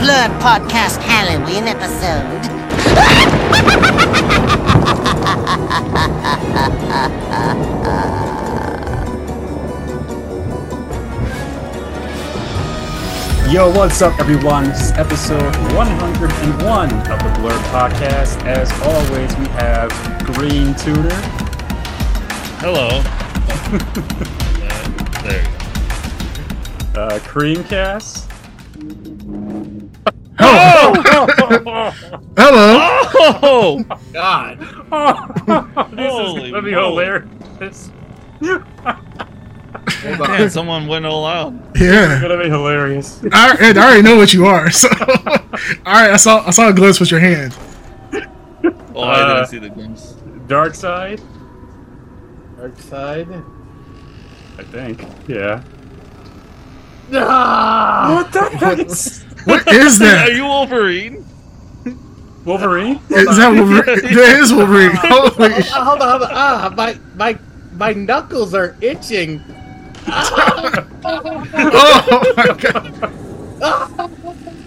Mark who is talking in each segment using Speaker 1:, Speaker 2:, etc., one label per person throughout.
Speaker 1: Blurred Podcast Halloween episode.
Speaker 2: Yo, what's up, everyone? This is episode 101 of the Blurb Podcast. As always, we have Green Tuner,
Speaker 3: Hello. Uh, there you go.
Speaker 2: uh, Creamcast.
Speaker 4: Hello.
Speaker 3: Oh!
Speaker 5: God.
Speaker 2: this
Speaker 3: Holy
Speaker 2: is gonna be
Speaker 3: moly.
Speaker 2: hilarious. it's
Speaker 5: Hold on.
Speaker 3: Man, someone went all out.
Speaker 4: Yeah.
Speaker 2: gonna be hilarious.
Speaker 4: I, I already know what you are. So, all right. I saw I saw a glimpse with your hand.
Speaker 3: Oh, I
Speaker 2: Uh,
Speaker 3: didn't see the glimpse.
Speaker 2: Dark Side,
Speaker 5: Dark side.
Speaker 2: I think. Yeah.
Speaker 5: Ah!
Speaker 2: What the heck? Is
Speaker 4: What is
Speaker 3: Are
Speaker 4: that?
Speaker 3: you Wolverine?
Speaker 2: Wolverine?
Speaker 4: Is that Wolverine? That is Wolverine. Holy sh-
Speaker 5: Ah, hold on, hold on. Ah, my my my knuckles are itching. Ah!
Speaker 4: Oh my god.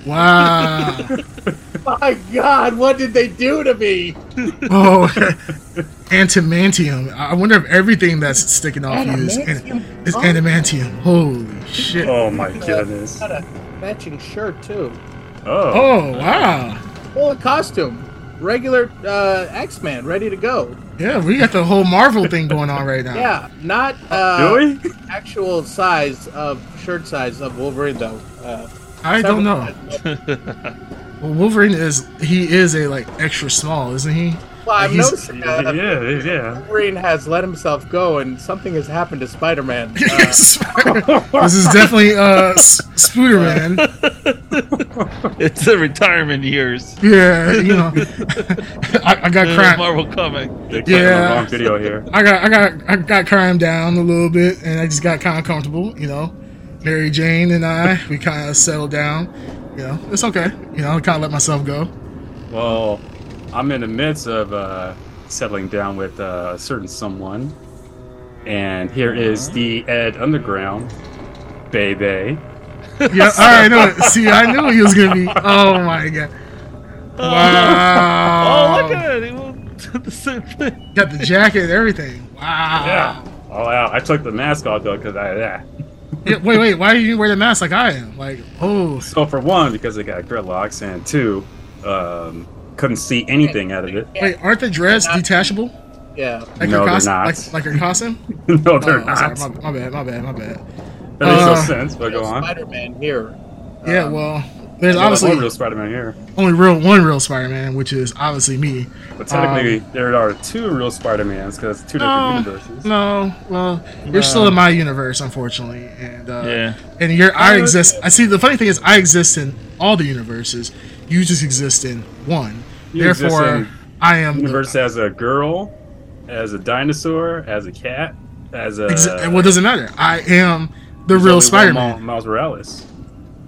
Speaker 4: Wow.
Speaker 5: my God, what did they do to me?
Speaker 4: Oh. Antimantium. I wonder if everything that's sticking off you is, an- is animantium. Holy shit.
Speaker 2: Oh my goodness.
Speaker 5: Got a matching shirt too.
Speaker 2: Oh.
Speaker 4: Oh wow.
Speaker 5: Full costume, regular uh, X-Man, ready to go.
Speaker 4: Yeah, we got the whole Marvel thing going on right now.
Speaker 5: Yeah, not
Speaker 2: Do
Speaker 5: uh,
Speaker 2: we?
Speaker 5: actual size of shirt size of Wolverine though. Uh,
Speaker 4: I don't know. Well, Wolverine is he is a like extra small, isn't he?
Speaker 5: Well, I'm
Speaker 4: He's-
Speaker 5: noticing
Speaker 2: Yeah,
Speaker 5: uh,
Speaker 2: yeah.
Speaker 5: Wolverine has let himself go, and something has happened to Spider-Man. Uh,
Speaker 4: this is definitely uh S- Spooderman.
Speaker 3: It's the retirement years.
Speaker 4: Yeah, you know, I, I got
Speaker 3: Uh,
Speaker 4: crime.
Speaker 3: Marvel comic.
Speaker 2: They clicked on the
Speaker 4: Yeah.
Speaker 2: wrong video here.
Speaker 4: I got I got I got crime down a little bit, and I just got kind of comfortable. You know, Mary Jane and I we kind of settled down. You know, it's okay. You know, I kind of let myself go.
Speaker 2: Well, I'm in the midst of uh, settling down with uh, a certain someone, and here is the Ed Underground, baby.
Speaker 4: Yeah, all right. No, see, I knew he was gonna be. Oh my god! Wow!
Speaker 3: Oh, look at it. He won't- the same thing.
Speaker 4: Got the jacket, and everything. Wow!
Speaker 2: Yeah. Oh wow! I took the mask off though because I yeah.
Speaker 4: Yeah, wait, wait. Why do you wear the mask like I am? Like, oh,
Speaker 2: So for one, because I got dreadlocks, and two, um, couldn't see anything out of it.
Speaker 4: wait. Aren't the dreads detachable?
Speaker 5: yeah.
Speaker 4: Like
Speaker 2: No, they're
Speaker 4: your costume?
Speaker 2: not.
Speaker 4: Like, like your costume?
Speaker 2: no,
Speaker 4: Oh,
Speaker 2: they're
Speaker 4: I'm sorry,
Speaker 2: not.
Speaker 4: My, my bad. My bad. My bad.
Speaker 2: That makes no
Speaker 4: Uh,
Speaker 2: sense. But go on.
Speaker 5: Spider-Man here.
Speaker 4: Yeah.
Speaker 5: Um,
Speaker 4: Well, there's
Speaker 2: Well, there's
Speaker 4: obviously
Speaker 2: one real Spider-Man here,
Speaker 4: only real one real Spider-Man, which is obviously me.
Speaker 2: but
Speaker 4: Um,
Speaker 2: technically there are two real Spider-Mans because two different
Speaker 4: No,
Speaker 2: universes.
Speaker 4: no. Well,
Speaker 3: No.
Speaker 4: you're still in my universe, unfortunately, and uh,
Speaker 3: Yeah.
Speaker 4: and you're I exist. I see. The funny thing is, I exist in all the universes. You just exist in one.
Speaker 2: You exist
Speaker 4: Therefore,
Speaker 2: in
Speaker 4: I am. the-
Speaker 2: universe as a girl, as a dinosaur, as a cat, as a.
Speaker 4: Exa- what doesn't matter? I am
Speaker 2: uh,
Speaker 4: the
Speaker 2: there's only
Speaker 4: real
Speaker 2: one
Speaker 4: Spider-Man.
Speaker 2: Miles- Miles Morales.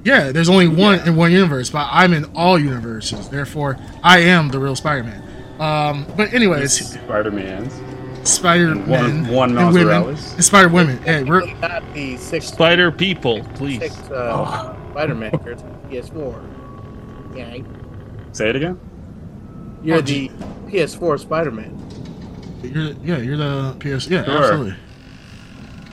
Speaker 4: Yeah, there's only one in one universe, but I'm in all universes. Therefore, I am the real Spider-Man. Um, but anyways,
Speaker 2: Spider-Man's.
Speaker 4: Spider-Man
Speaker 2: One- one
Speaker 4: and
Speaker 2: Miles
Speaker 4: women,
Speaker 2: Morales.
Speaker 4: and Spider-Women. Hey, we're
Speaker 5: Not the six,
Speaker 3: Spider people, please.
Speaker 5: six uh,
Speaker 4: Oh.
Speaker 5: Spider-Man here. It's PS4. Yeah.
Speaker 2: Say it again.
Speaker 5: You're
Speaker 4: Oh,
Speaker 5: the
Speaker 4: gee.
Speaker 5: PS4 Spider-Man.
Speaker 4: you're, yeah, you're the PS. Yeah,
Speaker 2: Sure.
Speaker 4: absolutely.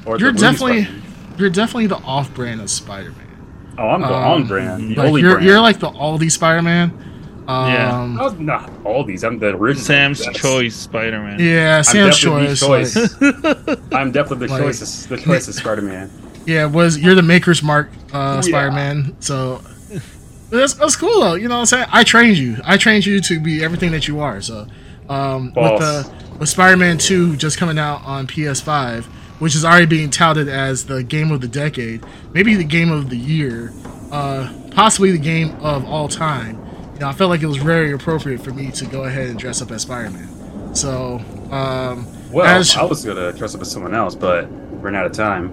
Speaker 2: Or
Speaker 4: You're
Speaker 2: the movie
Speaker 4: definitely
Speaker 2: Spider-Man.
Speaker 4: you're definitely the off-brand of Spider-Man.
Speaker 2: Oh, I'm the
Speaker 4: um,
Speaker 2: on brand. The
Speaker 4: Like,
Speaker 2: only
Speaker 4: you're
Speaker 2: brand.
Speaker 4: you're like the Aldi Spider-Man.
Speaker 3: Yeah.
Speaker 4: Um,
Speaker 2: Oh, not all these. I'm the original.
Speaker 3: Sam's
Speaker 2: That's-
Speaker 3: Choice Spider Man.
Speaker 4: yeah,
Speaker 2: I'm
Speaker 4: Sam's
Speaker 2: definitely
Speaker 4: choice.
Speaker 2: The
Speaker 4: like-
Speaker 2: choice. I'm definitely the
Speaker 4: Like-
Speaker 2: choice. The choice is Spider-Man.
Speaker 4: Yeah, it was you're the maker's mark, uh,
Speaker 2: Yeah.
Speaker 4: Spider Man. So that's, that's cool though. You know what I'm saying? I trained you. I trained you to be everything that you are. So um, with
Speaker 2: Boss.
Speaker 4: the with Spider Man Two just coming out on PS Five, which is already being touted as the game of the decade, maybe the game of the year, uh, possibly the game of all time. You know, I felt like it was very appropriate for me to go ahead and dress up as Spider Man. So um,
Speaker 2: Well,
Speaker 4: as-
Speaker 2: I was gonna dress up as someone else, but ran out of time.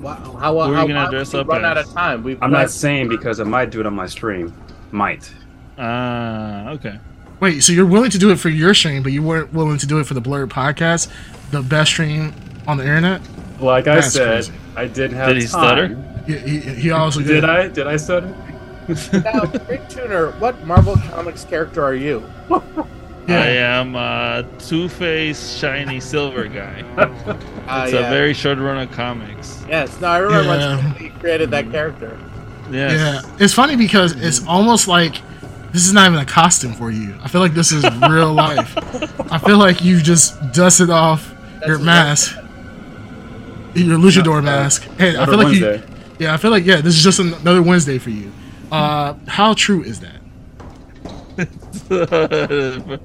Speaker 5: Wow. How,
Speaker 3: are you
Speaker 5: how,
Speaker 3: gonna
Speaker 5: how
Speaker 3: dress
Speaker 5: we
Speaker 3: up
Speaker 5: run out
Speaker 3: as?
Speaker 5: of time. We've
Speaker 2: I'm
Speaker 5: got-
Speaker 2: not saying because I might do it on my stream. Might.
Speaker 3: Ah, okay.
Speaker 4: Wait, so you're willing to do it for your stream, but you weren't willing to do it for the Blurred podcast, the best stream on the internet?
Speaker 2: Like I
Speaker 4: That's
Speaker 2: said,
Speaker 4: crazy.
Speaker 2: I didn't have
Speaker 3: Did he
Speaker 2: time.
Speaker 3: stutter?
Speaker 4: He, he, he also
Speaker 2: Did I? Did I stutter?
Speaker 5: Now, Rick Tuner, what Marvel Comics character are you?
Speaker 3: I am a Two Face shiny silver guy.
Speaker 5: Uh,
Speaker 3: It's
Speaker 5: yeah.
Speaker 3: a very short run of comics.
Speaker 5: yes. No, I remember
Speaker 4: Yeah.
Speaker 5: when he created that character.
Speaker 4: Yeah,
Speaker 3: Yes.
Speaker 4: it's funny because it's almost like this is not even a costume for you. I feel like this is real life. I feel like you just dusted off your mask,
Speaker 5: That's-
Speaker 4: your luchador mask. Hey, I
Speaker 2: Another
Speaker 4: feel like you.
Speaker 2: Wednesday.
Speaker 4: Yeah, I feel like yeah, this is just an- another Wednesday for you. Uh, how true is that?
Speaker 3: Uh,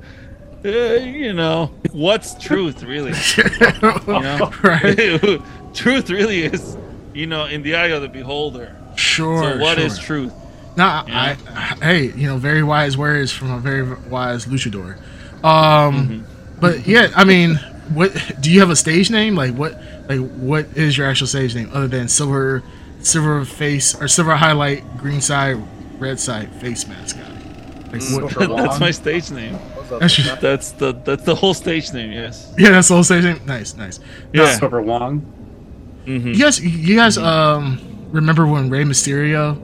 Speaker 3: you know, what's truth really? You know?
Speaker 4: right?
Speaker 3: truth really is, you know, in the eye of the beholder.
Speaker 4: Sure.
Speaker 3: so what
Speaker 4: sure.
Speaker 3: is truth?
Speaker 4: Nah,
Speaker 3: Yeah.
Speaker 4: I, I, hey, you know, very wise words from a very wise luchador. Um, but yeah, I mean, what do you have a stage name? Like what, like what is your actual stage name other than silver, silver face or silver highlight, green side, red side face mask guy? Like what,
Speaker 5: Silver Wong.
Speaker 3: That's my stage name.
Speaker 4: that's your-
Speaker 3: That's the that's the whole stage name. Yes.
Speaker 4: yeah, that's the whole stage name. Nice, nice.
Speaker 3: Yeah.
Speaker 2: Silver Wong.
Speaker 4: You guys, you guys, um, remember when Rey Mysterio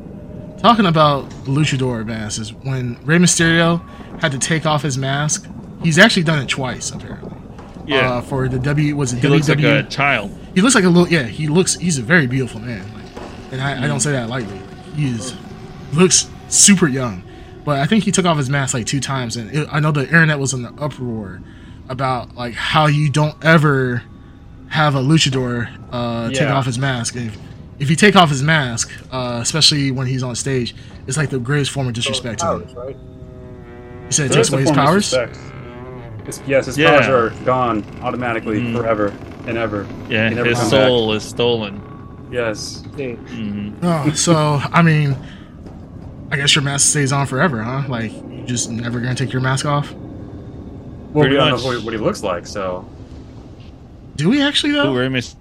Speaker 4: talking about luchador masks is when Rey Mysterio had to take off his mask. He's actually done it twice apparently.
Speaker 3: Yeah.
Speaker 4: Uh, for the W was it
Speaker 3: he
Speaker 4: WWE?
Speaker 3: looks like a child.
Speaker 4: he looks like a little yeah. He looks he's a very beautiful man, like, and I,
Speaker 2: Mm.
Speaker 4: I don't say that lightly. Like, he is looks super young, but I think he took off his mask like two times, and it, I know the internet was in the uproar about like how you don't ever have a luchador uh, take
Speaker 2: Yeah.
Speaker 4: off his mask. If if you take off his mask, uh, especially when he's on stage, it's like the greatest form of disrespect to him.
Speaker 5: right?
Speaker 4: You said it
Speaker 2: That's Oh,
Speaker 4: takes
Speaker 2: a
Speaker 4: away his
Speaker 2: form of
Speaker 4: powers.
Speaker 2: respect. His- yes, his
Speaker 3: Yeah. Mm.
Speaker 2: powers are gone automatically forever and ever.
Speaker 3: Yeah.
Speaker 2: He never
Speaker 3: His
Speaker 2: come
Speaker 3: soul is stolen.
Speaker 2: back. Yes.
Speaker 5: See,
Speaker 4: Oh, so I mean, I guess your mask stays on forever, huh? Like you just never gonna take your mask off?
Speaker 2: Well,
Speaker 3: Pretty
Speaker 2: we don't
Speaker 3: much.
Speaker 2: know who, what he looks like, so.
Speaker 4: Do we actually
Speaker 3: Who
Speaker 4: though?
Speaker 3: Rey Mysterio?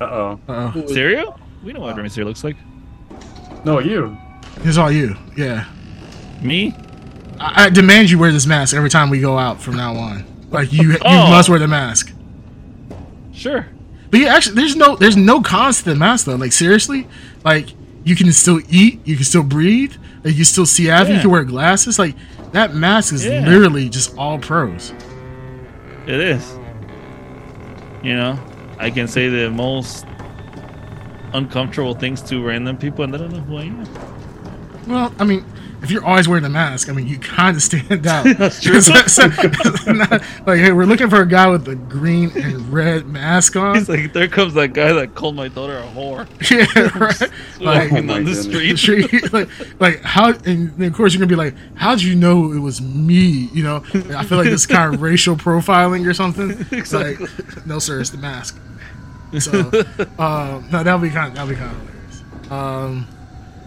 Speaker 2: Uh oh.
Speaker 4: Uh-oh.
Speaker 3: We know what Rey Mysterio looks like.
Speaker 2: No, you.
Speaker 4: It's all you. Yeah.
Speaker 3: Me?
Speaker 4: I, I demand you wear this mask every time we go out from now on. Like you, you
Speaker 3: Oh.
Speaker 4: must wear the mask.
Speaker 3: Sure.
Speaker 4: But yeah, actually, there's no there's no cons to the mask though. Like seriously, like you can still eat, you can still breathe, like, you still see Av, you
Speaker 3: Yeah.
Speaker 4: can wear glasses. Like that mask is
Speaker 3: Yeah.
Speaker 4: literally just all pros.
Speaker 3: It is. You know, I can say the most uncomfortable things to random people, and they don't know who I am.
Speaker 4: Well, I mean, if you're always wearing a mask, I mean, you kind of stand out.
Speaker 3: That's true.
Speaker 4: So- so- it's not- like, hey, we're looking for a guy with a green and red mask on.
Speaker 3: He's like, there comes that guy that called my daughter a whore
Speaker 4: yeah, right. Like,
Speaker 3: walking
Speaker 2: my
Speaker 3: on the
Speaker 2: goodness.
Speaker 3: street.
Speaker 4: Treat- like, like how and then, of course you're gonna be like how'd you know it was me you know i feel like this kind of racial profiling or something It's like no sir it's the mask so um no that'll be kind that'll be kind of hilarious um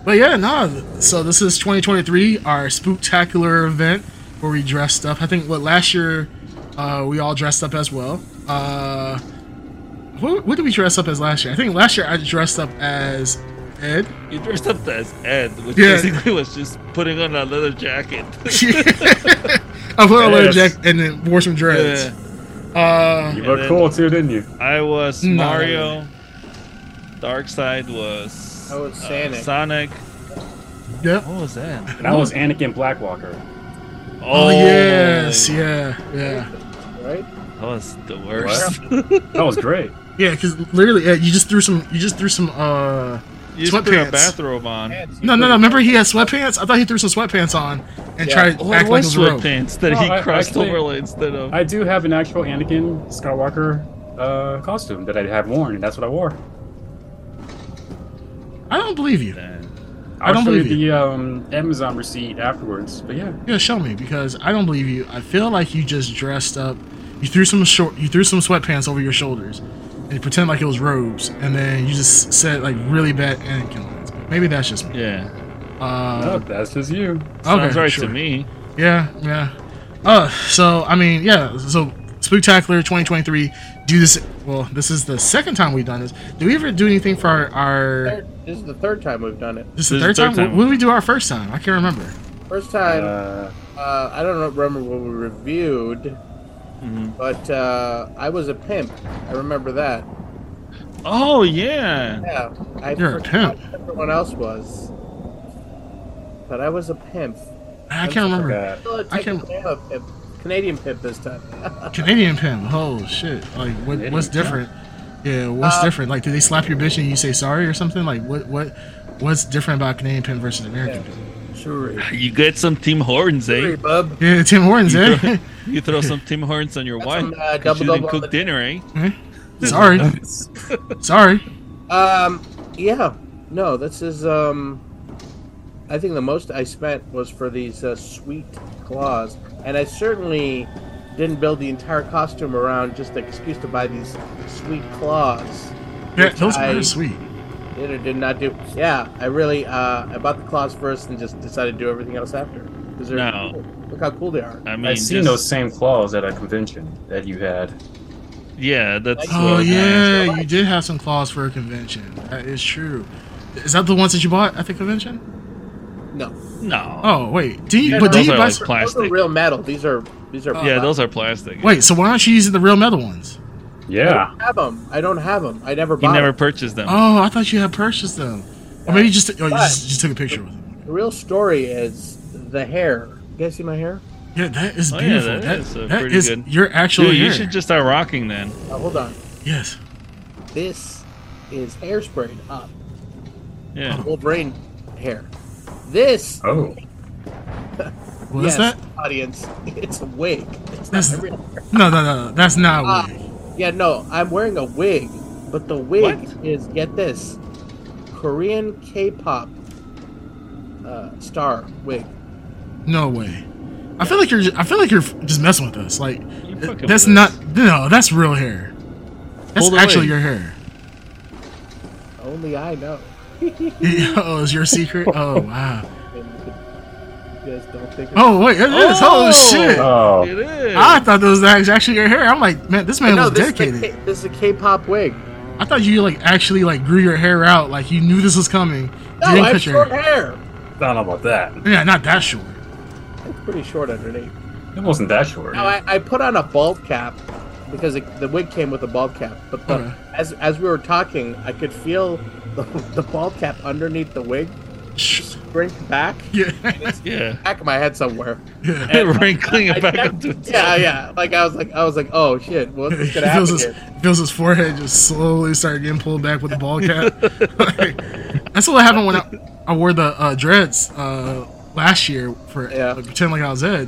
Speaker 4: but yeah no so this is 2023 our spooktacular event where we dressed up i think what last year uh we all dressed up as well uh what, what did we dress up as last year? I think last year I dressed up as Ed.
Speaker 3: You dressed up as Ed, which
Speaker 4: Yeah.
Speaker 3: basically was just putting on a leather jacket.
Speaker 4: I put on a leather jacket and then wore some dreads.
Speaker 3: Yeah.
Speaker 4: Uh,
Speaker 2: You
Speaker 3: And
Speaker 2: look
Speaker 3: then-
Speaker 2: cool too, didn't you?
Speaker 3: I was
Speaker 4: No.
Speaker 3: Mario. Dark Side was.
Speaker 5: I was
Speaker 3: uh,
Speaker 5: Sonic.
Speaker 3: Sonic.
Speaker 4: yeah.
Speaker 3: What was that?
Speaker 2: And I was Anakin Blackwalker.
Speaker 3: Oh,
Speaker 4: Oh yes, yeah, yeah,
Speaker 5: right?
Speaker 3: That was the worst.
Speaker 2: That was great.
Speaker 4: yeah. Because literally, Ed, you just threw some. You just threw some. Uh,
Speaker 3: you just put
Speaker 4: Sweatpants.
Speaker 3: a bathrobe on.
Speaker 5: Pants, you
Speaker 4: no, no,
Speaker 5: put-
Speaker 4: no. Remember he had sweatpants. I thought he threw some sweatpants on and
Speaker 5: Yeah.
Speaker 4: tried to
Speaker 3: Oh, it
Speaker 4: act like it
Speaker 3: was
Speaker 4: was a robe.
Speaker 3: sweatpants that
Speaker 4: Oh,
Speaker 2: No,
Speaker 3: he
Speaker 2: I-
Speaker 3: crossed
Speaker 2: actually-
Speaker 3: over like, instead of.
Speaker 2: I do have an actual Anakin Skywalker uh, costume that I have worn, and that's what I wore.
Speaker 4: I don't believe you.
Speaker 2: I'll
Speaker 4: don't
Speaker 2: show
Speaker 4: believe
Speaker 2: the um, Amazon receipt afterwards, but yeah.
Speaker 4: Yeah, show me because I don't believe you. I feel like you just dressed up. You threw some short. You threw some sweatpants over your shoulders, and you pretend like it was robes, and then you just said like really bad Anakin lines. Maybe that's just me.
Speaker 3: yeah.
Speaker 4: Uh,
Speaker 2: No, that's just you.
Speaker 3: Sounds
Speaker 4: okay,
Speaker 3: right
Speaker 4: sure.
Speaker 3: to me.
Speaker 4: Yeah, yeah. Uh, so I mean, yeah. So Spooktacular 2023. Do this. Well, this is the second time we've done this. Do we ever do anything for our? our
Speaker 5: Third- This is the third time we've done it.
Speaker 4: this is
Speaker 3: This
Speaker 4: the third
Speaker 3: is
Speaker 4: time.
Speaker 3: the third
Speaker 4: What
Speaker 3: time.
Speaker 4: When did we do our first time, I can't remember.
Speaker 5: First time, uh,
Speaker 2: Uh,
Speaker 5: I don't remember what we reviewed,
Speaker 3: Mm-hmm.
Speaker 5: but uh, I was a pimp. I remember that.
Speaker 3: Oh yeah.
Speaker 5: Yeah, I
Speaker 4: You're a
Speaker 5: forgot
Speaker 4: pimp.
Speaker 5: what Everyone else was. but I was a pimp.
Speaker 4: I can't remember.
Speaker 2: That.
Speaker 5: Still a
Speaker 4: I can-
Speaker 5: technically am a pimp. Canadian pimp this time.
Speaker 4: Canadian pimp. Oh shit! Like what,
Speaker 2: Canadian
Speaker 4: what's
Speaker 2: pimp.
Speaker 4: different? Yeah, what's
Speaker 5: Uh,
Speaker 4: different? Like, do they slap your bitch and you say sorry or something? Like, what what what's different about Canadian pimp versus American pimp?
Speaker 5: Sure.
Speaker 3: You get some Tim Hortons,
Speaker 5: Sure,
Speaker 3: eh?
Speaker 5: bub.
Speaker 4: Yeah, Tim Hortons,
Speaker 3: You
Speaker 4: eh?
Speaker 3: throw, you throw some Tim Hortons on your wife.
Speaker 5: some, uh,
Speaker 3: 'cause
Speaker 5: double
Speaker 3: she didn't
Speaker 5: double on
Speaker 3: cook
Speaker 5: the-
Speaker 3: dinner, eh?
Speaker 4: sorry, sorry.
Speaker 5: Um, yeah, no, this is um, I think the most I spent was for these uh, sweet claws, and I certainly didn't build the entire costume around just the excuse to buy these sweet claws.
Speaker 4: Yeah,
Speaker 5: which
Speaker 4: those
Speaker 5: I
Speaker 4: are sweet.
Speaker 5: Did or did not do. Yeah, I really uh, I bought the claws first and just decided to do everything else after. 'Cause they're
Speaker 3: No.
Speaker 5: cool. Look how cool they are.
Speaker 3: I mean,
Speaker 2: I've seen
Speaker 3: just-
Speaker 2: those same claws at a convention that you had.
Speaker 3: Yeah, that's.
Speaker 4: Oh
Speaker 3: what-
Speaker 4: yeah, you did have some claws for a convention. That is true. Is that the ones that you bought at the convention?
Speaker 5: No,
Speaker 3: No.
Speaker 4: Oh wait, did you?
Speaker 5: Yeah,
Speaker 4: But
Speaker 5: those
Speaker 4: did you
Speaker 3: are
Speaker 4: buy?
Speaker 3: like
Speaker 4: some-
Speaker 5: those are
Speaker 3: Plastic.
Speaker 5: real metal. These are these
Speaker 4: Oh,
Speaker 5: are.
Speaker 3: yeah, those are plastic.
Speaker 4: uh, Wait, so why aren't you using the real metal ones?
Speaker 5: I
Speaker 2: Yeah.
Speaker 5: don't have them. I don't have them. I never
Speaker 3: He
Speaker 5: bought.
Speaker 3: never
Speaker 5: 'em.
Speaker 3: purchased them.
Speaker 4: Oh, I thought you had purchased them. Or maybe you just oh, you just, just took a picture with them.
Speaker 5: The real story is the hair. You guys see my hair?
Speaker 4: Yeah, that is
Speaker 3: Oh, yeah,
Speaker 4: beautiful.
Speaker 3: that
Speaker 4: that
Speaker 3: is, uh,
Speaker 4: that
Speaker 3: pretty
Speaker 4: is
Speaker 3: good.
Speaker 4: your actual
Speaker 3: Dude,
Speaker 4: hair.
Speaker 3: you should just start rocking then.
Speaker 5: Uh, hold on.
Speaker 4: yes.
Speaker 5: This is hairsprayed up.
Speaker 3: Yeah.
Speaker 5: Wolverine hair. This,
Speaker 2: Oh.
Speaker 4: What
Speaker 5: yes,
Speaker 4: is that?
Speaker 5: audience, it's a wig. It's
Speaker 4: That's-
Speaker 5: not a real-
Speaker 4: No, no, no. That's not
Speaker 5: Ah.
Speaker 4: wig.
Speaker 5: yeah, no, I'm wearing a wig, but the wig
Speaker 3: What?
Speaker 5: is get this, Korean K-pop uh, star wig.
Speaker 4: No way. I feel like you're. Just, I feel like you're f- just messing with us. Like
Speaker 3: You fucking
Speaker 4: that's
Speaker 3: with
Speaker 4: not.
Speaker 3: us.
Speaker 4: No, that's real hair. That's
Speaker 3: Pull the wig.
Speaker 4: actually your hair.
Speaker 5: Only I know.
Speaker 4: oh, is your secret? Oh wow.
Speaker 5: And you, could, you guys don't think. it's-
Speaker 4: Oh wait, it is. Oh,
Speaker 3: Oh.
Speaker 4: shit.
Speaker 2: Oh.
Speaker 3: It is.
Speaker 4: I thought that was actually your hair. I'm like, man, this man
Speaker 5: no,
Speaker 4: was
Speaker 5: this
Speaker 4: dedicated.
Speaker 5: Is a K- this is a K-pop wig.
Speaker 4: I thought you like actually like grew your hair out. Like you knew this was coming.
Speaker 5: No,
Speaker 4: didn't
Speaker 5: I have
Speaker 4: cut your
Speaker 5: short hair.
Speaker 2: I don't know about that.
Speaker 4: Yeah, not that short.
Speaker 5: It's pretty short underneath.
Speaker 2: It wasn't that short.
Speaker 5: No, I, I put on a bald cap because it, the wig came with a bald cap. But the,
Speaker 4: Okay.
Speaker 5: as as we were talking, I could feel the, the bald cap underneath the wig
Speaker 4: Sh-
Speaker 5: shrink back.
Speaker 4: Yeah.
Speaker 3: Yeah.
Speaker 5: Back of my head somewhere.
Speaker 4: yeah.
Speaker 3: Wrinkling it back
Speaker 5: I-
Speaker 3: up to itself.
Speaker 5: yeah, yeah. Like I was like, I was like, oh shit, what's
Speaker 4: He
Speaker 5: gonna
Speaker 4: feels
Speaker 5: happen
Speaker 4: his,
Speaker 5: here?
Speaker 4: feels his forehead just slowly start getting pulled back with the ball cap. Like, that's what happened when I, I wore the uh, dreads uh, last year for
Speaker 5: Yeah.
Speaker 4: like, pretend like I was Ed.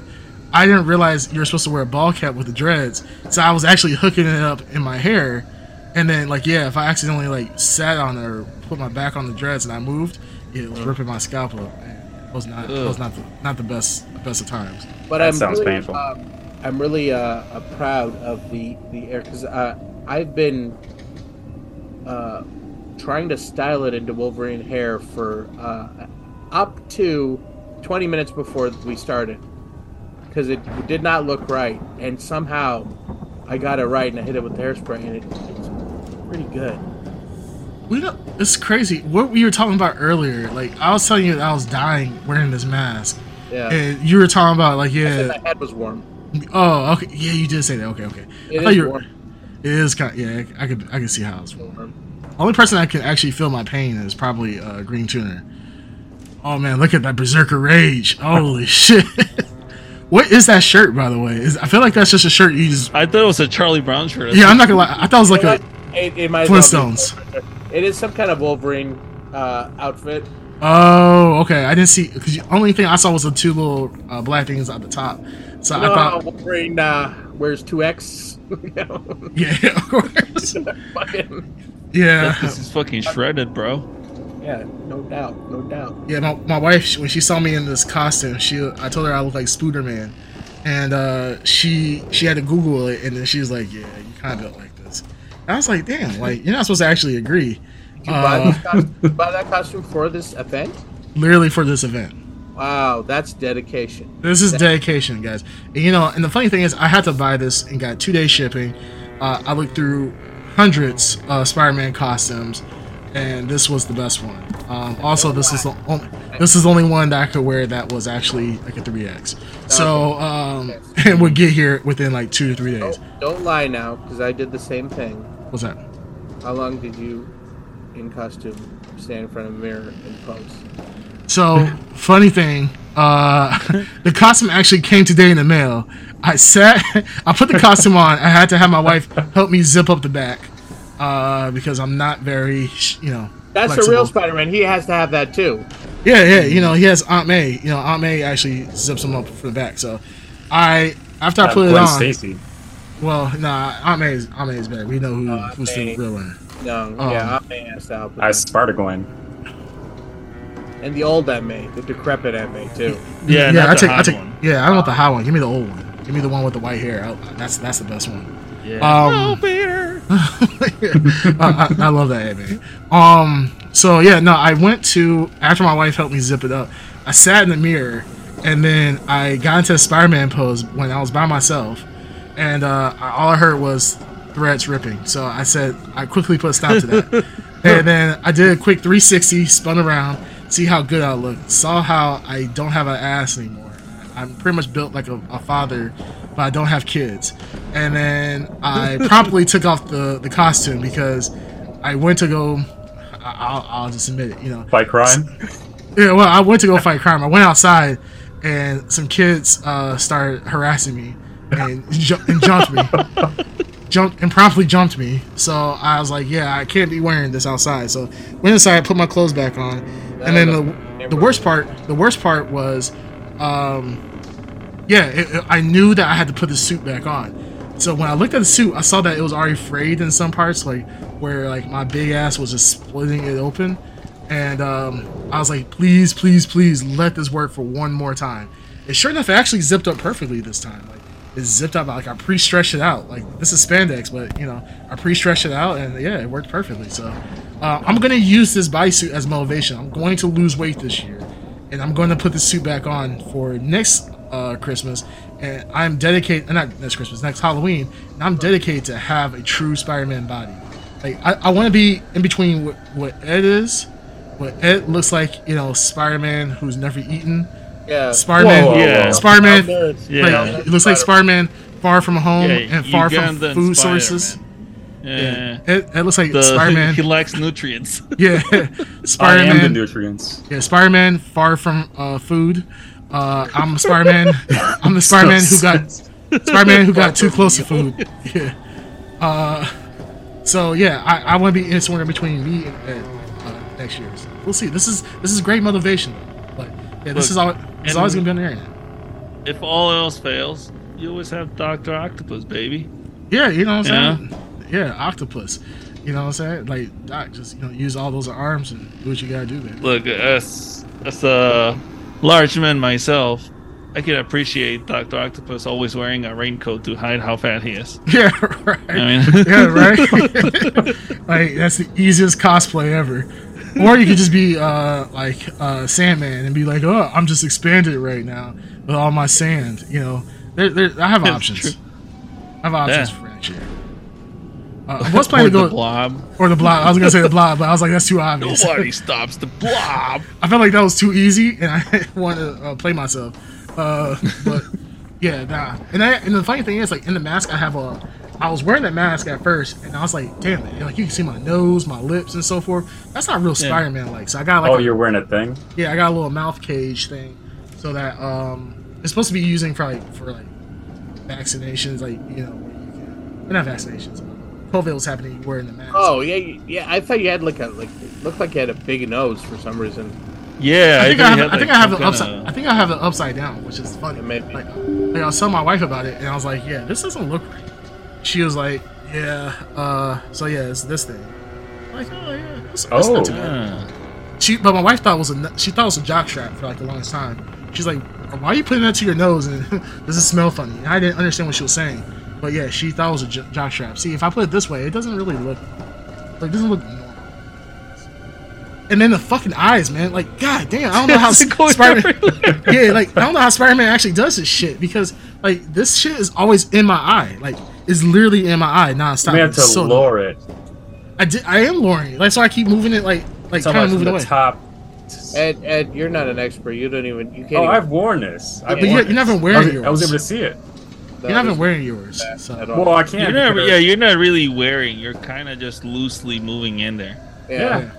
Speaker 4: I didn't realize you were supposed to wear a ball cap with the dreads, so I was actually hooking it up in my hair. And then, like, yeah, if I accidentally like sat on it or put my back on the dreads and I moved, it was ripping my scalp up. And it was not, it was not the, not the best best of times.
Speaker 5: But
Speaker 2: That
Speaker 5: I'm
Speaker 2: sounds
Speaker 5: really,
Speaker 2: painful.
Speaker 5: Um, I'm really uh, uh, proud of the the air because uh, I've been uh, trying to style it into Wolverine hair for uh, up to 20 minutes before we started because it did not look right, and somehow I got it right and I hit it with the hairspray and it, it was pretty good.
Speaker 4: We know it's crazy. What we were talking about earlier, like I was telling you that I was dying wearing this mask,
Speaker 5: Yeah.
Speaker 4: and you were talking about like yeah,
Speaker 5: And my head was warm.
Speaker 4: oh okay, yeah, you did say that. Okay, okay.
Speaker 5: It
Speaker 4: I thought
Speaker 5: is
Speaker 4: you were-
Speaker 5: warm.
Speaker 4: It is kind. yeah, I could I could see how it's.
Speaker 5: warm.
Speaker 4: Only person that can actually feel my pain is probably uh, Green Tuner. Oh man, look at that berserker rage! Holy shit! What is that shirt, by the way? Is, I feel like that's just a shirt you just.
Speaker 3: I thought it was a Charlie Brown shirt.
Speaker 4: Yeah, I'm not gonna lie. I thought it was like a
Speaker 5: It, it might as well be-
Speaker 4: Flintstones.
Speaker 5: It is some kind of Wolverine uh, outfit.
Speaker 4: Oh, okay. I didn't see because the only thing I saw was the two little uh, black things at the top. So I
Speaker 5: no,
Speaker 4: thought,
Speaker 5: Wolverine uh, wears two X. you know,
Speaker 4: yeah, of course.
Speaker 5: fucking-
Speaker 4: yeah,
Speaker 3: That- This is fucking shredded, bro.
Speaker 5: yeah, no doubt, no doubt.
Speaker 4: yeah. My, my wife she- when she saw me in this costume, she I told her I looked like Spooderman, and uh, she she had to Google it, and then she was like, "Yeah, you kind of built like this." And I was like, "Damn, like you're not supposed to actually agree."
Speaker 5: Did you buy,
Speaker 4: Uh,
Speaker 5: this costume, you buy that costume for this event?
Speaker 4: literally for this event.
Speaker 5: Wow, that's dedication.
Speaker 4: This is dedication, guys. And, you know, and the funny thing is, I had to buy this and got two day shipping. Uh, I looked through hundreds of Spider-Man costumes, and this was the best one. Um, also, this is the only this is the only one that I could wear that was actually like a three X. So, um, and would get here within like two to three days.
Speaker 5: Don't, don't lie now, because I did the same thing.
Speaker 4: What's that?
Speaker 5: How long did you, in costume, stand in front of a mirror and pose?
Speaker 4: So, funny thing, uh, the costume actually came today in the mail. I sat, I put the costume on. I had to have my wife help me zip up the back uh, because I'm not very, you know.
Speaker 5: That's the
Speaker 4: flexible.
Speaker 5: real Spider-Man. He has to have that too.
Speaker 4: Yeah, yeah. You know, he has Aunt May. You know, Aunt May actually zips him up for the back. So, I after I put it
Speaker 2: Gwen
Speaker 4: on.
Speaker 2: Stacy.
Speaker 4: Well, nah, Aunt May's Aunt May's bad. We know who,
Speaker 5: Oh, Aunt
Speaker 4: who's
Speaker 5: May.
Speaker 4: the real one.
Speaker 5: No,
Speaker 4: Oh.
Speaker 5: yeah, Aunt May has to help. with
Speaker 2: I
Speaker 5: that.
Speaker 2: Sparta Gwen.
Speaker 5: and the old Aunt May, the decrepit Aunt May too.
Speaker 3: Yeah, not
Speaker 4: I
Speaker 3: the
Speaker 4: take, I
Speaker 3: hot
Speaker 4: take,
Speaker 3: one.
Speaker 4: yeah, I don't want the high one. Give me the old one. Give me the one with the white hair. I, that's that's the best one.
Speaker 3: Yeah.
Speaker 4: Um,
Speaker 3: oh, Peter.
Speaker 4: I, I, I love that anime. Um, so yeah, no, I went to after my wife helped me zip it up. I sat in the mirror, and then I got into a Spider-Man pose when I was by myself, and uh, I, all I heard was threads ripping. So I said I quickly put a stop to that, and then I did a quick 360, spun around, see how good I looked, saw how I don't have an ass anymore. I'm pretty much built like a, a father, but I don't have kids. And then I promptly took off the, the costume because I went to go. I- I'll, I'll just admit it, you know.
Speaker 2: By crime?
Speaker 4: Yeah, well, I went to go fight crime. I went outside, and some kids uh, started harassing me and, ju- and jumped me, jumped and promptly jumped me. So I was like, "Yeah, I can't be wearing this outside." So went inside, put my clothes back on, and then the, the worst part, the worst part was, um, yeah, it, it- I knew that I had to put the suit back on. So when I looked at the suit, I saw that it was already frayed in some parts, like where like my big ass was just splitting it open and um, I was like, please, please, please, let this work for one more time. And sure enough, it actually zipped up perfectly this time. Like it zipped up. Like I pre-stretched it out. Like this is spandex, but you know, I pre-stretched it out, and yeah, it worked perfectly. So uh, I'm gonna use this bodysuit as motivation. I'm going to lose weight this year, and I'm going to put this suit back on for next uh, Christmas. And I'm dedicated, uh, not next Christmas, next Halloween. And I'm dedicated to have a true Spider-Man body. Like I, I want to be in between what, what Ed is, what Ed looks like, you know, Spider-Man who's never eaten.
Speaker 5: Yeah,
Speaker 4: Spider-Man,
Speaker 2: Whoa, whoa,
Speaker 3: Yeah.
Speaker 2: whoa.
Speaker 4: Spider-Man,
Speaker 5: Spider-
Speaker 4: like,
Speaker 3: Yeah.
Speaker 4: it looks like Spider-Man far from home
Speaker 3: Yeah,
Speaker 4: and far from
Speaker 3: Ugandan
Speaker 4: food
Speaker 3: Spider-Man.
Speaker 4: sources.
Speaker 3: Yeah.
Speaker 4: It, it looks like
Speaker 3: The,
Speaker 4: Spider-Man.
Speaker 3: He lacks nutrients.
Speaker 4: yeah,
Speaker 2: I am the
Speaker 4: Spider-Man.
Speaker 2: nutrients.
Speaker 4: Yeah, Spider-Man far from uh, food. Uh, I'm Spider-Man. I'm the Spider-Man who got Spider-Man who got too close to food. Yeah. Uh, so yeah, I, I want to be in somewhere in between me and Ed uh, next year. So we'll see. This is this is great motivation. But yeah,
Speaker 3: Look,
Speaker 4: this is all. It's
Speaker 3: and-
Speaker 4: always gonna be on the internet.
Speaker 3: if all else fails, you always have Doctor Octopus, baby.
Speaker 4: Yeah, you know what
Speaker 3: Yeah.
Speaker 4: I'm saying. Yeah, octopus. You know what I'm saying? Like, doc, just you know, use all those arms and do what you gotta do, man.
Speaker 3: Look, as as a large man myself, I can appreciate Doctor Octopus always wearing a raincoat to hide how fat he is.
Speaker 4: Yeah, right.
Speaker 3: I
Speaker 4: yeah, right. like that's the easiest cosplay ever. Or you could just be uh, like uh, Sandman and be like, "Oh, I'm just expanded right now with all my sand." You know, there, there, I have
Speaker 3: It's
Speaker 4: options.
Speaker 3: true.
Speaker 4: I have options
Speaker 3: Yeah.
Speaker 4: for next year. Uh, I was planning to
Speaker 3: Or
Speaker 4: go
Speaker 3: the blob.
Speaker 4: or the blob. I was gonna say the blob, but I was like, "That's too obvious."
Speaker 3: Nobody stops the blob.
Speaker 4: I felt like that was too easy, and I want to uh, play myself. Uh, but yeah, nah. And I, and the funny thing is, like in the mask, I have a. I was wearing that mask at first, and I was like, "Damn it!" Like you can see my nose, my lips, and so forth. That's not real
Speaker 3: Yeah.
Speaker 4: Spider-Man like. So I got like
Speaker 2: Oh,
Speaker 4: a-
Speaker 2: you're wearing a thing?
Speaker 4: yeah, I got a little mouth cage thing, so that um, it's supposed to be using for like for like vaccinations, like you know, where you can, well, not vaccinations. COVID was happening. You wearing the mask.
Speaker 5: Oh yeah, yeah. I thought you had like a like it looked like you had a big nose for some reason.
Speaker 3: Yeah,
Speaker 4: I think I
Speaker 3: he
Speaker 4: have,
Speaker 3: had,
Speaker 4: I think
Speaker 3: like,
Speaker 4: I have
Speaker 3: some
Speaker 4: it upside.
Speaker 3: kinda-
Speaker 4: I think I have it upside down, which is funny.
Speaker 5: It may be.
Speaker 4: Like, like I was telling my wife about it, and I was like, "Yeah, this doesn't look right." She was like, "Yeah, uh, so yeah, it's this thing." I'm like, oh yeah, that's, that's
Speaker 2: Oh.
Speaker 4: not too bad.
Speaker 3: Yeah.
Speaker 4: She, but my wife thought it was a nu- she thought it was a jock strap for like the longest time. She's like, "Why are you putting that to your nose? And does it smell funny?" And I didn't understand what she was saying, but yeah, she thought it was a jo- jock strap. See, if I put it this way, it doesn't really look like it doesn't look normal. And then the fucking eyes, man. Like, god damn, I don't know how
Speaker 3: It's going
Speaker 4: Spider. yeah, like I don't know how Spider Man actually does this shit because like this shit is always in my eye. Like, it's literally in my eye nonstop.
Speaker 2: We have
Speaker 4: It's
Speaker 2: to
Speaker 4: so-
Speaker 2: lower it.
Speaker 4: I did. I am lowering. it. That's why I keep moving it. Like, like
Speaker 2: So much
Speaker 4: kind
Speaker 2: from
Speaker 4: of moving
Speaker 2: the
Speaker 4: away.
Speaker 2: top.
Speaker 5: Ed, Ed, you're not an expert. You don't even you can't.
Speaker 2: Oh,
Speaker 5: even
Speaker 2: I've worn this. I've worn
Speaker 4: But you're, you're not even
Speaker 2: this.
Speaker 4: wearing
Speaker 2: I was,
Speaker 4: yours.
Speaker 2: I was able to see it.
Speaker 4: you're not even wearing yours. So.
Speaker 5: at all.
Speaker 2: Well, I can't.
Speaker 3: You're not,
Speaker 2: because-
Speaker 3: yeah, you're not really wearing. You're kind of just loosely moving in there.
Speaker 5: yeah.
Speaker 2: yeah.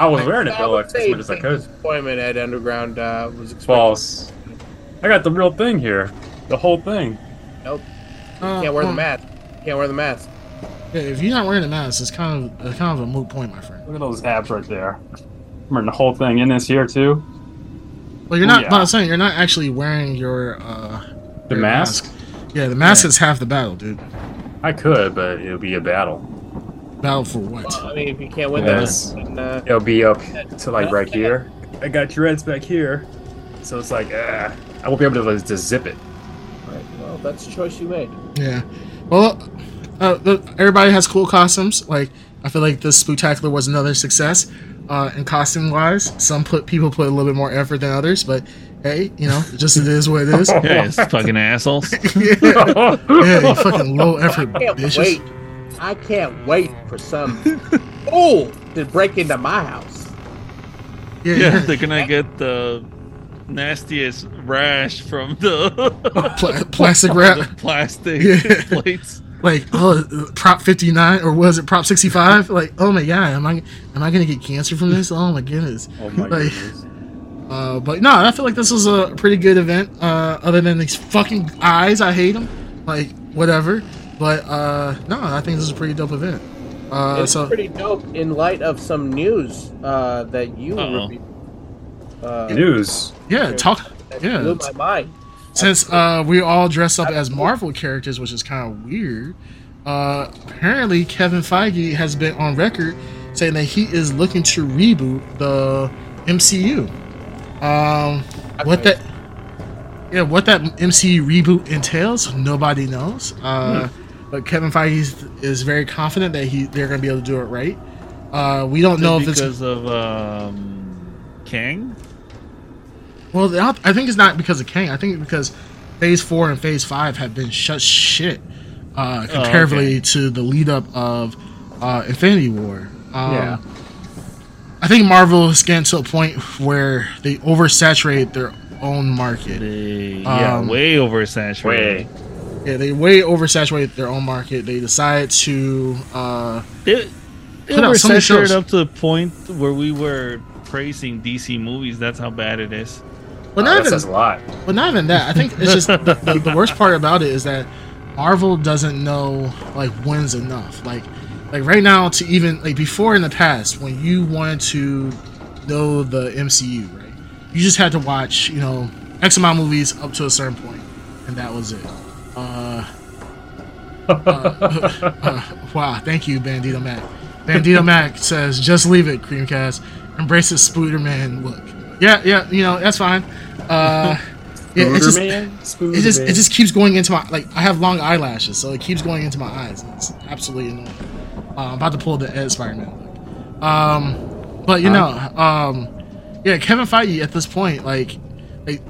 Speaker 2: I was wearing it
Speaker 5: I
Speaker 2: though,
Speaker 5: would
Speaker 2: like,
Speaker 5: say
Speaker 2: as much as I
Speaker 5: big
Speaker 2: could.
Speaker 5: Disappointment at Underground uh, was expected.
Speaker 2: False. I got the real thing here. The whole thing.
Speaker 5: Nope.
Speaker 4: Uh,
Speaker 5: Can't wear the
Speaker 4: well,
Speaker 5: mask. Can't wear the mask.
Speaker 4: yeah, If you're not wearing a mask, it's kind of a kind of a moot point, my friend.
Speaker 2: Look at those abs right there. I'm wearing the whole thing in this here too.
Speaker 4: Well, you're not.
Speaker 2: Yeah.
Speaker 4: But I'm saying you're not actually wearing your uh,
Speaker 2: The
Speaker 4: your
Speaker 2: mask?
Speaker 4: Yeah, the mask is half the battle, dude.
Speaker 2: I could, but it'll be a battle.
Speaker 4: Battle for what?
Speaker 5: Well, I mean, if you can't win
Speaker 2: Yes.
Speaker 5: that, then, uh,
Speaker 2: It'll be up to like right here. I got your heads back here. So it's like, ah, I won't be able to, like, to zip it.
Speaker 5: right, well, that's a choice you made.
Speaker 4: Yeah. Well, uh, the, everybody has cool costumes. Like I feel like this spectacular was another success. Uh, in costume wise, some put people put a little bit more effort than others, but hey, you know, just it is what it is. yeah,
Speaker 3: Guys, fucking assholes.
Speaker 4: yeah, you fucking low effort
Speaker 5: I can't
Speaker 4: bitches.
Speaker 5: wait. I can't wait for some fool to break into my house.
Speaker 4: Yeah,
Speaker 3: Yeah,
Speaker 4: yeah.
Speaker 3: they're gonna get the nastiest rash from the,
Speaker 4: Pla- plastic
Speaker 3: the
Speaker 4: wrap,
Speaker 3: plastic
Speaker 4: Yeah.
Speaker 3: plates.
Speaker 4: like oh, uh, prop fifty nine or was it prop sixty five? Like oh my god, am I am I gonna get cancer from this? Oh my goodness.
Speaker 2: Oh my
Speaker 4: Like-
Speaker 2: goodness.
Speaker 4: Uh, but no, I feel like this was a pretty good event. Uh, other than these fucking eyes, I hate them. Like whatever. But uh, no, I think this is a pretty dope event. Uh,
Speaker 5: it's
Speaker 4: so
Speaker 5: pretty dope in light of some news uh, that you
Speaker 3: Uh-oh.
Speaker 5: repeat. Uh,
Speaker 2: News.
Speaker 4: yeah, talk.
Speaker 5: that
Speaker 4: Yeah,
Speaker 5: blew my mind.
Speaker 4: since uh, we all dress up as Marvel characters, which is kind of weird. Uh, apparently, Kevin Feige has been on record saying that he is looking to reboot the MCU. Um, what that? Yeah, what that MCU reboot entails, nobody knows. Uh, But Kevin Feige is, is very confident that he they're going to be able to do it right. Uh, we don't know if
Speaker 3: because
Speaker 4: it's
Speaker 3: of um, Kang.
Speaker 4: Well, they don't- I think it's not because of Kang. I think because Phase Four and Phase Five have been shut shit uh,
Speaker 2: Oh,
Speaker 4: comparatively to the lead up of uh, Infinity War. Um,
Speaker 2: Yeah.
Speaker 4: I think Marvel has gotten to a point where they oversaturate their own market.
Speaker 3: They, yeah,
Speaker 4: Um,
Speaker 3: way oversaturated.
Speaker 2: Way.
Speaker 4: Yeah, they way oversaturate their own market. They decide to. Uh,
Speaker 3: They, they
Speaker 4: Put out so many shows.
Speaker 3: oversaturated up to the point where we were praising DC movies. That's how bad it is.
Speaker 2: Wow,
Speaker 4: well, not
Speaker 2: that
Speaker 4: even
Speaker 2: says Oh, a lot.
Speaker 4: But not even that. I think it's just the, the, the worst part about it is that Marvel doesn't know like when's enough. Like, like right now to even like before in the past when you wanted to know the MCU, right? You just had to watch you know X amount of movies up to a certain point, and that was it. Uh, uh, uh, wow, thank you, Bandito Mac. Bandito Mac says, "Just leave it, Creamcast. Embrace the Spooderman look." Yeah, yeah, you know that's fine. Uh, yeah, it's just, it
Speaker 2: Spooderman? Spooderman.
Speaker 4: just it just keeps going into my like I have long eyelashes, so it keeps going into my eyes. It's absolutely annoying. Uh, I'm about to pull the Ed Spider-Man look. Um, but you know, um, yeah, Kevin Feige at this point, like, like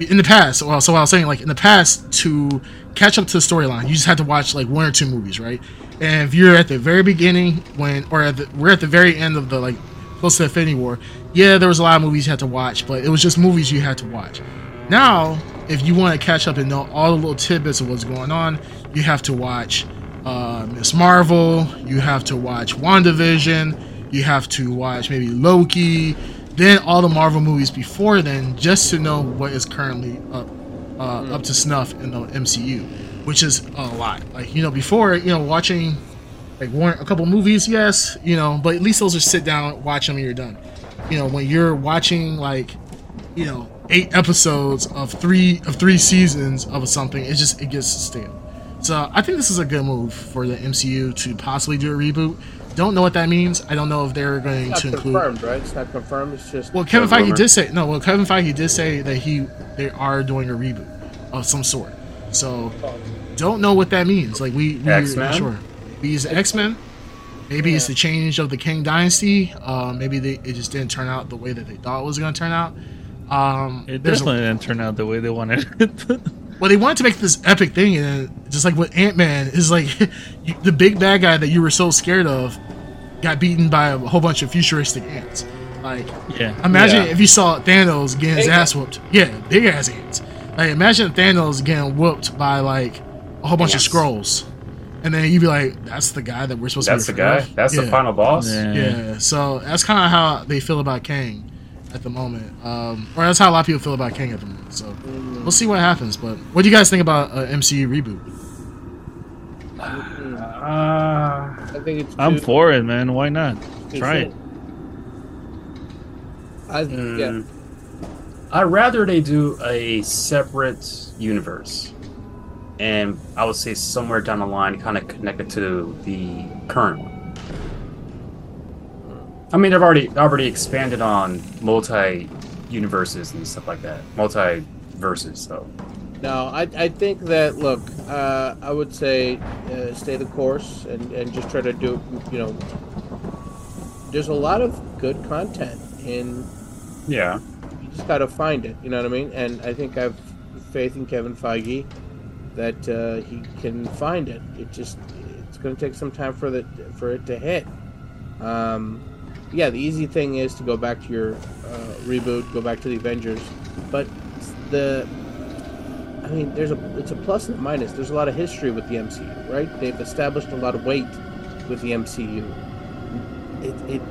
Speaker 4: in the past, well, so what I was saying, like in the past, to catch up to the storyline, you just had to watch like one or two movies, right? And if you're at the very beginning, when or at the, we're at the very end of the like close to Infinity War, yeah, there was a lot of movies you had to watch, but it was just movies you had to watch. Now, if you want to catch up and know all the little tidbits of what's going on, you have to watch uh, Miss Marvel, you have to watch WandaVision, you have to watch maybe Loki, then all the Marvel movies before then, just to know what is currently up uh, up to snuff in the MCU, which is a lot. Like you know, before you know, watching like one a couple movies, yes, you know, but at least those are sit down, watch them, and you're done. You know, when you're watching like you know eight episodes of three of three seasons of something, it just it gets stale. So I think this is a good move for the MCU to possibly do a reboot. Don't know what that means. I don't know if they're going
Speaker 5: It's
Speaker 4: to
Speaker 5: not
Speaker 4: include
Speaker 5: confirmed, right? It's not confirmed. It's just
Speaker 4: well, Kevin
Speaker 2: Yeah,
Speaker 4: Feige
Speaker 2: rumor.
Speaker 4: did say no. Well, Kevin Feige did say that he they are doing a reboot of some sort. So don't know what that means. Like we we
Speaker 2: X-Men?
Speaker 4: not sure. Maybe it's X Men. Maybe it's the change of the King Dynasty. Uh, maybe they, it just didn't turn out the way that they thought it was going to turn out. Um,
Speaker 3: It
Speaker 4: there's a-
Speaker 3: definitely didn't turn out the way they wanted it.
Speaker 4: well, they wanted to make this epic thing, and then just like with Ant Man, is like you- the big bad guy that you were so scared of got beaten by a whole bunch of futuristic ants. Like
Speaker 3: yeah.
Speaker 4: Imagine
Speaker 2: Yeah.
Speaker 4: if you saw Thanos getting his
Speaker 5: Big-
Speaker 4: ass whooped. Yeah, big ass hands. Like imagine Thanos getting whooped by like a whole bunch of
Speaker 2: Yes.
Speaker 4: scrolls. and then you'd be like, "That's the guy that we're supposed
Speaker 2: That's
Speaker 4: to."
Speaker 2: the
Speaker 4: be
Speaker 2: guy.
Speaker 4: afraid of?
Speaker 2: That's the
Speaker 4: Yeah.
Speaker 2: final boss.
Speaker 4: Yeah, so that's kind of how they feel about Kang at the moment, um, or that's how a lot of people feel about Kang at the moment. So we'll see what happens. But what do you guys think about uh, MCU reboot?
Speaker 2: Uh,
Speaker 5: I think it's.
Speaker 3: I'm
Speaker 5: too-
Speaker 3: for it, man. Why not? Try it.
Speaker 5: I, yeah,
Speaker 2: mm, I'd rather they do a separate universe, and I would say somewhere down the line, kind of connected to the current one. I mean, they've already already expanded on multi universes and stuff like that, multi verses. So
Speaker 5: no, I, I think that look, uh, I would say uh, stay the course and, and just try to do, you know, there's a lot of good content in
Speaker 2: yeah,
Speaker 5: you just gotta find it. You know what I mean? And I think I've faith in Kevin Feige that uh, he can find it. It just it's gonna take some time for the for it to hit. Um, yeah, the easy thing is to go back to your uh, reboot, go back to the Avengers, but the I mean, there's a it's a plus and a minus. There's a lot of history with the MCU, right? They've established a lot of weight with the MCU. It, it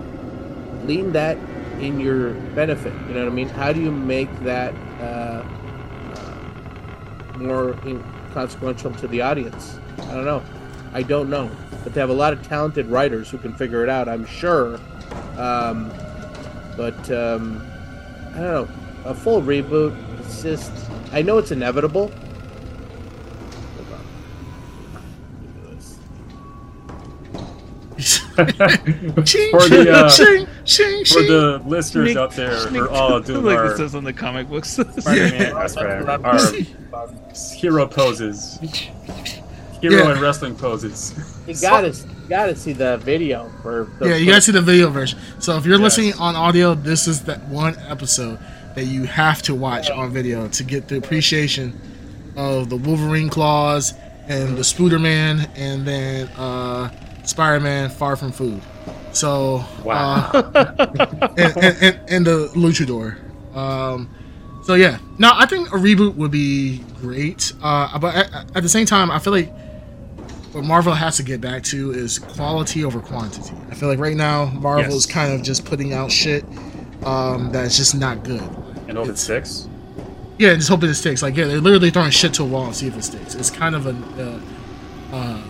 Speaker 5: lean that in your benefit. You know what I mean? How do you make that uh, uh, more in- consequential to the audience? I don't know. I don't know. But they have a lot of talented writers who can figure it out, I'm sure. Um, but um, I don't know. A full reboot, it's just. I know it's inevitable. Hold on. Let me do this.
Speaker 2: for the uh,
Speaker 4: ching, ching,
Speaker 2: for
Speaker 4: ching.
Speaker 2: the listeners
Speaker 3: Sneak-
Speaker 2: out there,
Speaker 3: sneak-
Speaker 2: we're all doing
Speaker 3: like it
Speaker 2: our
Speaker 3: says on the comic books.
Speaker 2: Spider-Man, uh, Spider-Man, our hero poses, hero
Speaker 4: Yeah.
Speaker 2: and wrestling poses.
Speaker 5: You gotta, you gotta see the video for. The
Speaker 4: yeah, you guys see the video version. So if you're
Speaker 2: Yes.
Speaker 4: listening on audio, this is that one episode that you have to watch on video to get the appreciation of the Wolverine claws and the Spooderman and then uh, Spider-Man Far From Food. So
Speaker 2: Wow.
Speaker 4: uh, and, and, and, and the Luchador. Um, so yeah, no, I think a reboot would be great. Uh, but at, at the same time, I feel like what Marvel has to get back to is quality over quantity. I feel like right now Marvel's
Speaker 2: Yes.
Speaker 4: kind of just putting out shit um, that's just not good.
Speaker 2: and open six.
Speaker 4: Yeah, and just hoping it sticks. Like yeah, they're literally throwing shit to a wall and see if it sticks. It's kind of a, uh, uh,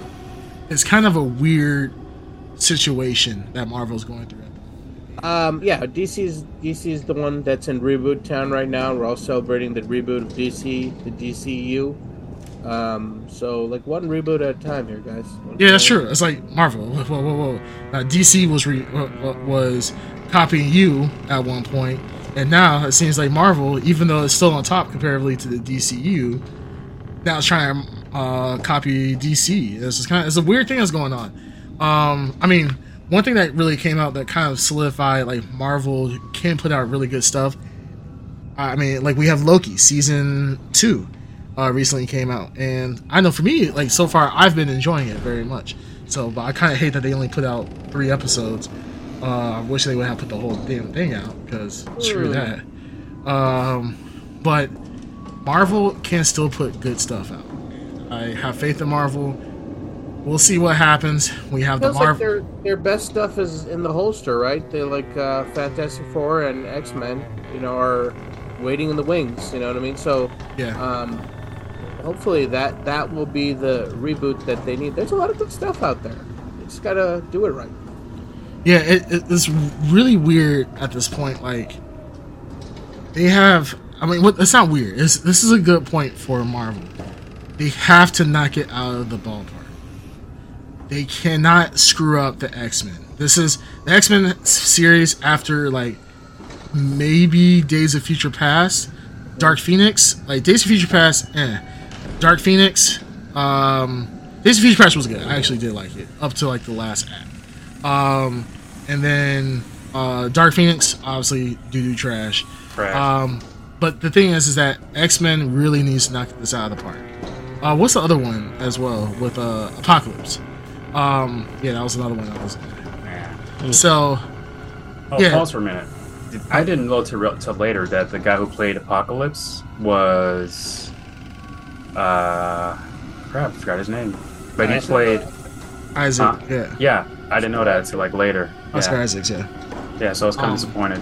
Speaker 4: it's kind of a weird situation that Marvel's going through.
Speaker 5: Um, yeah, DC's DC's the one that's in reboot town right now. We're all celebrating the reboot of DC, the DCU. Um, so like one reboot at a time here, guys. One
Speaker 4: Yeah, that's
Speaker 5: reboot.
Speaker 4: true. It's like Marvel. Whoa, whoa, whoa. whoa. Uh, DC was re- wa- wa- was copying you at one point, and now it seems like Marvel, even though it's still on top comparatively to the DCU, now it's trying to uh, copy DC. It's just kind of it's a weird thing that's going on. Um, I mean, one thing that really came out that kind of solidified like Marvel can put out really good stuff. I mean, like we have Loki season two uh, recently came out, and I know for me, like so far, I've been enjoying it very much. So, but I kind of hate that they only put out three episodes. Uh, I wish they would have put the whole damn thing out because screw that. Um, but Marvel can still put good stuff out. I have faith in Marvel. We'll see what happens. We have the
Speaker 5: Feels like
Speaker 4: Marvel.
Speaker 5: their their best stuff is in the holster, right? They like uh, Fantastic Four and X Men, you know, are waiting in the wings. You know what I mean? So
Speaker 4: yeah,
Speaker 5: um, hopefully that that will be the reboot that they need. There's a lot of good stuff out there. You just gotta do it right.
Speaker 4: yeah. It, it, it's really weird at this point. Like they have. I mean, what, it's not weird. It's, this is a good point for Marvel. They have to knock it out of the ballpark. they cannot screw up the X Men. This is the X Men series after like maybe Days of Future Past, Dark Phoenix. Like Days of Future Past, eh. Dark Phoenix. Um, Days of Future Past was good. I actually did like it up to like the last act. Um, and then uh, Dark Phoenix, obviously doo doo trash.
Speaker 2: Trash.
Speaker 4: Um, but the thing is, is that X Men really needs to knock this out of the park. Uh, what's the other one as well with uh, Apocalypse? Um, yeah, that was another one. That was
Speaker 2: Mm.
Speaker 4: so.
Speaker 2: Oh,
Speaker 4: Yeah.
Speaker 2: pause for a minute. Did- I didn't know till, till later that the guy who played Apocalypse was. Uh, crap, forgot his name. But he
Speaker 3: Isaac?
Speaker 2: played.
Speaker 4: Isaac.
Speaker 2: Huh?
Speaker 4: Yeah.
Speaker 2: Yeah, I didn't know that until like later.
Speaker 4: Oscar
Speaker 2: yeah.
Speaker 4: Isaacs. Yeah.
Speaker 2: yeah, so I was kind
Speaker 1: Um,
Speaker 2: of disappointed.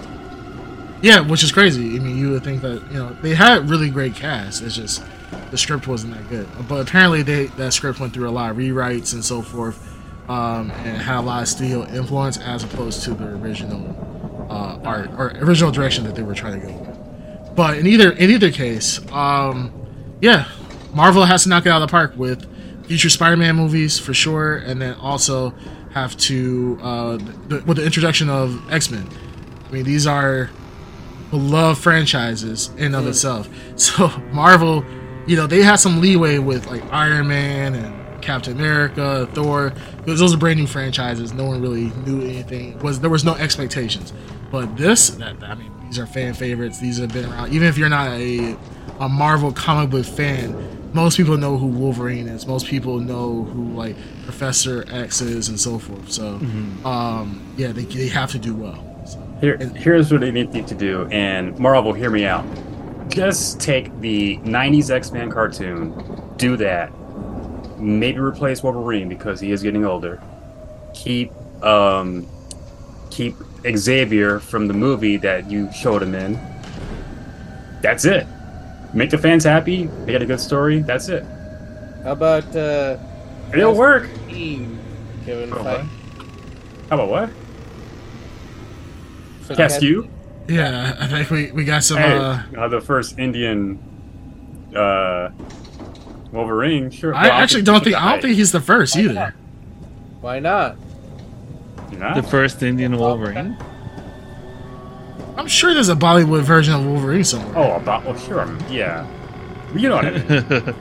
Speaker 4: Yeah, which is crazy. I mean, you would think that you know they had really great cast. It's just the script wasn't that good. But apparently, they that script went through a lot of rewrites and so forth, um, and had a lot of studio influence as opposed to the original uh, art or original direction that they were trying to go. With. But in either in either case, um, yeah, Marvel has to knock it out of the park with future Spider-Man movies for sure, and then also have to uh, the, with the introduction of X-Men. I mean, these are beloved franchises in of itself. So Marvel, you know, they had some leeway with like Iron Man and Captain America, Thor, because those are brand new franchises. No one really knew anything. Was there was no expectations. But this, that, I mean, these are fan favorites. These have been around. Even if you're not a a Marvel comic book fan, most people know who Wolverine is. Most people know who like Professor X is and so forth. So, um, yeah, they, they have to do well. So.
Speaker 2: Here, here's what they need to do, and Marvel, hear me out. Just take the 90s X Men cartoon, do that. Maybe replace Wolverine because he is getting older. Keep, um, keep Xavier from the movie that you showed him in. That's it. Make the fans happy. They got a good story. That's it.
Speaker 5: How about uh,
Speaker 2: It'll work.
Speaker 5: Team? Kevin
Speaker 2: Oh,
Speaker 5: Feige?
Speaker 2: How about what?
Speaker 5: So
Speaker 2: Cascu?
Speaker 4: Yeah, I think we, we got some.
Speaker 2: Hey,
Speaker 4: Uh,
Speaker 2: uh, the first Indian uh, Wolverine. Sure.
Speaker 4: I actually don't think I don't think he's the first either.
Speaker 5: Why not?
Speaker 2: think
Speaker 3: The first Indian Wolverine.
Speaker 4: I'm sure there's a Bollywood version of Wolverine somewhere.
Speaker 2: Oh, about well, sure. um, Yeah, you know what I mean.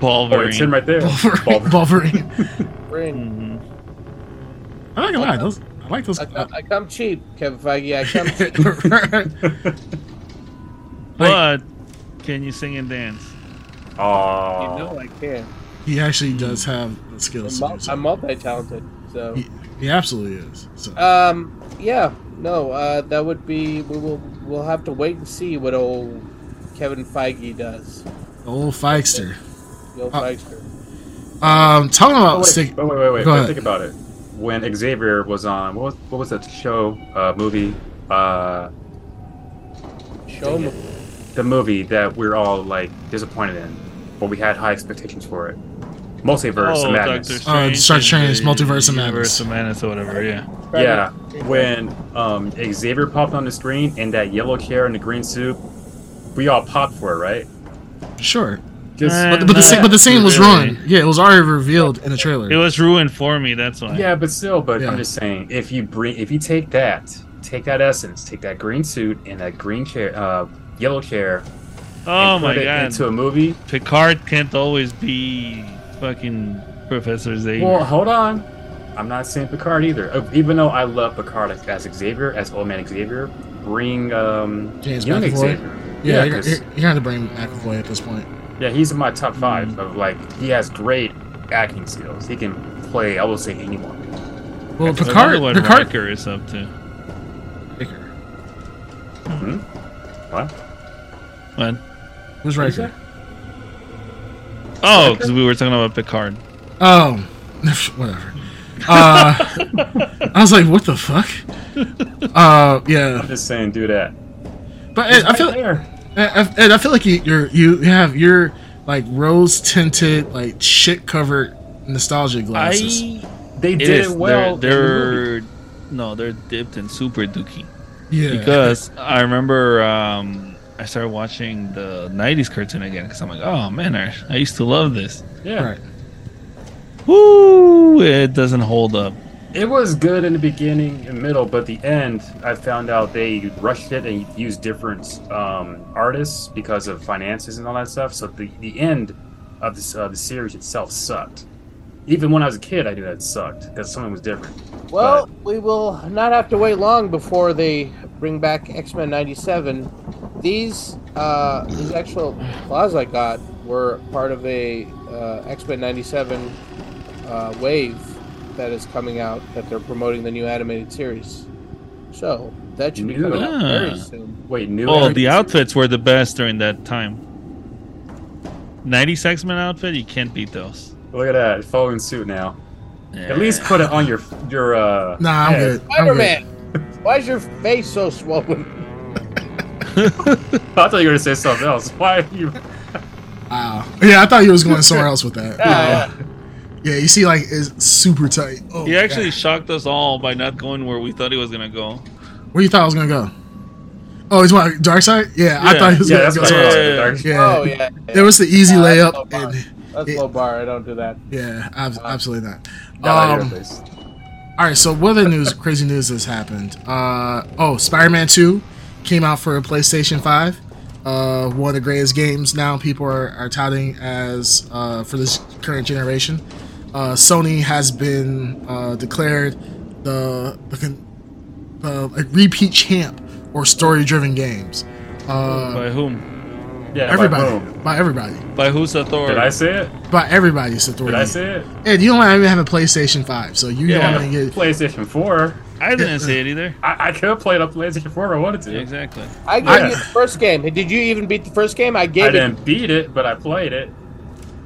Speaker 2: Oh, it's him
Speaker 3: Wolverine.
Speaker 2: right there.
Speaker 4: Wolverine.
Speaker 2: Bulver-
Speaker 4: Wolverine.
Speaker 5: Bring.
Speaker 3: Mhm.
Speaker 4: I'm not gonna lie, those I like those.
Speaker 5: I, come, I come cheap, Kevin Feige. I come cheap.
Speaker 3: But can you sing and dance?
Speaker 2: Aw.
Speaker 5: You
Speaker 4: Oh,
Speaker 5: know I can.
Speaker 4: he actually does have the skills. To
Speaker 5: I'm,
Speaker 4: do
Speaker 5: mul- I'm
Speaker 4: so.
Speaker 5: multi-talented, so.
Speaker 4: He, he absolutely is. So.
Speaker 5: Um. Yeah. No. Uh. That would be. We will. We'll have to wait and see what old Kevin Feige does.
Speaker 4: Old Feigster.
Speaker 5: The old
Speaker 4: Uh,
Speaker 5: Feigster.
Speaker 4: Um, talking
Speaker 2: Oh,
Speaker 4: about
Speaker 2: wait,
Speaker 4: stick.
Speaker 2: wait, wait, wait. wait.
Speaker 4: Go ahead.
Speaker 2: Think about it. When Xavier was on, what was what was that show? Uh, movie. Uh,
Speaker 5: Show him.
Speaker 2: the movie that we are all like disappointed in, but we had high expectations for it. Multiverse of madness.
Speaker 3: Doctor
Speaker 4: Oh, it's Doctor
Speaker 3: and
Speaker 4: Strange,
Speaker 3: the
Speaker 4: Multiverse of Madness.
Speaker 3: Universe of Madness or whatever, yeah.
Speaker 2: Yeah, when um, Xavier popped on the screen in that yellow chair and the green suit, we all popped for it, right?
Speaker 4: Sure,
Speaker 2: Just
Speaker 3: Uh,
Speaker 4: but the, but
Speaker 3: Nah,
Speaker 4: the scene, but the scene was
Speaker 3: really.
Speaker 4: ruined. Yeah, it was already revealed in the trailer.
Speaker 3: It was ruined for me, that's why.
Speaker 2: yeah, but still, but
Speaker 4: Yeah.
Speaker 2: I'm just saying, if you bring, if you take that, take that essence, take that green suit and that green chair, uh, yellow chair,
Speaker 3: Oh
Speaker 2: and
Speaker 3: my
Speaker 2: put it
Speaker 3: god.
Speaker 2: into a movie.
Speaker 3: Picard can't always be fucking Professor Xavier.
Speaker 2: Well, hold on, I'm not saying Picard either. Uh, Even though I love Picard as, as Xavier, as Old Man Xavier, bring um,
Speaker 4: James
Speaker 2: young
Speaker 4: McAvoy.
Speaker 2: Xavier.
Speaker 4: yeah, you're,
Speaker 2: 'cause-
Speaker 4: you're, you're gonna bring McAvoy at this point.
Speaker 2: Yeah, he's in my top five of like he has great acting skills. He can play, I will say anyone.
Speaker 4: Well,
Speaker 2: That's
Speaker 3: I
Speaker 4: Picard.
Speaker 3: wonder what
Speaker 4: Picard.
Speaker 3: Riker is up to.
Speaker 2: What?
Speaker 3: What?
Speaker 4: Who's Riker?
Speaker 3: Oh, because we were talking about Picard.
Speaker 4: Oh, whatever. Uh, I was like, what the fuck? Uh, yeah,
Speaker 2: Just saying, do that.
Speaker 4: but Ed, I feel Ed,
Speaker 2: there.
Speaker 4: Ed, I feel like you, you're you have your like rose tinted like shit covered nostalgia glasses.
Speaker 3: I
Speaker 2: They
Speaker 3: it
Speaker 2: did
Speaker 3: is.
Speaker 2: it well. in the movie.
Speaker 3: They're, they're no, they're dipped in super dookie.
Speaker 4: yeah,
Speaker 3: because I remember um, I started watching the '90s cartoon again because I'm like, oh man, I, I used to love this.
Speaker 2: yeah.
Speaker 4: right.
Speaker 3: Woo! It doesn't hold up.
Speaker 2: It was good in the beginning and middle, but the end, I found out they rushed it and used different um, artists because of finances and all that stuff. So the, the end of this uh, the series itself sucked. Even when I was a kid, I knew that sucked because something was different.
Speaker 5: Well, we will not have to wait long before they bring back X Men '97. These uh, these actual claws I got were part of a uh, X Men '97 uh, wave that is coming out that they're promoting the new animated series. So that should be coming out
Speaker 3: Yeah.
Speaker 4: Ah.
Speaker 5: very soon.
Speaker 2: Wait, new.
Speaker 3: Oh,
Speaker 2: era-
Speaker 3: the outfits were the best during that time. '90s X Men outfit, you can't beat those.
Speaker 2: Look at that, following suit now. At least put it on your your. uh
Speaker 4: Nah, I'm
Speaker 2: head.
Speaker 4: good. I'm
Speaker 5: Spider
Speaker 4: good.
Speaker 5: Man, why's your face so swollen?
Speaker 2: I thought you were gonna say something else. Why are you?
Speaker 4: Wow. Yeah, I thought you was going somewhere else with that.
Speaker 5: Yeah,
Speaker 4: Yeah, you see, like it's super tight. Oh,
Speaker 3: He actually
Speaker 4: God.
Speaker 3: shocked us all by not going where we thought he was gonna go.
Speaker 4: Where you thought I was gonna go? Oh, he's my dark side. Yeah, I
Speaker 3: Yeah,
Speaker 4: thought he was
Speaker 2: Yeah,
Speaker 4: gonna
Speaker 2: that's
Speaker 4: go
Speaker 2: what
Speaker 4: somewhere
Speaker 2: I
Speaker 4: else.
Speaker 2: was
Speaker 3: Yeah, yeah,
Speaker 2: dark.
Speaker 4: Yeah.
Speaker 5: Oh yeah.
Speaker 4: There was the easy
Speaker 5: Yeah, that's
Speaker 4: layup,
Speaker 5: low bar.
Speaker 4: and
Speaker 5: That's
Speaker 4: it-
Speaker 5: low bar. I don't do that.
Speaker 4: yeah, ab- absolutely not.
Speaker 2: Not out of
Speaker 4: Um,
Speaker 2: your face.
Speaker 4: All right, so what other news, crazy news has happened? Uh, oh, Spider Man 2 came out for PlayStation 5. Uh, one of the greatest games now people are, are touting as uh, for this current generation. Uh, Sony has been uh, declared the, the con- uh, like repeat champ or story driven games. Uh,
Speaker 3: by whom?
Speaker 2: Yeah, by
Speaker 4: everybody.
Speaker 2: whom?
Speaker 4: By everybody.
Speaker 3: By whose authority?
Speaker 2: Did I say it?
Speaker 4: By everybody, said
Speaker 2: Did I say it?
Speaker 4: Ed, you don't even have a PlayStation 5, so you
Speaker 3: Yeah.
Speaker 4: don't even get.
Speaker 2: PlayStation 4.
Speaker 3: I didn't say it either.
Speaker 2: I, I could have played on PlayStation 4 if I wanted to.
Speaker 3: Exactly.
Speaker 5: I gave
Speaker 2: Yeah.
Speaker 5: you the first game. Hey, Did you even beat the first game? I gave
Speaker 2: I
Speaker 5: it.
Speaker 2: didn't beat it, but I played it.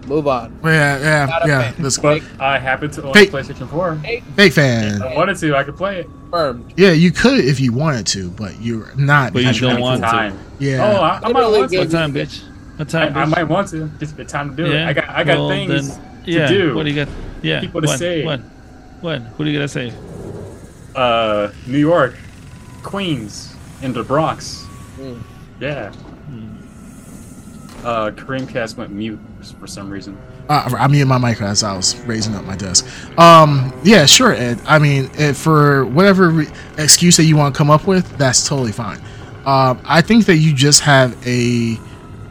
Speaker 5: Move on.
Speaker 4: Yeah, yeah,
Speaker 5: Not a
Speaker 4: yeah.
Speaker 5: fan.
Speaker 4: That's
Speaker 2: But I happened to own
Speaker 4: Hey.
Speaker 2: PlayStation 4.
Speaker 4: Fake fan.
Speaker 2: If I wanted to, I could play it.
Speaker 5: Confirmed.
Speaker 4: Yeah, you could if you wanted to, but you're not.
Speaker 3: But you
Speaker 4: at
Speaker 3: don't
Speaker 4: that
Speaker 3: want
Speaker 4: point.
Speaker 3: to.
Speaker 2: Time.
Speaker 4: Yeah.
Speaker 2: Oh, I, I might
Speaker 5: Literally
Speaker 2: want to.
Speaker 5: gave
Speaker 3: What time, bitch? What
Speaker 2: I,
Speaker 3: time, bitch?
Speaker 2: I might want to. Just the time to do it. I got I got
Speaker 3: well,
Speaker 2: things
Speaker 3: then-
Speaker 2: to
Speaker 3: yeah.
Speaker 2: do.
Speaker 3: What do you got? Yeah.
Speaker 2: People to
Speaker 3: what,
Speaker 2: save.
Speaker 3: What? What? Who do you gotta save?
Speaker 2: uh, New York, Queens, and the Bronx.
Speaker 5: Mm.
Speaker 2: Yeah. Uh, Chromecast went mute for some reason.
Speaker 4: Uh, I'm muting my mic as I was raising up my desk. Um, yeah, sure, Ed. I mean, Ed, for whatever re- excuse that you want to come up with, that's totally fine. Um, I think that you just have a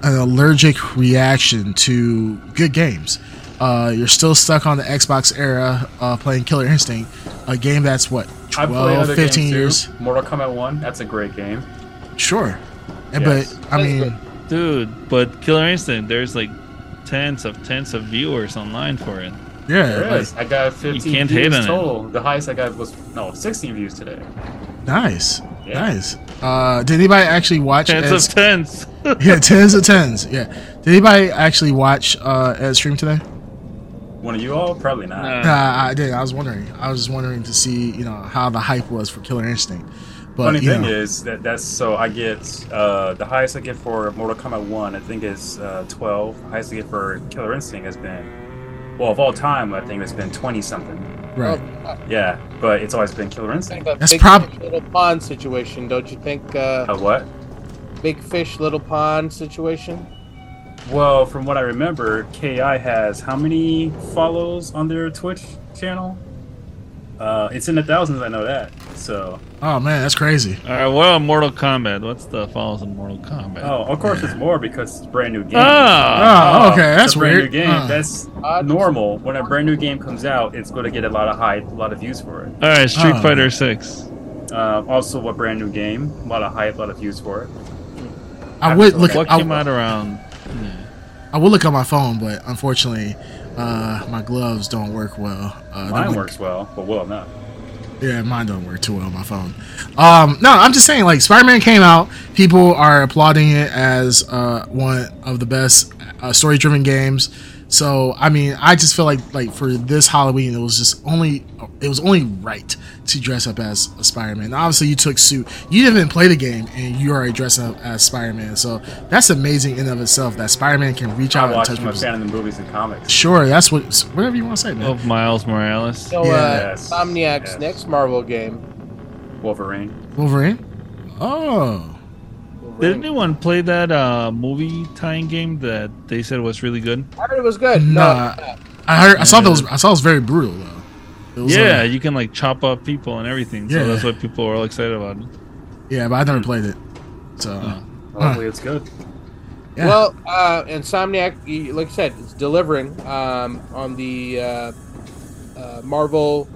Speaker 4: an allergic reaction to good games. Uh, you're still stuck on the Xbox era uh, playing Killer Instinct, a game that's what
Speaker 2: I play
Speaker 4: 12,
Speaker 2: other
Speaker 4: 15
Speaker 2: games
Speaker 4: years.
Speaker 2: too. Mortal Kombat One. That's a great game.
Speaker 4: Sure, Eh,
Speaker 2: Yes.
Speaker 4: but I
Speaker 5: That's
Speaker 4: mean.
Speaker 5: good.
Speaker 3: Dude, but Killer Instinct, there's like tens of tens of viewers online for it.
Speaker 4: Yeah,
Speaker 2: There is. I got 15
Speaker 3: can't hate
Speaker 2: views
Speaker 3: on it.
Speaker 2: total. The highest I got was no 16 views today.
Speaker 4: like, nice,
Speaker 2: Yeah.
Speaker 4: nice. Uh, did anybody actually watch?
Speaker 3: Tens
Speaker 4: Ed's-
Speaker 3: of tens.
Speaker 4: yeah, tens of tens. Yeah. Did anybody actually watch uh, Ed's stream today?
Speaker 2: One of you all probably not.
Speaker 3: Nah.
Speaker 4: Nah, I did. I was wondering. I was just wondering to see, you know, how the hype was for Killer Instinct. But
Speaker 2: Funny
Speaker 4: you
Speaker 2: thing
Speaker 4: know,
Speaker 2: is that that's so I get uh, the highest I get for Mortal Kombat One. I think is uh, 12. The highest I get for Killer Instinct has been well of all time. I think it's been 20 something.
Speaker 4: right?
Speaker 5: Oh,
Speaker 2: Yeah, but it's always been Killer
Speaker 5: I
Speaker 2: Instinct.
Speaker 5: think that
Speaker 4: That's
Speaker 5: big
Speaker 4: prob-
Speaker 5: fish, little pond situation. Don't you think? Uh,
Speaker 2: Uh, what?
Speaker 5: big fish, little pond situation.
Speaker 2: Well, from what I remember, Ki has how many follows on their Twitch channel? Uh, it's in the thousands. I know that. So
Speaker 4: Oh man, that's crazy.
Speaker 3: All right, what on Mortal Kombat? What's the follows in Mortal Kombat?
Speaker 2: Oh, of course it's more because it's a brand new game.
Speaker 3: Ah,
Speaker 4: Oh,
Speaker 2: Uh,
Speaker 4: okay, that's
Speaker 2: it's a brand
Speaker 4: weird.
Speaker 2: new game.
Speaker 4: Uh.
Speaker 2: That's
Speaker 5: Odd.
Speaker 2: normal. When a brand new game comes out, it's going to get a lot of hype, a lot of views for it.
Speaker 3: all right, Street
Speaker 4: Oh.
Speaker 3: Fighter Six.
Speaker 2: Uh, also, a brand new game, a lot of hype, a lot of views for it.
Speaker 4: I would look.
Speaker 3: What
Speaker 4: I,
Speaker 3: came out around? yeah.
Speaker 4: I would look on my phone, but unfortunately, uh, my gloves don't work well. Uh, they
Speaker 2: Mine
Speaker 4: look-
Speaker 2: works well, but will not.
Speaker 4: Yeah, mine don't work too well on my phone. Um, no, I'm just saying, like Spider-Man came out, people are applauding it as uh, one of the best uh, story-driven games. So, I mean, I just feel like like for this Halloween, it was just only it was only right to dress up as a Spider-Man. And obviously, you took suit, you didn't even play the game, and you already dressed up as Spider-Man. So that's amazing in and of itself that Spider-Man can reach out
Speaker 2: I
Speaker 4: and
Speaker 2: watch.
Speaker 4: touch
Speaker 2: I'm a
Speaker 4: people.
Speaker 2: fan of the movies and comics.
Speaker 4: Sure, that's what whatever you want to say, man.
Speaker 3: Of Miles Morales.
Speaker 5: So, uh,
Speaker 2: Yes.
Speaker 5: Somniac's
Speaker 2: Yes.
Speaker 5: next Marvel game.
Speaker 2: Wolverine.
Speaker 4: Wolverine. Oh.
Speaker 3: Did anyone play that uh, movie time game that they said was really good?
Speaker 5: I heard it was good.
Speaker 4: Nah.
Speaker 5: No,
Speaker 4: I heard. I saw those. I saw it was very brutal though. It was
Speaker 3: Yeah,
Speaker 4: like-
Speaker 3: you can like chop up people and everything.
Speaker 4: Yeah.
Speaker 3: So that's what people are all excited about.
Speaker 4: yeah, but I never played it. So
Speaker 2: Hopefully, it's good.
Speaker 4: yeah.
Speaker 5: Well, uh, Insomniac, y- like I said, is delivering um, on the uh, uh, Marvel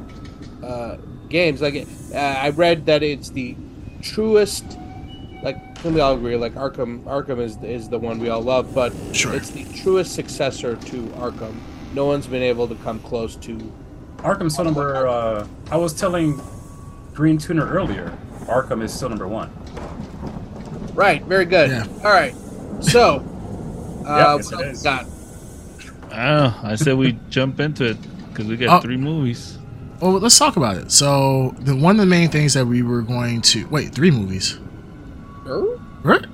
Speaker 5: uh, games. Like uh, I read that it's the truest. Like I think we all agree, like Arkham, Arkham is is the one we all love, but
Speaker 4: Sure.
Speaker 5: it's the truest successor to Arkham. No one's been able to come close to.
Speaker 2: Arkham still number. Uh, I was telling Green Tuner earlier. Arkham is still number one.
Speaker 5: Right, very good.
Speaker 4: Yeah.
Speaker 5: All right, so uh,
Speaker 2: yes,
Speaker 5: what
Speaker 2: it
Speaker 5: else
Speaker 2: is.
Speaker 5: we got?
Speaker 3: I don't know. Ah, I said we jump into it because we got
Speaker 4: Oh.
Speaker 3: three movies.
Speaker 4: Well, let's talk about it. So, the one of the main things that we were going to wait three movies.
Speaker 5: Sure,
Speaker 4: Right?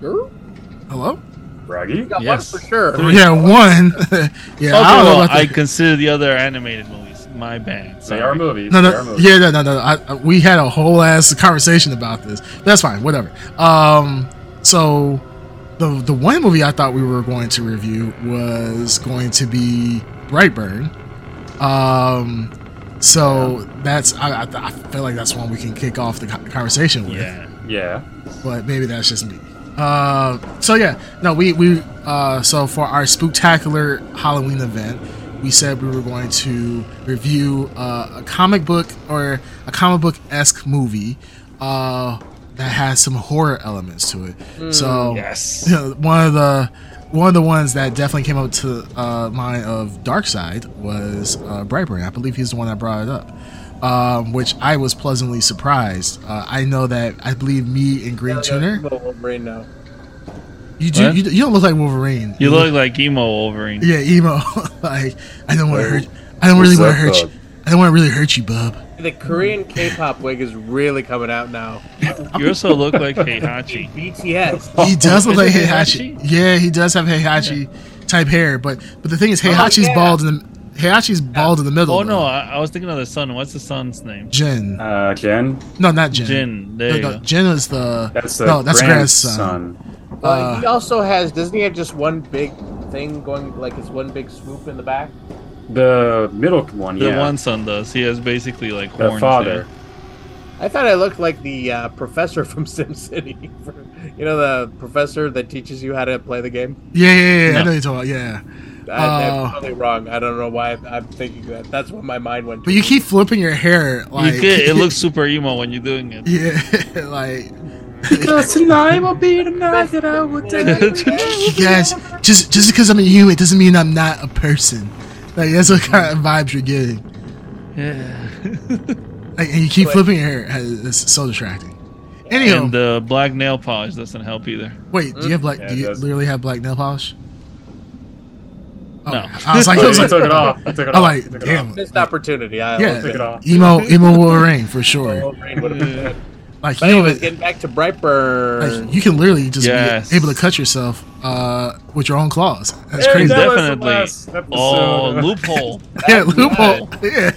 Speaker 5: sure.
Speaker 4: Hello.
Speaker 2: Braggy?
Speaker 5: Got
Speaker 3: Yes.
Speaker 5: one for sure.
Speaker 3: Three.
Speaker 4: Yeah, one. yeah,
Speaker 3: Okay,
Speaker 4: I don't know
Speaker 3: well,
Speaker 4: about
Speaker 3: I
Speaker 4: that.
Speaker 3: consider the other animated movies. My bad.
Speaker 2: They are
Speaker 3: Sorry.
Speaker 2: movies.
Speaker 4: No,
Speaker 2: They are
Speaker 4: no,
Speaker 2: movies.
Speaker 4: yeah, no, no, no. I, I- we had a whole ass conversation about this. That's fine, whatever. Um, so the the one movie I thought we were going to review was going to be Brightburn. Um, so that's I, I, I feel like that's one we can kick off the co- conversation with
Speaker 3: Yeah.
Speaker 2: Yeah.
Speaker 4: but maybe that's just me. Uh, so yeah, no, we we uh, so for our spooktacular Halloween event, we said we were going to review uh, a comic book or a comic book esque movie uh, that has some horror elements to it. so
Speaker 3: Yes.
Speaker 4: you know, one of the one of the ones that definitely came up to uh, mind of Dark Side was uh, Brightburn. I believe he's the one that brought it up, um, which I was pleasantly surprised. Uh, I know that I believe me and Green Tuner.
Speaker 5: Well, Wolverine now.
Speaker 4: You do.
Speaker 3: What?
Speaker 4: You, you don't look like Wolverine.
Speaker 3: You look like emo Wolverine.
Speaker 4: Yeah, emo. like I don't want to hurt. I don't really
Speaker 2: What's
Speaker 4: want
Speaker 2: up,
Speaker 4: to hurt you.
Speaker 2: bub?
Speaker 4: I don't want to really hurt you, bub.
Speaker 5: The Korean K-pop wig is really coming out now.
Speaker 3: You also look like Heihachi.
Speaker 5: BTS.
Speaker 4: He does look
Speaker 3: Is
Speaker 4: like
Speaker 3: it
Speaker 4: Heihachi. Yeah, he does have Heihachi type hair, but but the thing is, Heihachi's
Speaker 5: yeah.
Speaker 4: bald in the Heihachi's bald in the middle.
Speaker 3: Oh no,
Speaker 4: though.
Speaker 3: I, I was thinking of the son. What's the son's name?
Speaker 4: Jin.
Speaker 2: Uh, Jen?
Speaker 4: No, not Jin.
Speaker 3: Jin. There
Speaker 4: No,
Speaker 3: you
Speaker 4: no,
Speaker 3: go.
Speaker 4: Jin is the
Speaker 2: That's the
Speaker 4: no, that's grandson.
Speaker 2: grandson.
Speaker 5: Well, he also has. Doesn't he have just one big thing going, like it's one big swoop in the back?
Speaker 2: The middle one,
Speaker 3: The
Speaker 2: yeah.
Speaker 3: one son does. He has basically like
Speaker 2: the
Speaker 3: horns.
Speaker 2: father.
Speaker 5: I thought I looked like the uh, professor from SimCity. you know, the professor that teaches you how to play the game?
Speaker 4: Yeah, yeah, yeah. yeah, I
Speaker 3: No.
Speaker 4: know you're talking about. Yeah,
Speaker 5: I, I'm
Speaker 4: Oh.
Speaker 5: totally wrong. I don't know why I'm, I'm thinking that. That's what my mind went to.
Speaker 4: but you keep flipping your hair
Speaker 3: You
Speaker 4: like
Speaker 3: could, it looks super emo when you're doing it.
Speaker 4: yeah, like
Speaker 2: Because tonight will be the night that I will
Speaker 4: you guys just just because I'm a human doesn't mean I'm not a person. Like that's what kind of vibes you're getting.
Speaker 3: Yeah.
Speaker 4: Like, and you keep
Speaker 5: But-
Speaker 4: flipping your hair. It's so distracting. Anyhow,
Speaker 3: And uh, the black nail polish doesn't help either.
Speaker 4: wait, do you have black?
Speaker 2: Yeah,
Speaker 4: do
Speaker 2: it
Speaker 4: you
Speaker 2: does.
Speaker 4: literally have black nail polish? Oh,
Speaker 3: No.
Speaker 4: I was like, I was
Speaker 2: I
Speaker 4: like,
Speaker 2: took it off. I took it
Speaker 4: I'm
Speaker 2: off.
Speaker 4: like,
Speaker 2: Took it
Speaker 4: damn.
Speaker 2: off.
Speaker 5: Missed opportunity. I
Speaker 2: Took it
Speaker 4: yeah,
Speaker 2: off.
Speaker 4: emo emo Wolverine for sure.
Speaker 5: Wolverine would have been good.
Speaker 4: Like
Speaker 5: But
Speaker 4: you know,
Speaker 5: anyways, getting back to Brightburn.
Speaker 4: Like, you can literally just
Speaker 3: Yes.
Speaker 4: be able to cut yourself uh, with your own claws. That's
Speaker 2: There you
Speaker 4: crazy.
Speaker 2: go. was the last episode.
Speaker 3: Definitely. Oh, loophole.
Speaker 4: Yeah, loophole. Yeah.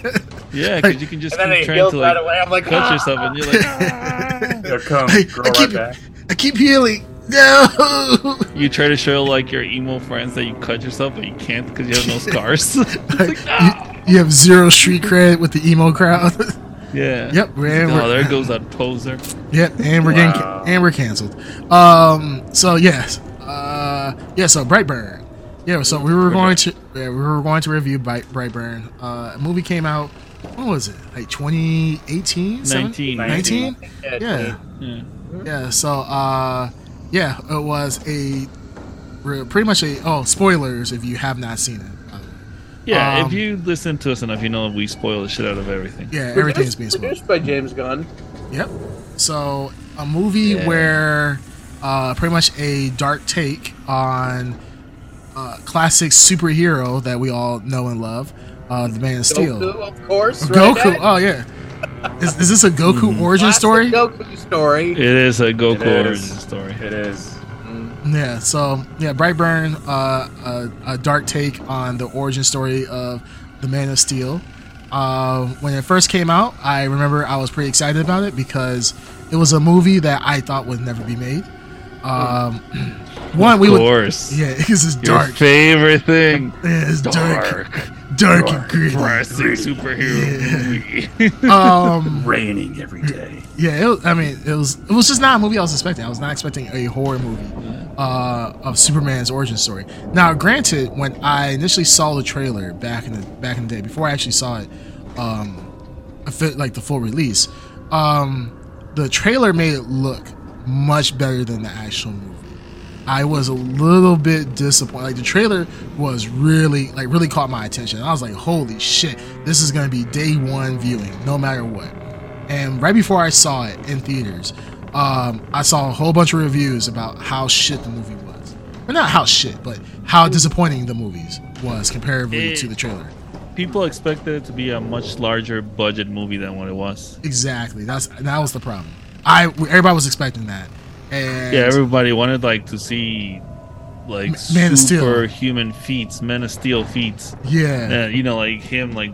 Speaker 3: Yeah, because you can just
Speaker 5: And then
Speaker 3: keep
Speaker 5: it
Speaker 3: trying
Speaker 5: healed
Speaker 3: to
Speaker 5: right
Speaker 3: like
Speaker 5: away. I'm like,
Speaker 3: cut
Speaker 5: ah!
Speaker 3: yourself, and you're like, "Ah."
Speaker 2: Here come,
Speaker 4: I,
Speaker 2: grow
Speaker 4: I
Speaker 2: right
Speaker 4: keep,
Speaker 2: back.
Speaker 4: I keep healing. No.
Speaker 3: you try to show like your emo friends that you cut yourself, but you can't because you have no scars. It's like, "Ah."
Speaker 4: you, you have zero street cred with the emo crowd.
Speaker 3: yeah.
Speaker 4: Yep, man,
Speaker 3: Oh,
Speaker 4: we're-
Speaker 3: there goes that poser.
Speaker 4: yep, and we're getting
Speaker 2: Wow.
Speaker 4: and we're canceled. Um. So yes. Uh. Yeah. So Brightburn. Yeah. So we were going to yeah, we were going to review Bright, Brightburn. Uh, a movie came out. When was it? Like 2018?
Speaker 3: 19.
Speaker 4: 19? Yeah.
Speaker 3: Yeah.
Speaker 4: Yeah, so uh yeah, it was a re- pretty much a oh, spoilers if you have not seen it. by the way.
Speaker 3: Yeah,
Speaker 4: Um,
Speaker 3: if you listen to us enough, you know we spoil the shit out of everything.
Speaker 4: Yeah,
Speaker 5: Produced-
Speaker 4: everything's being spoiled.
Speaker 5: produced by James Gunn.
Speaker 4: Yep. So a movie
Speaker 3: Yeah.
Speaker 4: where uh pretty much a dark take on uh classic superhero that we all know and love, uh the Man of Steel.
Speaker 5: Goku, of course.
Speaker 4: Goku.
Speaker 5: Right
Speaker 4: Oh yeah. Is, is this a Goku origin
Speaker 5: Classic
Speaker 4: story?
Speaker 5: Goku story.
Speaker 3: It is a Goku
Speaker 2: It
Speaker 3: origin
Speaker 2: is.
Speaker 3: story.
Speaker 2: It is.
Speaker 4: Yeah, so yeah, Brightburn, uh, a, a dark take on the origin story of the Man of Steel. Uh, when it first came out, I remember I was pretty excited about it because it was a movie that I thought would never be made. Um, one, we
Speaker 3: of
Speaker 4: would,
Speaker 3: course.
Speaker 4: yeah, because it's
Speaker 3: Your
Speaker 4: dark,
Speaker 3: favorite thing.
Speaker 4: yeah, it's dark,
Speaker 3: Dark.
Speaker 4: dark, and gritty.
Speaker 3: Classic superhero movie.
Speaker 4: Um,
Speaker 2: Raining every day.
Speaker 4: yeah, it was, I mean, it was it was just not a movie I was expecting. I was not expecting a horror movie uh, of Superman's origin story. Now, granted, when I initially saw the trailer back in the back in the day, before I actually saw it, um, I felt like the full release, um, the trailer made it look much better than the actual movie. I was a little bit disappointed. Like the trailer was really like really caught my attention. I was like, "Holy shit, this is going to be day one viewing, no matter what." And right before I saw it in theaters, um, I saw a whole bunch of reviews about how shit the movie was. Well, not how shit, but how disappointing the movies was comparatively
Speaker 3: Eh.
Speaker 4: to the trailer.
Speaker 3: People expected it to be a much larger budget movie than what it was.
Speaker 4: Exactly. That's that was the problem. I everybody was expecting that, and
Speaker 3: Yeah, everybody wanted like to see like
Speaker 4: M- Man of Steel.
Speaker 3: superhuman feats, Men of Steel feats.
Speaker 4: yeah,
Speaker 3: Uh, you know, like him, like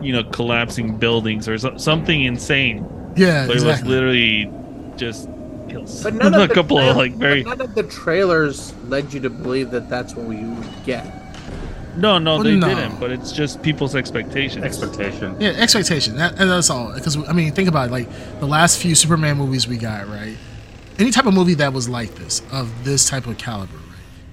Speaker 3: you know, collapsing buildings or so- something insane.
Speaker 4: yeah,
Speaker 3: But it was
Speaker 4: exactly.
Speaker 3: literally just hills.
Speaker 5: But none of
Speaker 3: a
Speaker 5: the
Speaker 3: couple
Speaker 5: trail-
Speaker 3: of like very
Speaker 5: None of the trailers led you to believe that that's what you would get.
Speaker 3: no, no,
Speaker 4: Well,
Speaker 3: they
Speaker 4: no.
Speaker 3: didn't. But it's just people's expectations.
Speaker 2: Expectation.
Speaker 4: Yeah, expectation. That, and that's all. Because I mean, think about it. Like the last few Superman movies we got, right? Any type of movie that was like this, of this type of caliber, right,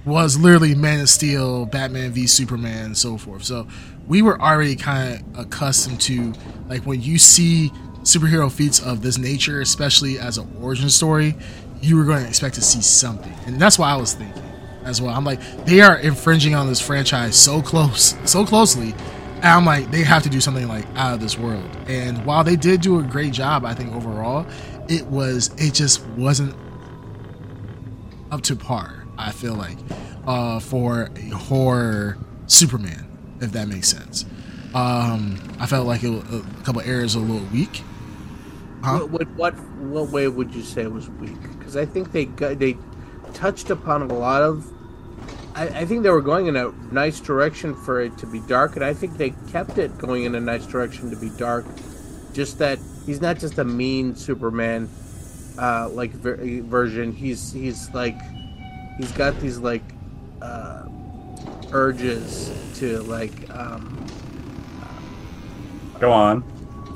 Speaker 4: was literally Man of Steel, Batman v Superman, and so forth. So we were already kind of accustomed to like when you see superhero feats of this nature, especially as an origin story, you were going to expect to see something, and that's why I was thinking as well. I'm like, they are infringing on this franchise so close, so closely. And I'm like, they have to do something like out of this world. And while they did do a great job, I think overall, it was it just wasn't up to par. I feel like uh, for a horror Superman, if that makes sense. Um, I felt like it was, a couple areas were a little weak. Huh?
Speaker 5: What, what what what way would you say was weak? Because I think they got- they touched upon a lot of. I, I think they were going in a nice direction for it to be dark, and I think they kept it going in a nice direction to be dark. Just that he's not just a mean Superman, uh, like ver- version. He's he's like he's got these like uh, urges to like um,
Speaker 2: Go on.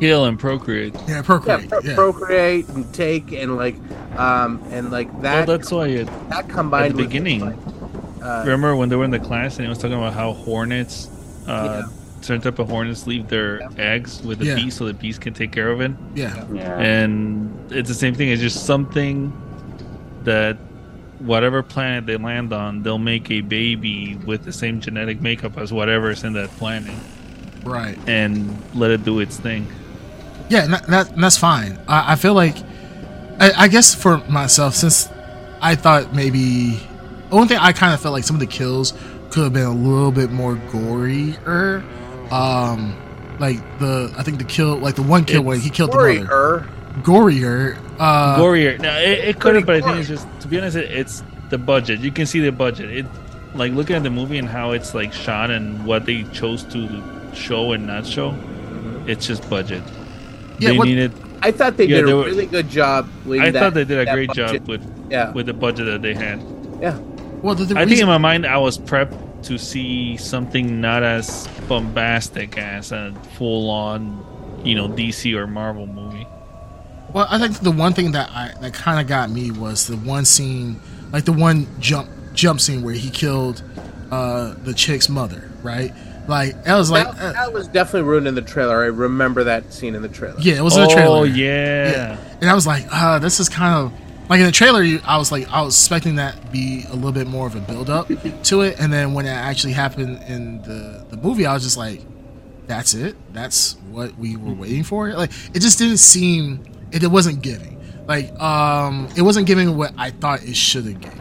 Speaker 3: Heal and procreate.
Speaker 4: Yeah,
Speaker 5: yeah,
Speaker 4: procreate. Yeah,
Speaker 5: pro- procreate and take and like um and like
Speaker 3: Well,
Speaker 5: that
Speaker 3: that's why it
Speaker 5: that combined
Speaker 3: At the
Speaker 5: with,
Speaker 3: beginning.
Speaker 5: like, uh,
Speaker 3: remember when they were in the class and he was talking about how hornets uh
Speaker 5: Yeah.
Speaker 3: certain type of hornets leave their eggs with the
Speaker 4: Yeah.
Speaker 3: bee so the bees can take care of it
Speaker 4: yeah.
Speaker 2: Yeah.
Speaker 3: and it's the same thing it's just something that whatever planet they land on they'll make a baby with the same genetic makeup as whatever's in that planet
Speaker 4: right.
Speaker 3: and let it do its thing
Speaker 4: Yeah, and that, that, and that's fine. I, I feel like, I, I guess for myself, since I thought maybe, only thing I kind of felt like some of the kills could have been a little bit more gorier. Um, like the I think the kill, like the one kill where he killed the mother,
Speaker 5: warrior
Speaker 4: gorier. Uh,
Speaker 3: gorier now it, it could have but i
Speaker 5: pretty
Speaker 3: think it's just to be honest it, it's the budget you can see the budget it like looking at the movie and how it's like shot and what they chose to show and not show it's just budget
Speaker 4: Yeah,
Speaker 3: they
Speaker 4: what-
Speaker 3: needed
Speaker 5: I thought they
Speaker 3: Yeah,
Speaker 5: did
Speaker 3: they
Speaker 5: a
Speaker 3: were-
Speaker 5: really good job. with
Speaker 3: i
Speaker 5: that-
Speaker 3: thought they did a
Speaker 5: that
Speaker 3: great
Speaker 5: budget.
Speaker 3: job with
Speaker 5: Yeah,
Speaker 3: with the budget that they had
Speaker 5: yeah.
Speaker 4: well, the, the
Speaker 3: i think in
Speaker 4: reason-
Speaker 3: my mind i was prepped to see something not as bombastic as a full-on you know dc or marvel movie
Speaker 4: Well, I think the one thing that I that kind of got me was the one scene, like the one jump jump scene where he killed uh, the chick's mother, right? Like that was like,
Speaker 5: that,
Speaker 4: uh,
Speaker 5: that was definitely ruined in the trailer. I remember that scene in the trailer.
Speaker 4: yeah, it was in the trailer.
Speaker 3: oh yeah.
Speaker 4: and I was like, uh, this is kind of like in the trailer. you- I was like, I was expecting that to be a little bit more of a build up to it, and then when it actually happened in the the movie, I was just like, that's it. That's what we were waiting for. Like it just didn't seem it, it wasn't giving. Like um, it wasn't giving what I thought it should have given.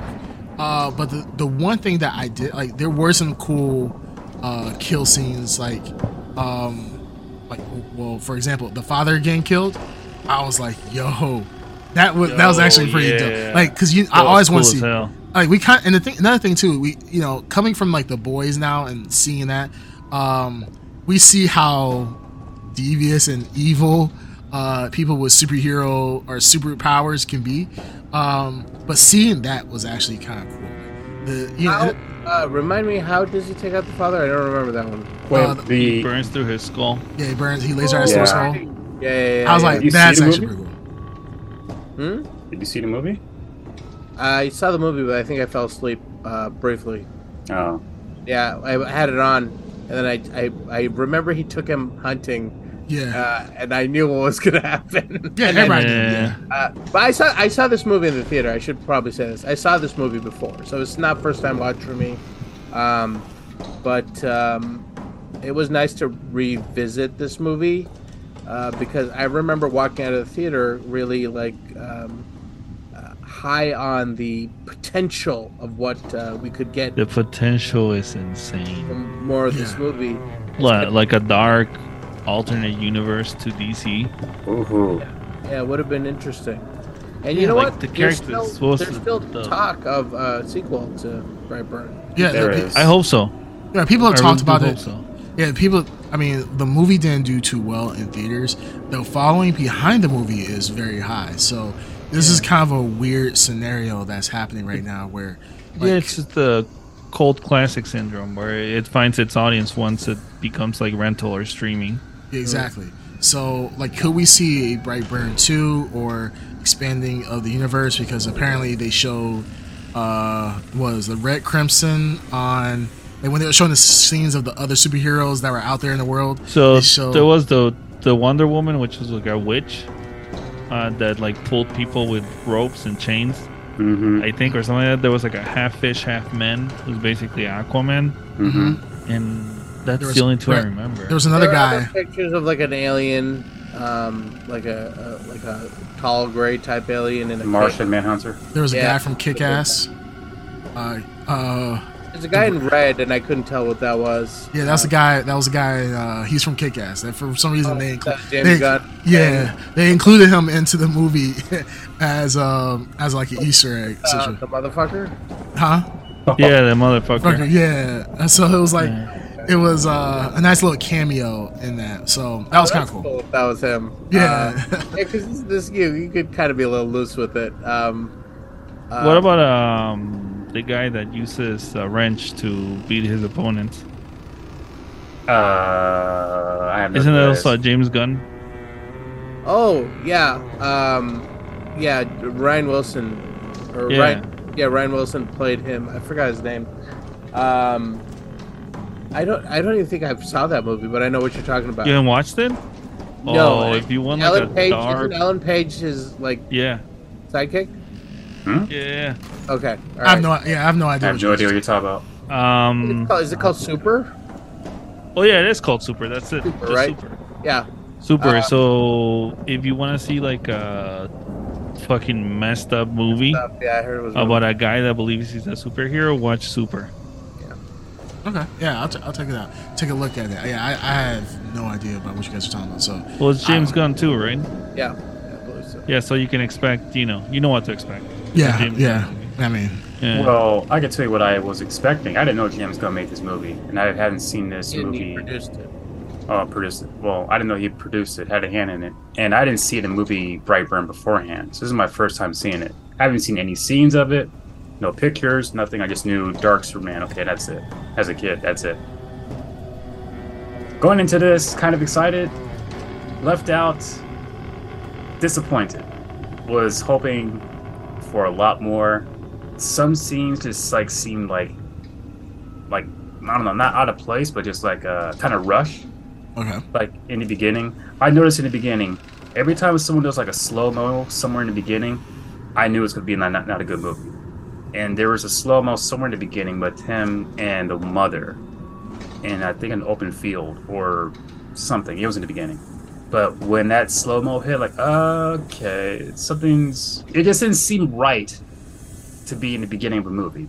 Speaker 4: Uh, but the the one thing that I did like there were some cool uh, kill scenes like um, like well for example the father getting killed i was like yo that was that was
Speaker 3: Yo,
Speaker 4: actually pretty
Speaker 3: yeah.
Speaker 4: dope like because you i
Speaker 3: That was
Speaker 4: always want
Speaker 3: cool
Speaker 4: to
Speaker 3: as
Speaker 4: see
Speaker 3: hell.
Speaker 4: like we kind and the thing another thing too we you know coming from like the boys now and seeing that um we see how devious and evil uh people with superhero or superpowers can be um but seeing that was actually kind of cool the you know
Speaker 5: How, uh, remind me, how does he take out the father? I don't remember that one.
Speaker 2: Well,
Speaker 4: uh,
Speaker 2: the
Speaker 3: burns through his skull
Speaker 4: yeah he burns he laser eyes through his
Speaker 2: Yeah.
Speaker 4: soul
Speaker 5: Yeah, yeah, yeah,
Speaker 4: I was
Speaker 5: yeah.
Speaker 4: like,
Speaker 2: You see
Speaker 4: that's
Speaker 2: the
Speaker 4: actually
Speaker 2: movie?
Speaker 4: pretty cool.
Speaker 5: Hmm?
Speaker 2: did you see the movie?
Speaker 5: I saw the movie, but I think I fell asleep uh, briefly.
Speaker 2: Oh,
Speaker 5: Yeah, I had it on, and then I, I, I remember he took him hunting,
Speaker 4: Yeah.
Speaker 5: uh, and I knew what was gonna happen.
Speaker 4: yeah,
Speaker 5: And then-
Speaker 4: everybody.
Speaker 3: Yeah.
Speaker 4: did, Yeah.
Speaker 5: Uh, but I saw I saw this movie in the theater. I should probably say this. I saw this movie before, so it's not first time watch for me. Um, but um, it was nice to revisit this movie uh, because I remember walking out of the theater really like um, uh, high on the potential of what uh, we could get
Speaker 3: The potential is insane.
Speaker 5: from more of this movie.
Speaker 3: Li- Like a dark alternate universe to DC.
Speaker 2: Ooh.
Speaker 5: Yeah, it would have been interesting. And you
Speaker 3: Yeah,
Speaker 5: know
Speaker 3: like
Speaker 5: what?
Speaker 3: the
Speaker 5: There's
Speaker 3: character is
Speaker 5: still,
Speaker 3: supposed
Speaker 5: there's
Speaker 3: to-
Speaker 5: still
Speaker 3: the-
Speaker 5: talk of uh, sequel to Brightburn.
Speaker 4: Yeah,
Speaker 2: There
Speaker 4: the-
Speaker 2: is.
Speaker 3: I hope so.
Speaker 4: yeah, people have
Speaker 3: I
Speaker 4: talked
Speaker 3: really do
Speaker 4: about
Speaker 3: hope
Speaker 4: it.
Speaker 3: so.
Speaker 4: Yeah, people. I mean, the movie didn't do too well in theaters. The following behind the movie is very high. So this is kind of a weird scenario that's happening right now, where like,
Speaker 3: yeah, it's just the cult classic syndrome where it finds its audience once it becomes like rental or streaming.
Speaker 4: exactly. So like, could we see a Brightburn two or expanding of the universe? Because apparently they showed uh, was the Red Crimson on. Like when they were showing the scenes of the other superheroes that were out there in the world,
Speaker 3: So
Speaker 4: they showed-
Speaker 3: there was the the Wonder Woman, which was like a witch uh, that like pulled people with ropes and chains,
Speaker 2: Mm-hmm.
Speaker 3: I think, or something like that. There was like a half fish, half man, who's basically Aquaman,
Speaker 2: Mm-hmm.
Speaker 3: and that's
Speaker 4: There was-
Speaker 3: the only two I
Speaker 4: right.
Speaker 3: remember.
Speaker 4: there was another
Speaker 5: There are
Speaker 4: guy.
Speaker 5: other pictures of like an alien, um, like a, a like a tall gray type alien in a
Speaker 2: Martian Manhunter.
Speaker 4: There was a
Speaker 5: Yeah.
Speaker 4: guy from Kick Ass. Uh, uh,
Speaker 5: There's a guy in red, and I couldn't tell what that was.
Speaker 4: yeah, that's the guy. That was the guy. Uh, he's from Kick Ass. That for some reason they,
Speaker 5: that's
Speaker 4: inclu-
Speaker 5: James
Speaker 4: they-
Speaker 5: Oh, Gunn.
Speaker 4: yeah, they included him into the movie as um as like an Easter egg,
Speaker 5: Uh,
Speaker 4: situation.
Speaker 5: the motherfucker.
Speaker 4: huh?
Speaker 3: yeah, that motherfucker.
Speaker 4: Fucker, yeah. So it was like
Speaker 3: Yeah.
Speaker 4: it was uh, a nice little cameo in that. So that was kind of
Speaker 5: That's
Speaker 4: cool.
Speaker 5: cool if that was him.
Speaker 4: Yeah.
Speaker 5: Uh, yeah, because this, this you you could kind of be a little loose with it. Um, uh,
Speaker 3: What about um the guy that uses a wrench to beat his opponents?
Speaker 2: Uh, I have no
Speaker 3: Isn't that
Speaker 2: idea.
Speaker 3: also James Gunn?
Speaker 5: Oh yeah, um, yeah. Ryan Wilson, or
Speaker 3: Yeah.
Speaker 5: Ryan, yeah, Ryan Wilson played him. I forgot his name. Um, I don't. I don't even think I saw that movie, but I know what you're talking about.
Speaker 3: You haven't watched it?
Speaker 5: No,
Speaker 3: oh,
Speaker 5: I-
Speaker 3: if you want like
Speaker 5: Alan
Speaker 3: a
Speaker 5: Page
Speaker 3: dark,
Speaker 5: isn't Alan Page his like
Speaker 3: yeah,
Speaker 5: sidekick.
Speaker 3: yeah.
Speaker 5: Okay, all
Speaker 4: I have
Speaker 5: right.
Speaker 4: no, yeah, I have no
Speaker 2: I
Speaker 4: idea.
Speaker 2: have
Speaker 4: what
Speaker 2: no
Speaker 4: you-
Speaker 2: idea what you're talking about.
Speaker 3: Um.
Speaker 5: It's called- is it called Super?
Speaker 3: Oh yeah, it is called Super. That's it.
Speaker 5: Super,
Speaker 3: Just
Speaker 5: right?
Speaker 3: Super.
Speaker 5: Yeah.
Speaker 3: Super.
Speaker 5: Uh,
Speaker 3: so if you want to see like a fucking messed up movie
Speaker 5: Uh, yeah, I heard it was.
Speaker 3: about a guy that believes he's a superhero, watch Super.
Speaker 4: Okay, yeah, I'll, t- I'll take it out. Take a look at it. Yeah, I, I have no idea about what you guys are talking about. So
Speaker 3: Well, it's James Gunn too, right?
Speaker 5: yeah. yeah, uh, I believe so.
Speaker 3: Yeah. So you can expect, you know, you know what to expect.
Speaker 4: yeah,
Speaker 3: James Gunn
Speaker 4: yeah.
Speaker 3: movie.
Speaker 4: I mean,
Speaker 3: Yeah.
Speaker 2: Well, I can tell you what I was expecting. I didn't know James Gunn made this movie, and I hadn't seen this
Speaker 5: And he
Speaker 2: movie
Speaker 5: produced it.
Speaker 2: uh, produced. It. Well, I didn't know he produced it, had a hand in it, and I didn't see the movie Brightburn beforehand. So this is my first time seeing it. I haven't seen any scenes of it, no pictures, nothing. I just knew Dark Superman. Okay, that's it. As a kid, that's it. Going into this, kind of excited, left out, disappointed. Was hoping for a lot more. Some scenes just like seemed like, like I don't know, not out of place, but just like uh, kind of rushed
Speaker 4: okay.
Speaker 2: like in the beginning. I noticed in the beginning, every time someone does like a slow mo somewhere in the beginning, I knew it's gonna be not, not, not a good movie. And there was a slow mo somewhere in the beginning with him and the mother, and I think an open field or something. It was in the beginning, but when that slow mo hit, like okay, something's. It just didn't seem right to be in the beginning of a movie.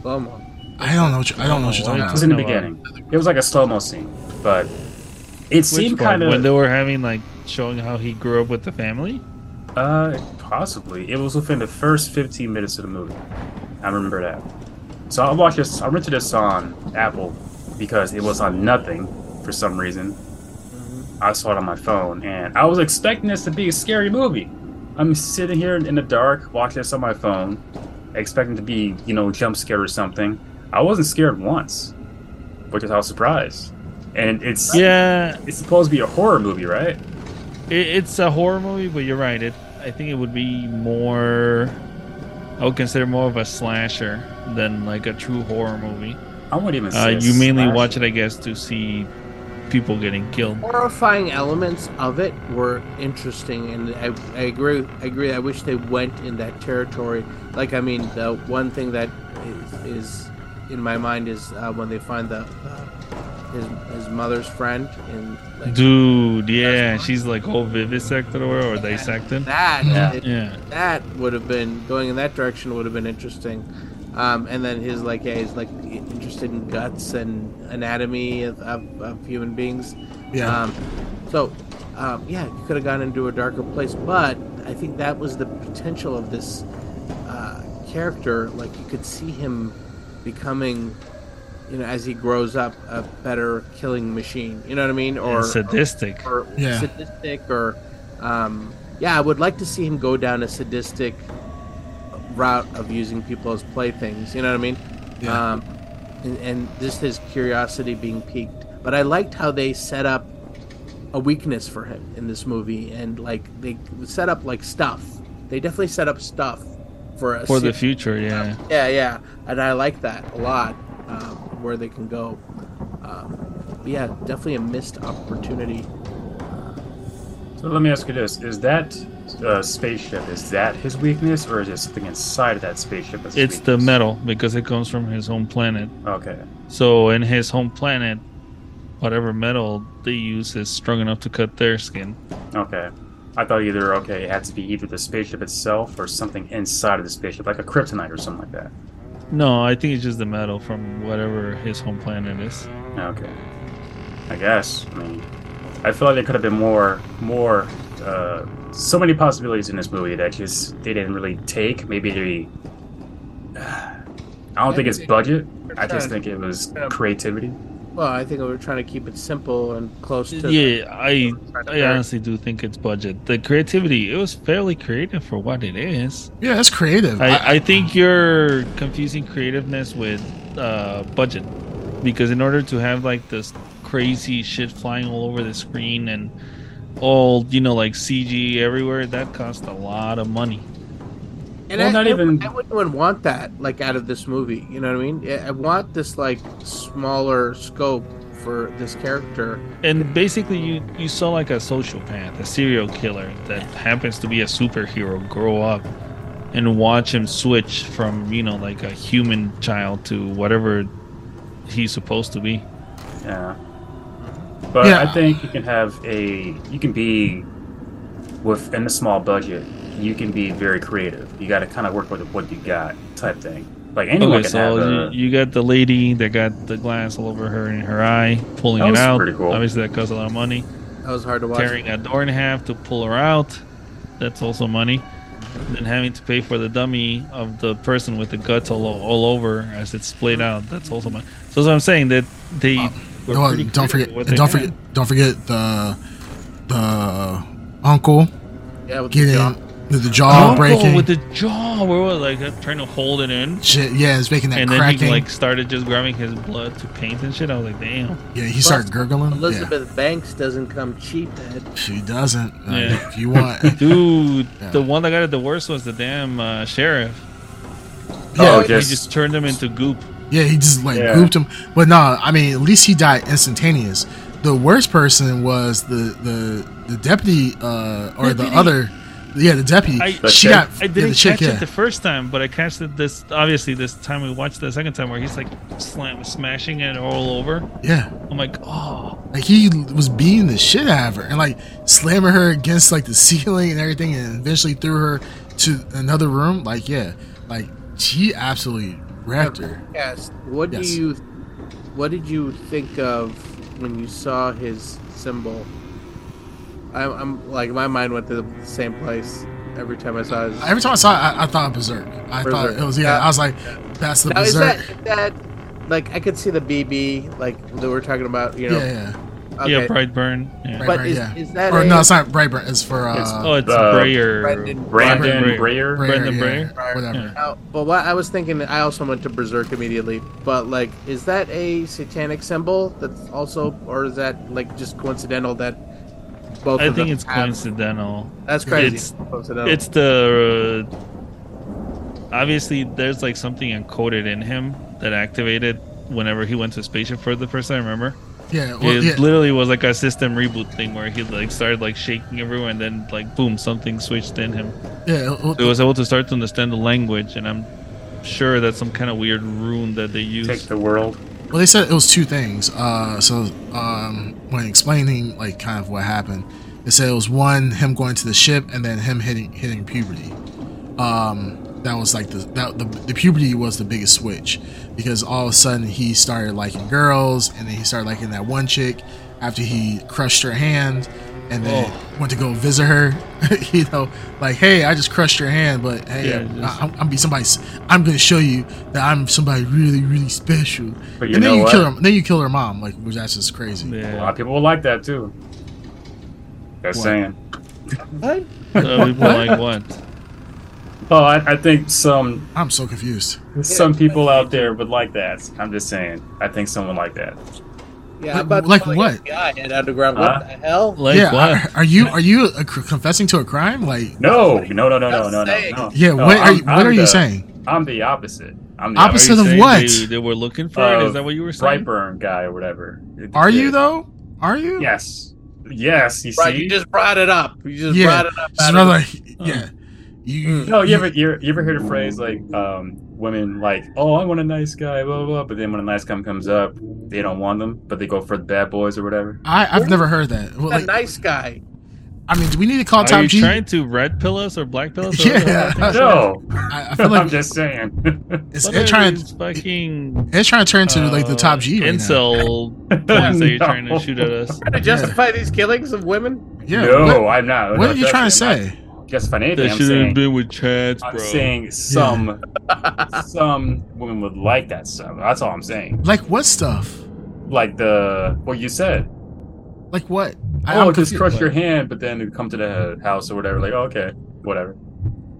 Speaker 5: Slow-mo.
Speaker 4: I don't know. What you, I don't know what you're talking
Speaker 3: Why
Speaker 2: It
Speaker 4: about.
Speaker 2: was in the
Speaker 3: No, uh,
Speaker 2: beginning. It was like a slow mo scene, but it seemed kind of
Speaker 3: when they were having like showing how he grew up with the family.
Speaker 2: Uh, possibly. It was within the first 15 minutes of the movie. I remember that. So I watched this. I rented this on Apple because it was on nothing for some reason. I saw it on my phone, and I was expecting this to be a scary movie. I'm sitting here in the dark, watching this on my phone, expecting to be, you know, jump scared or something. I wasn't scared once, which is how I was surprised. And it's
Speaker 3: Yeah,
Speaker 2: it's supposed to be a horror movie, right?
Speaker 3: It, it's a horror movie, but you're right. It, I think it would be more. I would consider more of a slasher than like a true horror movie.
Speaker 2: I wouldn't even.
Speaker 3: Uh,
Speaker 2: say a
Speaker 3: you mainly
Speaker 2: slasher.
Speaker 3: watch it, I guess, to see people getting killed.
Speaker 5: horrifying elements of it were interesting, and I, I agree. I agree. I wish they went in that territory. Like, I mean, the one thing that is, is in my mind is uh, when they find the uh, his his mother's friend and like,
Speaker 3: Dude, yeah, she's like whole vivisected or, or dissected.
Speaker 5: that
Speaker 2: Yeah.
Speaker 5: it-
Speaker 3: Yeah.
Speaker 5: that would have been going in that direction would have been interesting. Um, and then his like yeah, he's like interested in guts and anatomy of, of, of human beings.
Speaker 4: Yeah.
Speaker 5: Um, so um, yeah, you could have gone into a darker place, but I think that was the potential of this uh, character. Like you could see him becoming, you know, as he grows up, a better killing machine. You know what I mean? Or
Speaker 3: And sadistic.
Speaker 5: or
Speaker 4: Yeah.
Speaker 5: sadistic or um, yeah i would like to see him go down a sadistic route of using people as playthings you know what i mean
Speaker 4: Yeah.
Speaker 5: um, and, and just his curiosity being piqued but i liked how they set up a weakness for him in this movie and like they set up like stuff they definitely set up stuff for a
Speaker 3: For the
Speaker 5: se-
Speaker 3: future, yeah.
Speaker 5: yeah, yeah, and I like that a lot. Um, where they can go, um, but yeah, definitely a missed opportunity.
Speaker 2: So let me ask you this: Is that uh, spaceship? Is that his weakness, or is it something inside of that spaceship? That's his
Speaker 3: It's the
Speaker 2: weakness?
Speaker 3: metal because it comes from his home planet.
Speaker 2: Okay.
Speaker 3: So in his home planet, whatever metal they use is strong enough to cut their skin.
Speaker 2: Okay. I thought either okay, it had to be either the spaceship itself or something inside of the spaceship, like a kryptonite or something like that.
Speaker 3: No, I think it's just the metal from whatever his home planet is.
Speaker 2: Okay. I guess. I mean, I feel like there could have been more, more, uh, so many possibilities in this movie that just they didn't really take. Maybe they. I don't think it's budget. I just think it was creativity.
Speaker 5: Well, I think we were trying to keep it simple and close to.
Speaker 3: Yeah, I
Speaker 5: Trying to
Speaker 3: I honestly do think it's budget. The creativity, it was fairly creative for what it is.
Speaker 4: Yeah, that's creative.
Speaker 3: I, I think you're confusing creativeness with uh, budget because in order to have like this crazy shit flying all over the screen and all you know like CG everywhere, that cost a lot of money.
Speaker 5: and
Speaker 2: Well,
Speaker 5: I,
Speaker 2: not
Speaker 5: I-
Speaker 2: even-
Speaker 5: I wouldn't even want that like out of this movie. You know what I mean? I I want this like smaller scope for this character.
Speaker 3: And basically, you you saw like a sociopath, a serial killer that happens to be a superhero grow up, and watch him switch from you know like a human child to whatever he's supposed to be.
Speaker 2: Yeah. But
Speaker 4: Yeah.
Speaker 2: I think you can have a you can be within a small budget. You can be very creative. You got to kind of work with what you got, type thing. Like anyone
Speaker 3: Okay,
Speaker 2: can have.
Speaker 3: so
Speaker 2: a,
Speaker 3: you, you got the lady that got the glass all over her in her eye, pulling
Speaker 2: That
Speaker 3: it
Speaker 2: was
Speaker 3: out.
Speaker 2: pretty cool.
Speaker 3: Obviously, that costs a lot of money.
Speaker 5: That was hard to watch.
Speaker 3: Tearing a door in half to pull her out, that's also money. Then having to pay for the dummy of the person with the guts all, o- all over as it's splayed out, that's also money. So that's what I'm saying that they were
Speaker 4: Oh,
Speaker 3: pretty
Speaker 4: and don't
Speaker 3: creative
Speaker 4: forget,
Speaker 3: with what
Speaker 4: and
Speaker 3: they
Speaker 4: don't
Speaker 3: had.
Speaker 4: forget, don't forget the the uncle
Speaker 5: Yeah, with the
Speaker 4: getting
Speaker 5: jaw.
Speaker 4: the, the
Speaker 3: The
Speaker 4: jaw
Speaker 3: uncle
Speaker 4: breaking.
Speaker 3: with the jaw, where was like uh, trying to hold it in,
Speaker 4: shit, yeah, it's making that
Speaker 3: and then
Speaker 4: cracking.
Speaker 3: he like started just grabbing his blood to paint and shit. I was like, damn.
Speaker 4: yeah, he started gurgling.
Speaker 5: Elizabeth Banks doesn't come cheap. Ed.
Speaker 4: Yeah, she doesn't. Uh,
Speaker 3: Yeah.
Speaker 4: If you want,
Speaker 3: Dude,
Speaker 4: Yeah.
Speaker 3: the one that got it the worst was the damn uh, sheriff.
Speaker 2: oh,
Speaker 4: yeah,
Speaker 3: He
Speaker 2: just,
Speaker 3: just turned him into goop.
Speaker 4: yeah, he just like
Speaker 2: Yeah.
Speaker 4: gooped him. But no, I mean, at least he died instantaneous. The worst person was the the the deputy uh, or the
Speaker 3: Deputy.
Speaker 4: other. Yeah, the deputy.
Speaker 3: I- The
Speaker 4: she
Speaker 2: chick?
Speaker 3: I
Speaker 4: got yeah,
Speaker 3: didn't
Speaker 4: the chick.
Speaker 3: catch
Speaker 4: Yeah,
Speaker 3: it the first time, but I catched it this obviously this time we watched the second time where he's like slam smashing it all over.
Speaker 4: yeah.
Speaker 3: I'm like, oh,
Speaker 4: Like he was beating the shit out of her and like slamming her against like the ceiling and everything, and eventually threw her to another room. Like yeah, like she absolutely wrecked her.
Speaker 5: Yes. What
Speaker 4: Yes.
Speaker 5: do you, what did you think of when you saw his symbol? I'm, I'm like my mind went to the same place every time I saw his.
Speaker 4: Every time I saw it, I, I thought Berserk. I
Speaker 5: Berserk.
Speaker 4: thought it was yeah.
Speaker 5: Yeah.
Speaker 4: I was like, that's the
Speaker 5: now is
Speaker 4: Berserk.
Speaker 5: that, is that like I could see the BB like that we're talking about? You know,
Speaker 4: yeah, yeah.
Speaker 5: okay.
Speaker 3: yeah, Brightburn. Yeah.
Speaker 4: Brightburn,
Speaker 5: But is,
Speaker 4: yeah.
Speaker 5: is that
Speaker 4: Or
Speaker 5: a,
Speaker 4: no, it's not Brightburn. It's for
Speaker 2: It's-
Speaker 4: uh,
Speaker 3: Oh, it's
Speaker 2: Uh,
Speaker 3: Breyer.
Speaker 5: Brandon-
Speaker 2: Brandon
Speaker 3: Brandon
Speaker 2: Breyer.
Speaker 4: Breyer,
Speaker 3: Brandon
Speaker 4: yeah,
Speaker 3: Breyer?
Speaker 4: whatever.
Speaker 5: Now, but what I was thinking, I also went to Berserk immediately. But like, is that a satanic symbol? That's also, or is that like just coincidental that both?
Speaker 3: I
Speaker 5: of
Speaker 3: think
Speaker 5: them
Speaker 3: it's
Speaker 5: have- Oh.
Speaker 3: coincidental.
Speaker 5: That's crazy.
Speaker 3: It's-
Speaker 5: coincidental.
Speaker 3: It's the uh, obviously there's like something encoded in him that activated whenever he went to spaceship for the first time. Remember?
Speaker 4: Yeah, well,
Speaker 3: it
Speaker 4: yeah.
Speaker 3: literally was like a system reboot thing where he like started like shaking everyone and then like boom something switched in him
Speaker 4: yeah, well,
Speaker 3: it was able to start to understand the language and i'm sure that's some kind of weird rune that they
Speaker 2: Take
Speaker 3: use
Speaker 2: the world.
Speaker 4: Well, they said it was two things. Uh, so um, when explaining like kind of what happened, they said it was one him going to the ship and then him hitting hitting puberty. Um, that was like the that the, the puberty was the biggest switch because all of a sudden he started liking girls and then he started liking that one chick after he crushed her hand and then
Speaker 3: Oh.
Speaker 4: went to go visit her. you know, like hey, I just crushed your hand, but hey,
Speaker 3: Yeah,
Speaker 4: I-
Speaker 3: just-
Speaker 4: I'm, I'm be somebody. I'm gonna show you that I'm somebody really, really special.
Speaker 2: But you
Speaker 4: and then
Speaker 2: know
Speaker 4: you kill
Speaker 2: what?
Speaker 4: her. Then you kill her mom. Like which that's just crazy.
Speaker 2: A lot
Speaker 3: Yeah.
Speaker 2: of people will like that too. That's
Speaker 4: What?
Speaker 2: saying.
Speaker 5: What?
Speaker 3: So people like what?
Speaker 2: Oh, I, I think some
Speaker 4: I'm so confused.
Speaker 2: some people out there would like that. I'm just saying. I think someone like that.
Speaker 5: Yeah, I'm
Speaker 4: Like-
Speaker 5: about to
Speaker 4: like
Speaker 5: call
Speaker 4: what?
Speaker 5: FBI at underground.
Speaker 2: Huh?
Speaker 5: What the hell?
Speaker 3: Like
Speaker 4: yeah,
Speaker 3: what?
Speaker 4: Are, are you are you uh, c- confessing to a crime? Like
Speaker 2: No, no, no, no, no,
Speaker 5: I'm
Speaker 2: no, no,
Speaker 5: saying-
Speaker 2: no.
Speaker 4: yeah,
Speaker 2: No,
Speaker 4: what are
Speaker 2: I'm-
Speaker 4: you, what
Speaker 2: I'm
Speaker 4: are you
Speaker 2: the-
Speaker 4: saying?
Speaker 2: I'm the opposite. I'm the
Speaker 4: Opposite
Speaker 3: Are you
Speaker 4: of
Speaker 3: saying
Speaker 4: what?
Speaker 3: They, they were looking for it. Is
Speaker 2: Of
Speaker 3: that what you were saying?
Speaker 2: Brightburn guy or whatever.
Speaker 4: Are you
Speaker 2: Yeah.
Speaker 4: though? Are you?
Speaker 2: Yes. Yes, you
Speaker 5: Right,
Speaker 2: see?
Speaker 5: you just brought it up. You just
Speaker 4: Yeah.
Speaker 5: brought it up.
Speaker 4: Just
Speaker 5: out
Speaker 4: another
Speaker 5: of-
Speaker 3: Uh.
Speaker 4: like, yeah. You
Speaker 2: no, you ever you, you ever heard a phrase like um, women like, oh, I want a nice guy, blah, blah, blah. But then when a nice guy comes up, they don't want them, but they go for the bad boys or whatever.
Speaker 4: I I've never heard that. Well,
Speaker 5: a
Speaker 4: like,
Speaker 5: nice guy.
Speaker 4: I mean, do we need to call
Speaker 3: Are
Speaker 4: Top
Speaker 3: you
Speaker 4: G? I
Speaker 3: trying to red pill us or black pill us?
Speaker 4: Yeah.
Speaker 2: No,
Speaker 4: I feel
Speaker 2: I'm
Speaker 4: like
Speaker 2: just saying.
Speaker 4: it's,
Speaker 3: What
Speaker 4: it's
Speaker 3: are
Speaker 4: trying
Speaker 3: these fucking uh,
Speaker 4: it's trying to turn to like the Top G right now.
Speaker 3: incel points that you're
Speaker 2: No.
Speaker 3: trying to shoot at us.
Speaker 5: Trying to justify these killings of women?
Speaker 4: Yeah.
Speaker 2: no,
Speaker 4: What,
Speaker 2: I'm not.
Speaker 4: what
Speaker 2: No,
Speaker 4: are you trying to
Speaker 2: definitely,
Speaker 4: say?
Speaker 2: I'm not Justifying anything.
Speaker 3: That
Speaker 2: I'm
Speaker 3: should have
Speaker 2: saying,
Speaker 3: been with Chance,
Speaker 2: I'm
Speaker 3: bro.
Speaker 2: saying some some women would like that stuff. That's all I'm saying.
Speaker 4: Like what stuff?
Speaker 2: Like the what you said.
Speaker 4: Like what?
Speaker 2: oh,
Speaker 4: I'm
Speaker 2: just
Speaker 4: confused.
Speaker 2: crush your hand, but then come to the house or whatever. Like, okay, whatever.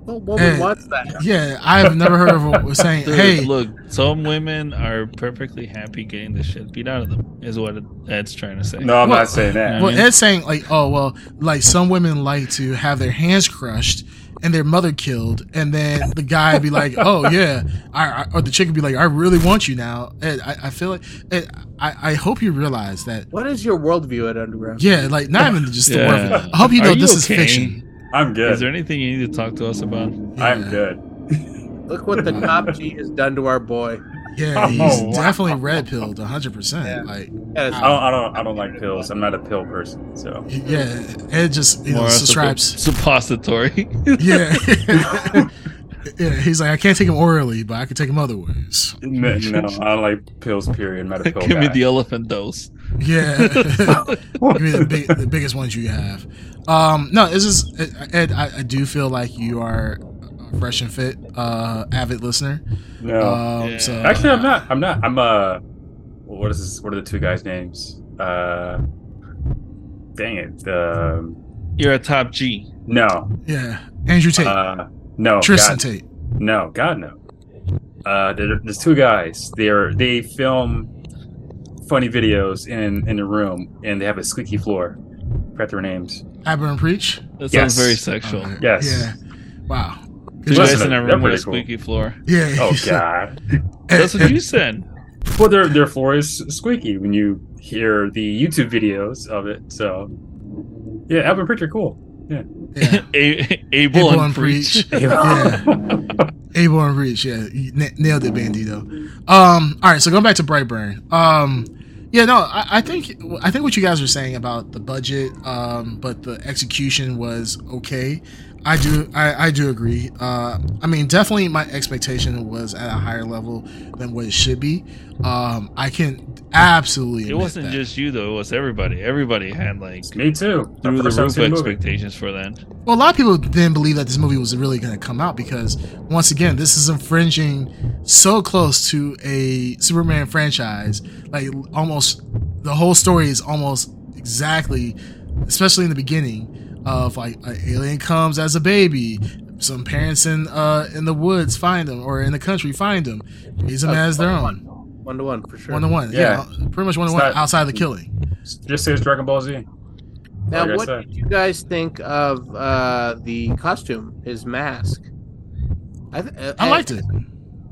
Speaker 5: What woman
Speaker 4: Eh.
Speaker 5: wants that?
Speaker 4: Yeah, I've never heard of a saying.
Speaker 3: Dude,
Speaker 4: hey,
Speaker 3: look, some women are perfectly happy getting the shit beat out of them. Is what Ed's trying to say.
Speaker 2: No, I'm
Speaker 4: Well-
Speaker 2: not saying that.
Speaker 4: well,
Speaker 3: I mean-
Speaker 4: Ed's saying like, oh well, like some women like to have their hands crushed and their mother killed, and then the guy be like, oh yeah, I, I or the chick would be like, I really want you now. Ed, I, I feel like, Ed, I, I hope you realize that.
Speaker 5: What is your worldview at underground?
Speaker 4: Yeah, like not even just the
Speaker 3: Yeah.
Speaker 4: word. I hope you
Speaker 3: Are
Speaker 4: know
Speaker 3: you
Speaker 4: this is
Speaker 3: okay?
Speaker 4: fiction.
Speaker 2: I'm
Speaker 3: Is
Speaker 2: good.
Speaker 3: there anything you need to talk to us about?
Speaker 2: I'm
Speaker 4: Yeah.
Speaker 2: good.
Speaker 5: Look what the top G has done to our boy.
Speaker 4: Yeah,
Speaker 2: Oh,
Speaker 4: he's
Speaker 2: wow.
Speaker 4: definitely red pilled, hundred percent.
Speaker 5: Yeah.
Speaker 4: Like,
Speaker 5: That is-
Speaker 2: I don't, I don't. I don't like pills. I'm not a pill person. So
Speaker 4: yeah, Ed just you know,
Speaker 3: More
Speaker 4: subscribes.
Speaker 3: supp- suppository.
Speaker 4: Yeah. yeah. He's like, I can't take him orally, but I can take him other ways.
Speaker 2: no, no, I don't like pills. Period. I'm not a pill
Speaker 3: Give me
Speaker 2: guy.
Speaker 3: the elephant dose.
Speaker 4: Yeah. Give me the, big, the biggest ones you have. Um, no, it's just, Ed- Ed, I, I do feel like you are a fresh and fit, uh, avid listener.
Speaker 2: no.
Speaker 4: Um,
Speaker 3: Yeah.
Speaker 4: so,
Speaker 2: Actually, I'm not. I'm not. I'm uh. What is this? What are the two guys' names? Uh. Dang it. Um.
Speaker 3: You're a top G.
Speaker 2: No.
Speaker 4: Yeah. Andrew Tate.
Speaker 2: Uh. No.
Speaker 4: Tristan
Speaker 2: God,
Speaker 4: Tate.
Speaker 2: No. God no. Uh. there- There's two guys. They're they film funny videos in in the room, and they have a squeaky floor. Forgot their names.
Speaker 4: Aberrant Preach.
Speaker 3: That
Speaker 2: Yes.
Speaker 3: sounds very sexual.
Speaker 4: Uh,
Speaker 2: Yes.
Speaker 4: Yeah. Wow.
Speaker 3: Two
Speaker 2: Listen,
Speaker 3: guys in a
Speaker 2: they're
Speaker 3: room with a
Speaker 2: pretty cool.
Speaker 3: squeaky floor.
Speaker 4: Yeah.
Speaker 2: Oh
Speaker 4: he's like,
Speaker 2: God.
Speaker 4: Ed-
Speaker 3: That's what
Speaker 4: Ed-
Speaker 3: you said.
Speaker 2: Well, their their floor is squeaky when you hear the YouTube videos of it. So, yeah, Alvin Pritchard, cool.
Speaker 4: yeah.
Speaker 3: A- Able,
Speaker 4: Able
Speaker 3: and preach.
Speaker 4: Yeah. Able and Reach, yeah. You na- nailed it, Bandito. Um, all right, so going back to Brightburn. Um, yeah, no, I, I think I think what you guys were saying about the budget, um, but the execution was okay. I do I, I do agree. Uh, I mean, definitely my expectation was at a higher level than what it should be. Um, I can absolutely.
Speaker 3: It
Speaker 4: admit
Speaker 3: wasn't
Speaker 4: that.
Speaker 3: just you though. It was everybody. Everybody had like
Speaker 2: Me too.
Speaker 3: through the
Speaker 2: First time I've
Speaker 3: roof
Speaker 2: seen the movie.
Speaker 3: expectations for that.
Speaker 4: Well, a lot of people didn't believe that this movie was really going to come out because, once again, this is infringing so close to a Superman franchise. Like, almost the whole story is almost exactly, especially in the beginning, of like an alien comes as a baby. Some parents in uh, in the woods find them, or in the country find them, raise them as their own,
Speaker 5: One to one, for sure.
Speaker 4: one to one.
Speaker 2: Yeah.
Speaker 4: Yeah, pretty much one to
Speaker 2: It's not-
Speaker 4: one outside of the killing.
Speaker 2: Just say it's Dragon Ball Z.
Speaker 3: Uh,
Speaker 5: Now,
Speaker 2: Like I
Speaker 5: what
Speaker 2: said.
Speaker 5: did you guys think of uh, the costume, his mask? I, th- uh,
Speaker 4: I liked it.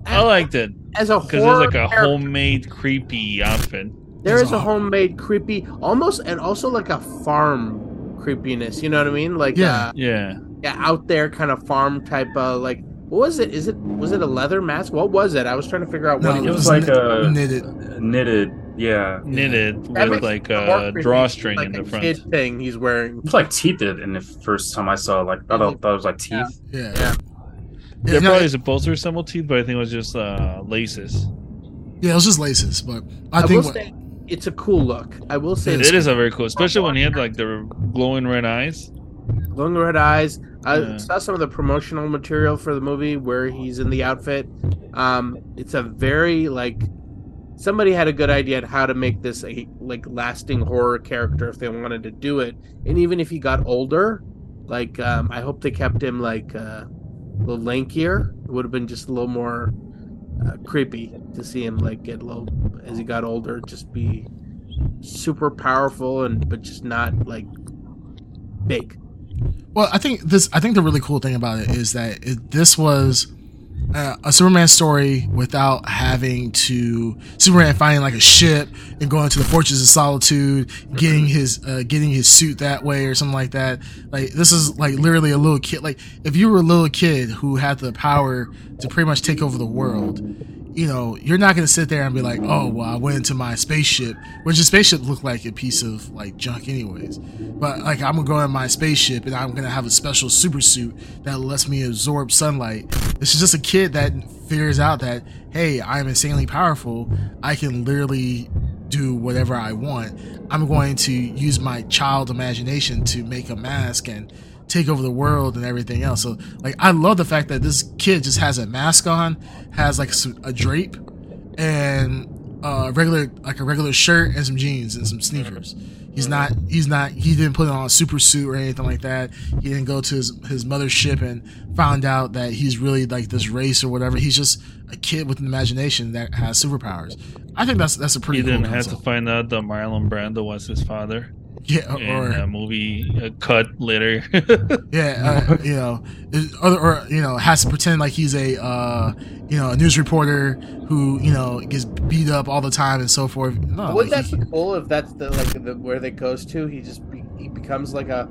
Speaker 3: I liked it
Speaker 5: As a
Speaker 3: because there's
Speaker 5: horror,
Speaker 3: like a
Speaker 5: character,
Speaker 3: homemade creepy outfit.
Speaker 5: there
Speaker 4: There's
Speaker 5: is
Speaker 4: a
Speaker 5: a
Speaker 4: horror-
Speaker 5: homemade creepy, almost, and also like a farm creepiness. You know what I mean? Like
Speaker 4: Yeah.
Speaker 5: uh, yeah,
Speaker 3: Yeah,
Speaker 5: yeah out there kind of farm type of like What was it? Is it was it a leather mask? What was it? I was trying to figure out what
Speaker 4: No,
Speaker 5: it
Speaker 2: It was
Speaker 5: was.
Speaker 2: like
Speaker 4: Isn't it
Speaker 2: a
Speaker 4: knitted?
Speaker 2: knitted, yeah.
Speaker 3: knitted
Speaker 5: That
Speaker 3: with like
Speaker 5: makes it more
Speaker 3: a
Speaker 5: creepy,
Speaker 3: drawstring
Speaker 5: like
Speaker 3: in
Speaker 5: a
Speaker 3: the front.
Speaker 5: kid thing he's wearing.
Speaker 2: It's like teeth did in the first time I saw. it, Like I thought, thought it was like teeth.
Speaker 4: Yeah.
Speaker 5: Yeah.
Speaker 4: It's
Speaker 3: They're
Speaker 4: not-
Speaker 3: probably supposed to resemble teeth, but I think it was just uh, laces.
Speaker 4: yeah, it was just laces, but I,
Speaker 5: I will
Speaker 4: think what,
Speaker 5: say it's a cool look. I will say
Speaker 4: It
Speaker 5: this.
Speaker 3: It is a very cool, especially when he had like the glowing red eyes.
Speaker 5: long red eyes. I
Speaker 3: Yeah.
Speaker 5: saw some of the promotional material for the movie where he's in the outfit. Um, it's a very like somebody had a good idea on how to make this a like lasting horror character if they wanted to do it. And even if he got older, like um, I hope they kept him like uh, a little lankier. It would have been just a little more uh, creepy to see him like get a little as he got older, just be super powerful and but just not like big.
Speaker 4: Well, I think this. I think the really cool thing about it is that it, this was uh, a Superman story without having to Superman finding like a ship and going to the Fortress of Solitude,
Speaker 5: Mm-hmm.
Speaker 4: getting his uh, getting his suit that way or something like that. Like this is like literally a little kid. Like if you were a little kid who had the power to pretty much take over the world. You know, you're not gonna sit there and be like, "Oh, well, I went into my spaceship," which the spaceship looked like a piece of like junk, anyways. But like I'm gonna go in my spaceship and I'm gonna have a special super suit that lets me absorb sunlight. This is just a kid that figures out that hey, I'm insanely powerful. I can literally do whatever I want. I'm going to use my child imagination to make a mask and take over the world and everything else. So like I love the fact that this kid just has a mask on, has like s- a drape and uh regular like a regular shirt and some jeans and some sneakers. He's not he's not he didn't put on a super suit or anything like that. He didn't go to his his mother's ship and found out that he's really like this race or whatever. He's just a kid with an imagination that has superpowers. I think that's that's a pretty
Speaker 3: He
Speaker 4: cool
Speaker 3: didn't have to
Speaker 4: concept.
Speaker 3: find out that Marlon Brando was his father
Speaker 4: yeah,
Speaker 3: in
Speaker 4: or
Speaker 3: a movie a cut later.
Speaker 4: Yeah, uh, you know, or, or you know, has to pretend like he's a uh, you know a news reporter who you know gets beat up all the time and so forth. No,
Speaker 5: Wouldn't
Speaker 4: like,
Speaker 5: that
Speaker 4: he-
Speaker 5: be cool if that's the like the where that goes to? He just be, he becomes like a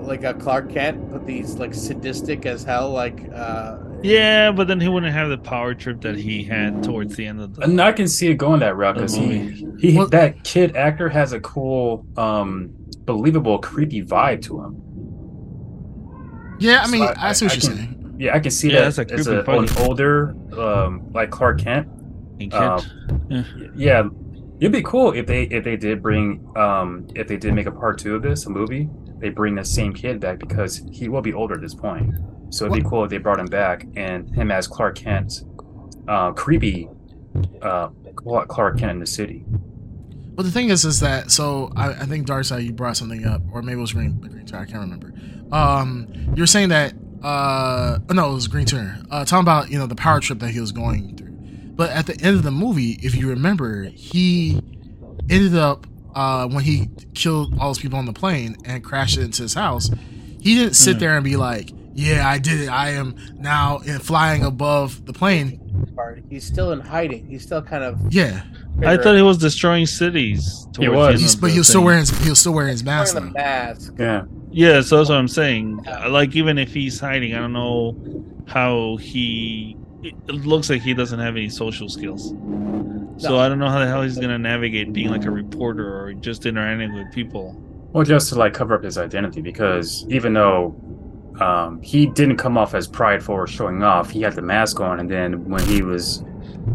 Speaker 5: like a Clark Kent, but he's like sadistic as hell. Like uh
Speaker 3: yeah, but then he wouldn't have the power trip that he had towards the end of the.
Speaker 2: And I can see it going that route because he, he
Speaker 4: Well-
Speaker 2: that kid actor has a cool, um, believable, creepy vibe to him.
Speaker 4: yeah, I mean,
Speaker 2: So I-
Speaker 4: I, see what
Speaker 2: I- I
Speaker 4: you're
Speaker 2: can-
Speaker 4: saying.
Speaker 2: Yeah, I can see
Speaker 3: Yeah,
Speaker 2: that
Speaker 3: that's a
Speaker 2: as
Speaker 3: creepy
Speaker 2: a, an
Speaker 3: buddy.
Speaker 2: older, um, like Clark Kent.
Speaker 3: Kid.
Speaker 2: Uh, Yeah, it'd be cool if they if they did bring um if they did make a part two of this, a movie. They bring the same kid back because he will be older at this point. So it'd be cool if they brought him back and him as Clark Kent, uh, creepy, uh, Cla- Clark Kent in the city.
Speaker 4: Well, the thing is, is that so I, I think Darcy, you brought something up, or maybe it was Green Green Turner. I can't remember. Um, you're saying that uh, oh, no, it was Green Turner. Uh, talking about you know the power trip that he was going through, but at the end of the movie, if you remember, he ended up uh, when he killed all those people on the plane and crashed it into his house. He didn't sit
Speaker 3: Hmm.
Speaker 4: there and be like, "Yeah, I did it. I am now in flying above the plane."
Speaker 5: part, he's still in hiding. He's still kind of.
Speaker 4: Yeah,
Speaker 3: I thought he was destroying cities. Towards the
Speaker 2: was.
Speaker 3: end
Speaker 4: he's,
Speaker 3: of
Speaker 4: but
Speaker 3: the
Speaker 4: he was still
Speaker 3: thing.
Speaker 4: wearing his, he was still wearing his mask.
Speaker 5: wearing a
Speaker 4: though.
Speaker 5: mask.
Speaker 2: Yeah,
Speaker 3: Yeah, so that's what I'm saying. Uh, Like, even if he's hiding, I don't know how he. It it looks like he doesn't have any social skills. So
Speaker 5: No.
Speaker 3: I don't know how the hell he's gonna navigate being like a reporter or just interacting with people.
Speaker 2: well, just to like cover up his identity because even though. Um, he didn't come off as prideful or showing off. He had the mask on, and then when he was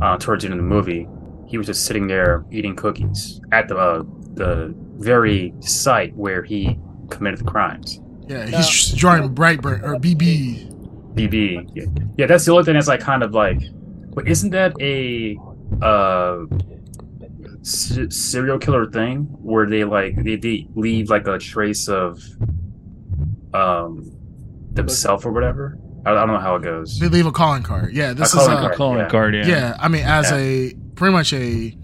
Speaker 2: uh, towards the end of the movie, he was just sitting there eating cookies at the uh, the very site where he committed the crimes.
Speaker 4: Yeah,
Speaker 5: No.
Speaker 4: he's just drawing Brightburn or BB.
Speaker 2: BB. Yeah. yeah, that's the only thing that's like kind of like, but isn't that a uh se- serial killer thing where they like they, they leave like a trace of um themselves or whatever? I, I don't know how it goes.
Speaker 4: They leave a calling card. Yeah, this
Speaker 2: A
Speaker 4: is
Speaker 2: calling
Speaker 4: uh,
Speaker 2: card.
Speaker 3: Calling
Speaker 2: yeah.
Speaker 3: guard,
Speaker 4: yeah.
Speaker 3: yeah.
Speaker 4: I mean, as
Speaker 2: Yeah.
Speaker 4: a pretty much a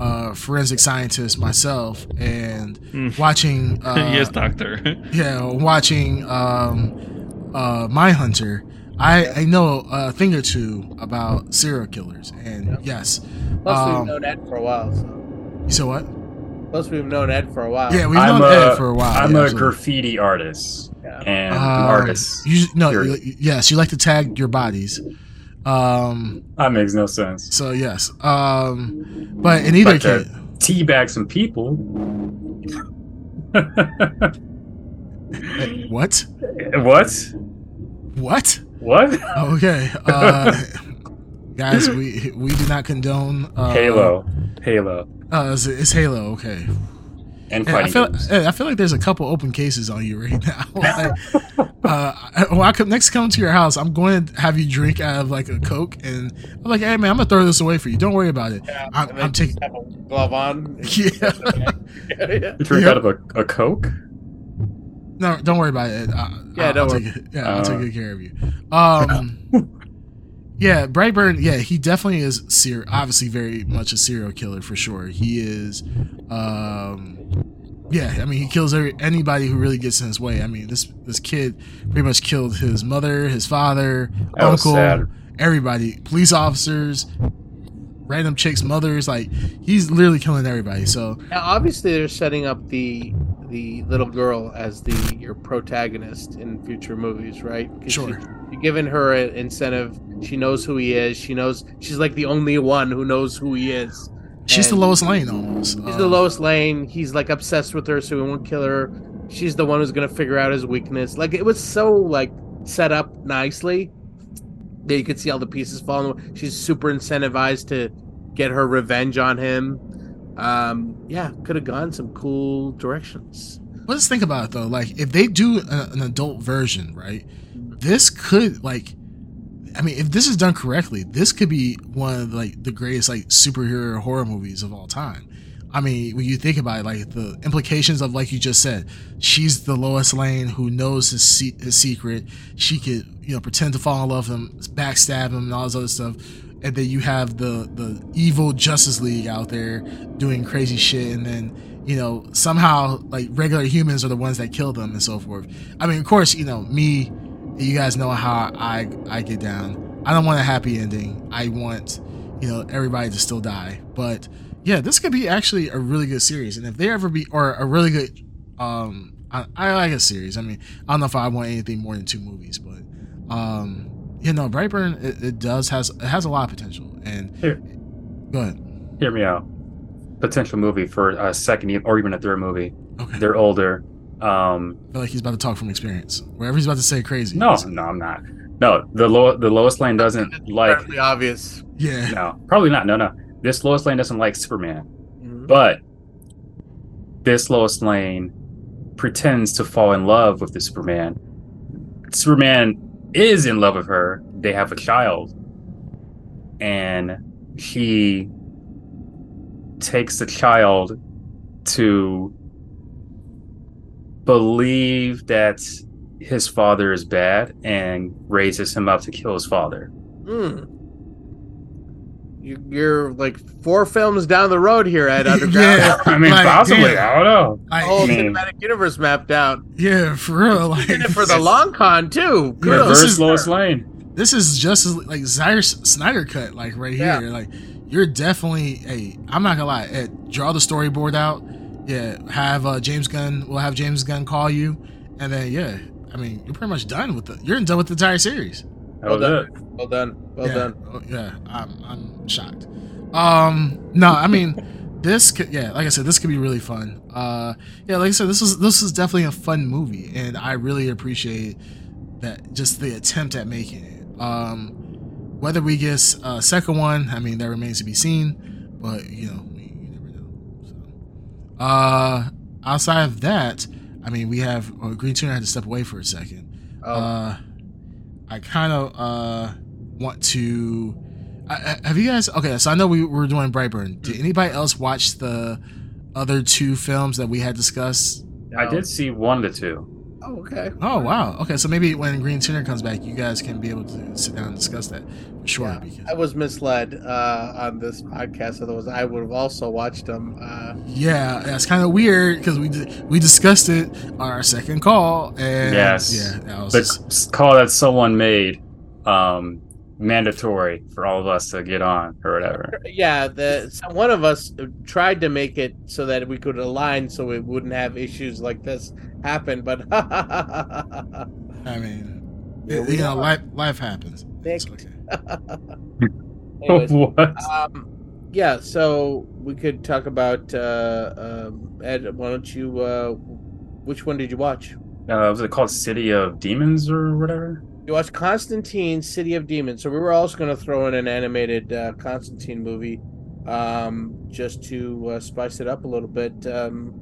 Speaker 4: uh, forensic scientist myself, and
Speaker 2: Hmm.
Speaker 3: Mm.
Speaker 4: watching uh,
Speaker 3: yes, doctor.
Speaker 4: yeah, watching um, uh, Mindhunter, I I know a thing or two about serial killers, and
Speaker 5: Yeah.
Speaker 4: yes,
Speaker 5: Plus,
Speaker 4: Um,
Speaker 5: we've known that for a while. So.
Speaker 4: you said what?
Speaker 5: Plus, we've known Ed for a while.
Speaker 4: Yeah, we've
Speaker 2: Uh, I'm
Speaker 4: known
Speaker 2: a,
Speaker 4: Ed for a while.
Speaker 2: I'm
Speaker 4: yeah,
Speaker 2: a
Speaker 4: absolutely.
Speaker 2: graffiti artist
Speaker 5: Yeah.
Speaker 2: and an
Speaker 4: Um,
Speaker 2: artist.
Speaker 4: You, no, you,
Speaker 2: period.
Speaker 4: yes, you like to tag your bodies. Um,
Speaker 2: That makes no sense.
Speaker 4: so yes, um, but in either
Speaker 2: But, uh,
Speaker 4: case,
Speaker 2: Teabag some people.
Speaker 4: eh, what?
Speaker 2: what?
Speaker 4: What?
Speaker 2: What?
Speaker 4: Okay, uh, guys, we we do not condone uh,
Speaker 2: Halo. Halo.
Speaker 4: Uh, it's, it's Halo. Okay,
Speaker 2: And
Speaker 4: Yeah, I
Speaker 2: fighting
Speaker 4: feel
Speaker 2: games.
Speaker 4: yeah, I feel like uh, there's a couple open cases on you right now. Like, uh, I- when I come next come to your house, I'm going to have you drink out of like a Coke, and I'm like, hey man, I'm gonna throw this away for you. Don't worry about it. I'm,
Speaker 5: And then
Speaker 4: I'm taking.
Speaker 5: just have a glove on.
Speaker 4: Yeah.
Speaker 5: yeah.
Speaker 2: You drink
Speaker 4: yeah.
Speaker 2: out of a, a Coke?
Speaker 4: No, don't worry about it. I,
Speaker 5: Yeah,
Speaker 4: I'll,
Speaker 5: don't
Speaker 4: I'll
Speaker 5: worry.
Speaker 4: Take, it- yeah, I'll
Speaker 2: Uh.
Speaker 4: take good care of you. Um, yeah, Brightburn. Yeah, he definitely is. Ser- obviously, very much a serial killer for sure. He is. Um, yeah, I mean, he kills every, anybody who really gets in his way. I mean, this this kid pretty much killed his mother, his father,
Speaker 2: That was
Speaker 4: uncle,
Speaker 2: sad.
Speaker 4: everybody, police officers, random chicks' mothers. Like, he's literally killing everybody. So,
Speaker 5: Now, obviously, they're setting up the the little girl as the your protagonist in future movies, right? 'Cause
Speaker 4: Sure.
Speaker 5: you- You're giving her an incentive. She knows who he is. She knows she's like the only one who knows who he is.
Speaker 4: she's the
Speaker 5: And
Speaker 4: lowest lane almost.
Speaker 5: She's
Speaker 4: Uh,
Speaker 5: the lowest lane. He's like obsessed with her, so he won't kill her. She's the one who's gonna figure out his weakness. Like it was so like set up nicely that you could see all the pieces falling. She's super incentivized to get her revenge on him. Um, yeah, could have gone some cool directions.
Speaker 4: let's think about it though. Like, if they do a, an adult version, right? This could like, I mean, if this is done correctly, this could be one of like the greatest like superhero horror movies of all time. I mean, when you think about it, like the implications of like you just said, she's the Lois Lane who knows his se- his secret. She could you know pretend to fall in love with him, backstab him, and all this other stuff. And then you have the the evil Justice League out there doing crazy shit, and then you know somehow like regular humans are the ones that kill them and so forth. I mean, of course, you know me. You guys know how I I get down. I don't want a happy ending. I want you know everybody to still die. But yeah, this could be actually a really good series. And if they ever be or a really good, um, I, I like a series. I mean, I don't know if I want anything more than two movies, but um, you know, Brightburn it, it does has it has a lot of potential. And
Speaker 2: Here.
Speaker 4: go ahead.
Speaker 2: Hear me out. Potential movie for a second e- or even a third movie.
Speaker 4: Okay,
Speaker 2: They're older. Um,
Speaker 4: I feel like he's about to talk from experience. Wherever he's about to say crazy.
Speaker 2: no, no, I'm not. No, the low, the lowest lane doesn't like.
Speaker 5: Fairly obvious.
Speaker 4: yeah,
Speaker 2: No, probably not. No, no. This Lois Lane doesn't like Superman,
Speaker 5: Hmm.
Speaker 2: but this Lois Lane pretends to fall in love with the Superman. Superman is in love with her. They have a child, and she takes the child to believe that his father is bad and raises him up to kill his father.
Speaker 5: Mm. You- You're like four films down the road here at Underground.
Speaker 4: Yeah.
Speaker 2: I mean,
Speaker 4: Like,
Speaker 2: possibly.
Speaker 4: damn.
Speaker 2: I don't know.
Speaker 4: I,
Speaker 5: Whole
Speaker 2: Man.
Speaker 5: cinematic universe mapped out.
Speaker 4: yeah, for real. Like,
Speaker 5: And for the long con too.
Speaker 4: Yeah,
Speaker 5: Kudos.
Speaker 4: this
Speaker 2: Reverse
Speaker 4: is-
Speaker 2: Lois Lane.
Speaker 4: this is just as, like Zaire Snyder cut, like right
Speaker 5: Yeah.
Speaker 4: here. Like you're definitely hey, I'm not gonna lie, Ed, draw the storyboard out. Yeah, have uh, James Gunn. We'll have James Gunn call you, and then yeah, I mean you're pretty much done with the. You're done with the entire series.
Speaker 2: That was
Speaker 5: done.
Speaker 2: it.
Speaker 5: Well done. Well
Speaker 4: yeah,
Speaker 5: done.
Speaker 4: Oh, yeah, I'm I'm shocked. Um, no, I mean this could yeah, like I said, this could be really fun. Uh, yeah, like I said, this is this is definitely a fun movie, and I really appreciate that just the attempt at making it. Um, whether we get a second one, I mean that remains to be seen, but you know, we, you never know. So, uh, outside of that, I mean we have oh, Green Tuner had to step away for a second
Speaker 5: Oh,
Speaker 4: uh, I kind of uh, want to. I, I- have you guys? Okay, so I know we were doing Brightburn.
Speaker 5: Mm-hmm.
Speaker 4: Did anybody else watch the other two films that we had discussed?
Speaker 2: I
Speaker 5: Oh, no.
Speaker 2: did see one to two.
Speaker 5: Oh, okay.
Speaker 4: Oh wow. Okay, so maybe when Green Tuner comes back, you guys can be able to sit down and discuss that. for Sure.
Speaker 5: Yeah.
Speaker 4: because,
Speaker 5: I was misled uh, on this podcast. Otherwise, I would have also watched them. Uh,
Speaker 4: yeah, that's kind of weird because we di- we discussed it on our second call and
Speaker 2: Yes.
Speaker 4: yeah, that was
Speaker 2: The
Speaker 4: just-
Speaker 2: c- call that someone made um, mandatory for all of us to get on or whatever.
Speaker 5: Yeah, the so one of us tried to make it so that we could align, so it wouldn't have issues like this happen. But
Speaker 4: I mean,
Speaker 5: Yeah,
Speaker 4: it-
Speaker 5: we
Speaker 4: you know,
Speaker 5: are.
Speaker 4: life life happens.
Speaker 5: Nick,
Speaker 4: It's okay.
Speaker 5: anyways,
Speaker 2: what?
Speaker 5: um, yeah. So we could talk about uh, um, Ed. Why don't you? Uh, which one did you watch?
Speaker 2: Uh, was it called City of Demons or whatever?
Speaker 5: You watched Constantine, City of Demons. So we were also going to throw in an animated uh, Constantine movie, um, just to uh, spice it up a little bit. Um,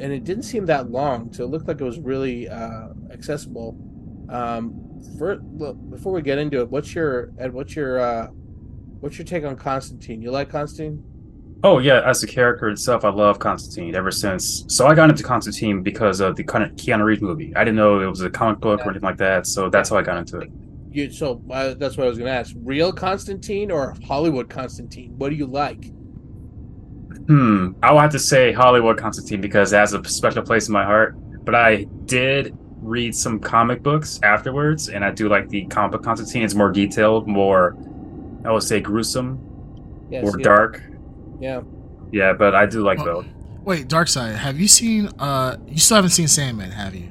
Speaker 5: and it didn't seem that long, so it looked like it was really uh, accessible. Um, for, look, before we get into it, what's your Ed? What's your uh, what's your take on Constantine? You like Constantine?
Speaker 2: Oh yeah, as the character itself, I love Constantine ever since. So I got into Constantine because of the Keanu Keanu Reeves movie. I didn't know it was a comic book or anything like that, so that's how I got into it.
Speaker 5: You so uh, that's what I was going to ask. Real Constantine or Hollywood Constantine? What do you like?
Speaker 2: Hmm. I would have to say Hollywood Constantine because it has a special place in my heart. But I did read some comic books afterwards, and I do like the comic book Constantine. It's more detailed, more I would say gruesome,
Speaker 5: Yes,
Speaker 2: more
Speaker 5: yeah,
Speaker 2: dark.
Speaker 5: Yeah.
Speaker 2: Yeah, but I do like
Speaker 4: Well-
Speaker 2: both.
Speaker 4: Wait, Dark Side, have you seen? Uh, you still haven't seen Sandman, have you?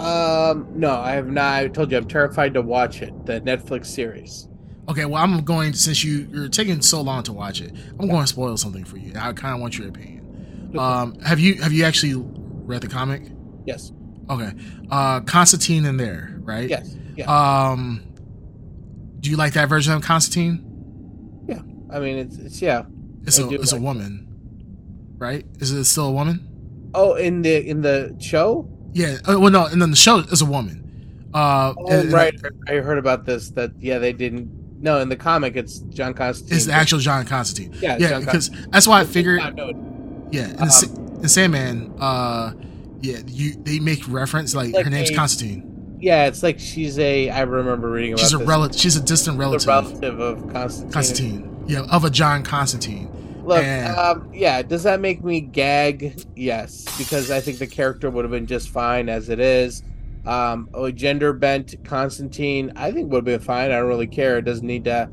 Speaker 5: Um, no, I have not. I told you I'm terrified to watch it, the Netflix series.
Speaker 4: Okay, well, I'm going since you you're taking so long to watch it. I'm going to spoil something for you. I kind of want your opinion. Um, have you have you actually read the comic?
Speaker 5: Yes,
Speaker 4: Okay, uh, Constantine in there, right?
Speaker 5: yes, yeah.
Speaker 4: Um, do you like that version of Constantine?
Speaker 5: I mean, it's, it's yeah.
Speaker 4: It's
Speaker 5: I
Speaker 4: a
Speaker 5: do
Speaker 4: it's a
Speaker 5: like-
Speaker 4: woman, right? Is it still a woman?
Speaker 5: Oh, in the in the show.
Speaker 4: Yeah. Uh, well, no, and then the show is a woman. Uh,
Speaker 5: Oh,
Speaker 4: and- and
Speaker 5: right. I heard about this. That yeah, they didn't. No, in the comic, it's John Constantine.
Speaker 4: It's the actual John Constantine.
Speaker 5: Yeah,
Speaker 4: Yeah,
Speaker 5: John Uh,
Speaker 4: because that's why I figured.
Speaker 5: I know.
Speaker 4: Yeah, and
Speaker 5: Um,
Speaker 4: in, Sa- in Sandman, uh, yeah, you they make reference like,
Speaker 5: Like
Speaker 4: her name's
Speaker 5: a-
Speaker 4: Constantine.
Speaker 5: Yeah, it's like she's a. I remember reading about
Speaker 4: She's a
Speaker 5: this.
Speaker 4: relative. She's a distant
Speaker 5: The
Speaker 4: relative,
Speaker 5: relative of Constantine.
Speaker 4: Constantine. Yeah, of a John Constantine.
Speaker 5: Look,
Speaker 4: And-
Speaker 5: um, yeah, does that make me gag? Yes, because I think the character would have been just fine as it is. Um, a gender bent Constantine, I think would have been fine. I don't really care. It doesn't need to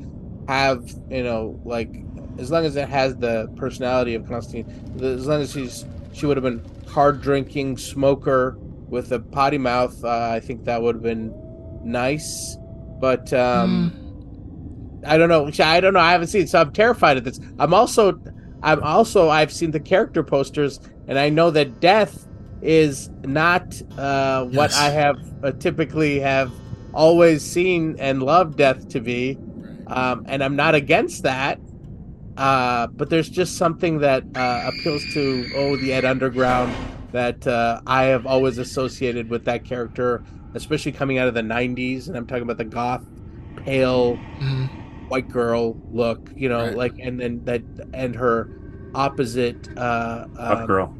Speaker 5: have, you know, like as long as it has the personality of Constantine. the- As long as she's she would have been hard drinking smoker with a potty mouth. Uh, I think that would have been nice. But um, I don't know. I don't know. I haven't seen it, so I'm terrified of this. I'm also, I'm also, I've seen the character posters, and I know that death is not uh, what
Speaker 4: Yes.
Speaker 5: I have uh, typically have always seen and loved death to be, um, and I'm not against that. Uh, but there's just something that uh, appeals to oh the Ed Underground that uh, I have always associated with that character, especially coming out of the '90s, and I'm talking about the goth, pale
Speaker 4: Mhm.
Speaker 5: white girl look, you know,
Speaker 4: Right.
Speaker 5: like and then that and her opposite uh
Speaker 2: Up
Speaker 5: um,
Speaker 2: girl.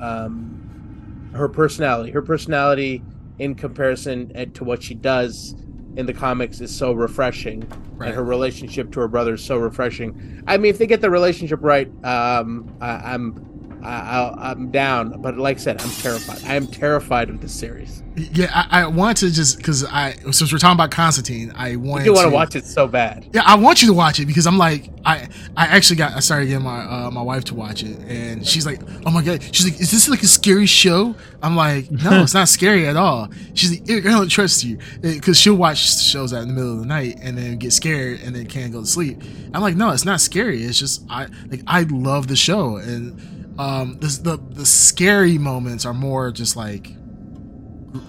Speaker 5: um her personality. Her personality in comparison uh, to what she does in the comics is so refreshing
Speaker 4: Right.
Speaker 5: and her relationship to her brother is so refreshing. I mean, if they get the relationship right, um I, I'm I, I'll, I'm down, but like I said, I'm terrified. I am terrified of this series.
Speaker 4: Yeah, I, I wanted to just because I since we're talking about Constantine, I
Speaker 5: I
Speaker 4: wanted
Speaker 5: do want to watch it so bad.
Speaker 4: Yeah, I want you to watch it because I'm like, I I actually got I started getting my uh, my wife to watch it, and she's like, oh my god, she's like, is this like a scary show? I'm like, no, it's not scary at all. She's like, "Ew, I don't trust you because she'll watch shows out in the middle of the night and then get scared and then can't go to sleep. I'm like, no, it's not scary. It's just I like I love the show, and um, this, the the scary moments are more just like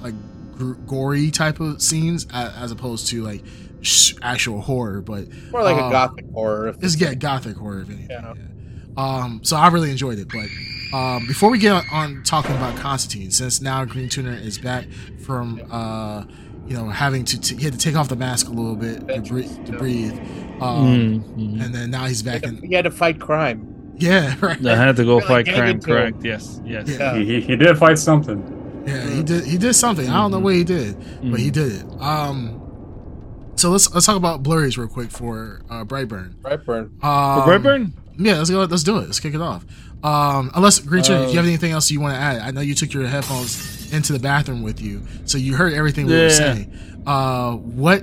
Speaker 4: like gr- gory type of scenes a- as opposed to like sh- actual horror but
Speaker 5: More like
Speaker 4: uh,
Speaker 5: a gothic horror. If
Speaker 4: it's yeah gothic horror if anything
Speaker 5: Yeah.
Speaker 4: yeah. um so i really enjoyed it but um before we get on, on talking about constantine since now green tuner is back from uh you know having to t- he had to take off the mask a little bit to, bre- to breathe um
Speaker 3: Mhm.
Speaker 4: and then now he's back in
Speaker 5: he had to fight crime.
Speaker 4: yeah right
Speaker 3: I had to go
Speaker 5: Really
Speaker 3: fight
Speaker 5: gave
Speaker 3: crime.
Speaker 5: it to him.
Speaker 3: Correct. Yes. Yes.
Speaker 4: uh, Yeah.
Speaker 2: He, he, he did fight something.
Speaker 4: Yeah, he did. He did something. I
Speaker 3: Mm-hmm.
Speaker 4: don't know what he did, but he did it. Um, so let's let's talk about blurries real quick for uh, Brightburn.
Speaker 5: Brightburn.
Speaker 4: Um,
Speaker 3: For Brightburn?
Speaker 4: Yeah, let's go. Let's do it. Let's kick it off. Um, unless Green Turn, if
Speaker 5: Uh,
Speaker 4: you have anything else you want to add, I know you took your headphones into the bathroom with you, so you heard everything we were
Speaker 3: Yeah.
Speaker 4: saying. Uh, what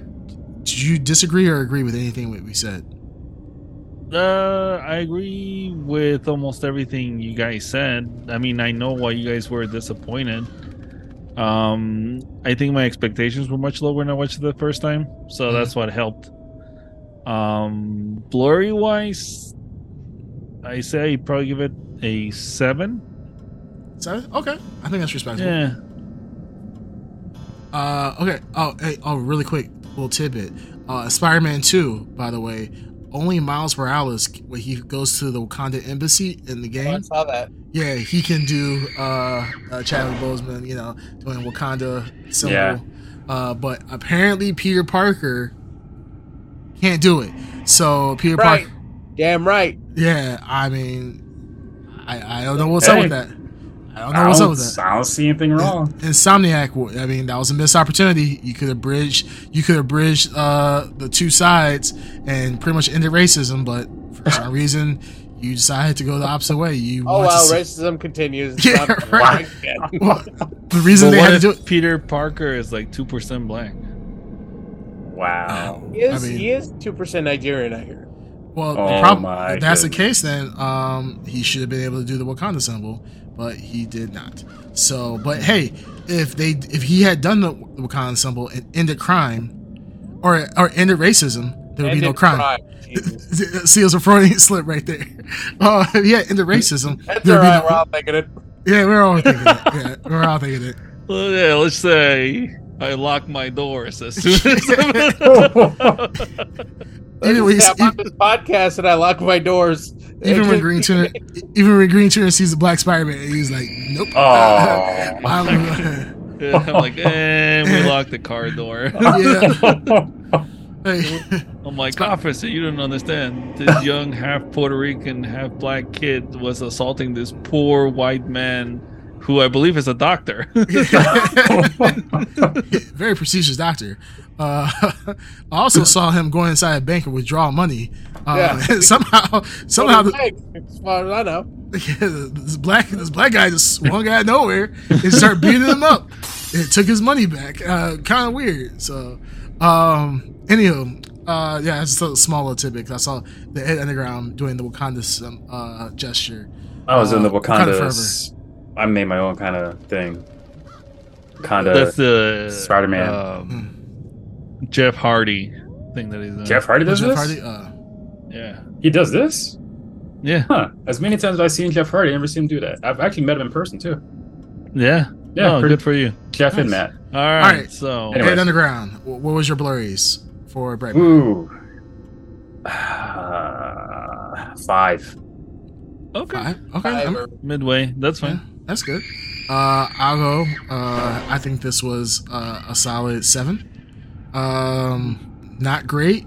Speaker 4: Did you disagree or agree with anything that we said?
Speaker 3: Uh, I agree with almost everything you guys said. I mean, I know why you guys were disappointed. Um, I think my expectations were much lower when I watched it the first time, so
Speaker 4: Mhm.
Speaker 3: that's what helped. Um, blurry wise, I say I probably give it a seven.
Speaker 4: Seven? Okay, I think that's respectable.
Speaker 3: Yeah,
Speaker 4: Uh, okay. Oh, hey, oh, really quick little tidbit. Uh, Spider-Man Two, by the way, only Miles Morales when he goes to the Wakanda embassy in the
Speaker 5: Oh, I
Speaker 4: game.
Speaker 5: saw that.
Speaker 4: Yeah, he can do uh, uh Chadwick Boseman, you know, doing Wakanda symbol.
Speaker 2: Yeah.
Speaker 4: Uh, but apparently Peter Parker can't do it. So Peter
Speaker 5: Right.
Speaker 4: Parker,
Speaker 5: Damn right.
Speaker 4: yeah. I mean, I I don't know what's up with
Speaker 2: Hey.
Speaker 4: that. I don't know
Speaker 2: I
Speaker 4: what's up
Speaker 2: don't,
Speaker 4: with that.
Speaker 2: I don't see anything wrong.
Speaker 4: Insomniac. w- I mean, that was a missed opportunity. You could have bridged. You could have bridged uh, the two sides and pretty much ended racism. But for some reason, you decided to go the opposite way. You
Speaker 5: Oh
Speaker 4: want to
Speaker 5: wow,
Speaker 4: see-
Speaker 5: racism continues.
Speaker 4: Yeah,
Speaker 5: Stop.
Speaker 4: right.
Speaker 5: Yeah.
Speaker 4: Well, the reason
Speaker 3: But
Speaker 4: they
Speaker 3: what
Speaker 4: had to
Speaker 3: if
Speaker 4: do it.
Speaker 3: Peter Parker is like two percent black.
Speaker 2: Wow.
Speaker 5: He is
Speaker 4: I mean-
Speaker 5: he is two percent Nigerian, I hear.
Speaker 4: Well, the
Speaker 2: Oh
Speaker 4: prob-
Speaker 2: my
Speaker 4: if that's the
Speaker 2: goodness.
Speaker 4: case, then um, he should have been able to do the Wakanda symbol, but he did not. So, but hey, if they if he had done the Wakanda symbol and ended crime, or or ended racism, there would be no
Speaker 5: Ended
Speaker 4: crime.
Speaker 5: Jesus.
Speaker 4: See, it was a Freudian slip right there. Uh, yeah, into racism.
Speaker 5: That's
Speaker 4: There'd
Speaker 5: all
Speaker 4: be
Speaker 5: right.
Speaker 4: no-
Speaker 5: We're all thinking it.
Speaker 4: yeah, we're all thinking it. Yeah, we're all thinking it.
Speaker 3: Well, yeah, let's say I lock my doors as soon as.
Speaker 4: Even when,
Speaker 5: Yeah,
Speaker 4: he's- e-,
Speaker 5: I'm on this podcast and I lock my doors.
Speaker 4: even when Green Turner, e-, even when Green Turner sees the Black Spider-Man, he's like, "Nope."
Speaker 2: Oh.
Speaker 4: I'm-
Speaker 3: Yeah, I'm like, eh, we locked the car door.
Speaker 4: yeah. Hey,
Speaker 3: I'm like, officer, you don't understand. This young half Puerto Rican, half black kid was assaulting this poor white man who I believe is a doctor.
Speaker 4: very prestigious doctor. Uh, I also saw him go inside a bank and withdraw money. Uh,
Speaker 5: Yeah.
Speaker 4: somehow, somehow, the,
Speaker 5: As far as I know.
Speaker 4: Yeah, this black this black guy just swung out of nowhere and started beating him up. It took his money back. Uh, kind of weird. So, um, anywho, uh, yeah, it's just a small little tidbit. 'cause I saw the Ed Underground doing the Wakanda sim- uh, gesture.
Speaker 2: I was in the
Speaker 4: Uh, Wakanda
Speaker 2: Wakanda.
Speaker 4: Forever.
Speaker 2: s- I made my own kind of thing. Kinda
Speaker 3: That's the
Speaker 2: Spider-Man.
Speaker 3: um,
Speaker 4: Hmm.
Speaker 3: Jeff Hardy thing that he's doing.
Speaker 2: Jeff Hardy does
Speaker 4: Jeff
Speaker 2: this.
Speaker 4: Hardy, uh,
Speaker 3: Yeah.
Speaker 2: He does this.
Speaker 3: Yeah.
Speaker 2: Huh. As many times as I've seen Jeff Hardy, I never seen him do that. I've actually met him in person too.
Speaker 3: Yeah.
Speaker 2: Yeah,
Speaker 3: oh,
Speaker 2: pretty-
Speaker 3: good for you.
Speaker 2: Jeff and
Speaker 4: Nice.
Speaker 2: Matt.
Speaker 3: All right.
Speaker 4: right.
Speaker 3: So,
Speaker 2: Anyway.
Speaker 4: Ed Underground. wh- What was your blurries for Brightman?
Speaker 2: Ooh. Ah, five.
Speaker 3: okay.
Speaker 4: Five? Okay, I'm-
Speaker 5: Fiverr.
Speaker 3: Midway. That's
Speaker 4: yeah,
Speaker 3: fine.
Speaker 4: that's good. Uh, I'll go. Uh, I think this was uh, a solid seven. Um, not great,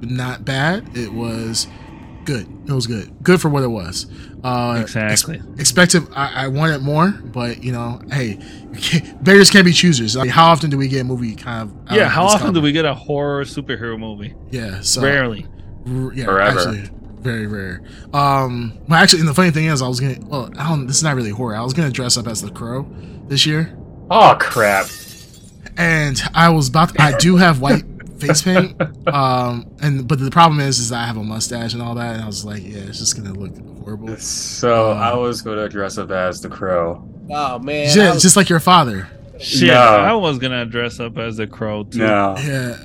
Speaker 4: not bad. It was good. It was good. Good for what it was. Uh, ex-
Speaker 3: Exactly.
Speaker 4: expected. I, I wanted more, but you know, hey, you can't- beggars can't be choosers. I mean, how often do we get a movie kind of?
Speaker 3: yeah. How often do we get a horror superhero movie?
Speaker 4: we? Yeah. So
Speaker 3: Rarely.
Speaker 4: r- yeah,
Speaker 2: Forever.
Speaker 4: actually, very rare. Um, well, actually, and the funny thing is, I was gonna. Well, I don't. This is not really horror. I was gonna dress up as the crow this year,
Speaker 2: Oh crap.
Speaker 4: and I was about. To, I do have white face paint. Um, and but the problem is, is I have a mustache and all that, and I was like, yeah, it's just gonna look horrible.
Speaker 2: So I was going to dress up as the crow.
Speaker 5: Oh man.
Speaker 4: Yeah,
Speaker 5: I was-
Speaker 4: just like your father.
Speaker 3: Shit.
Speaker 2: No.
Speaker 3: I was going to dress up as a crow, too.
Speaker 2: No,
Speaker 4: Yeah.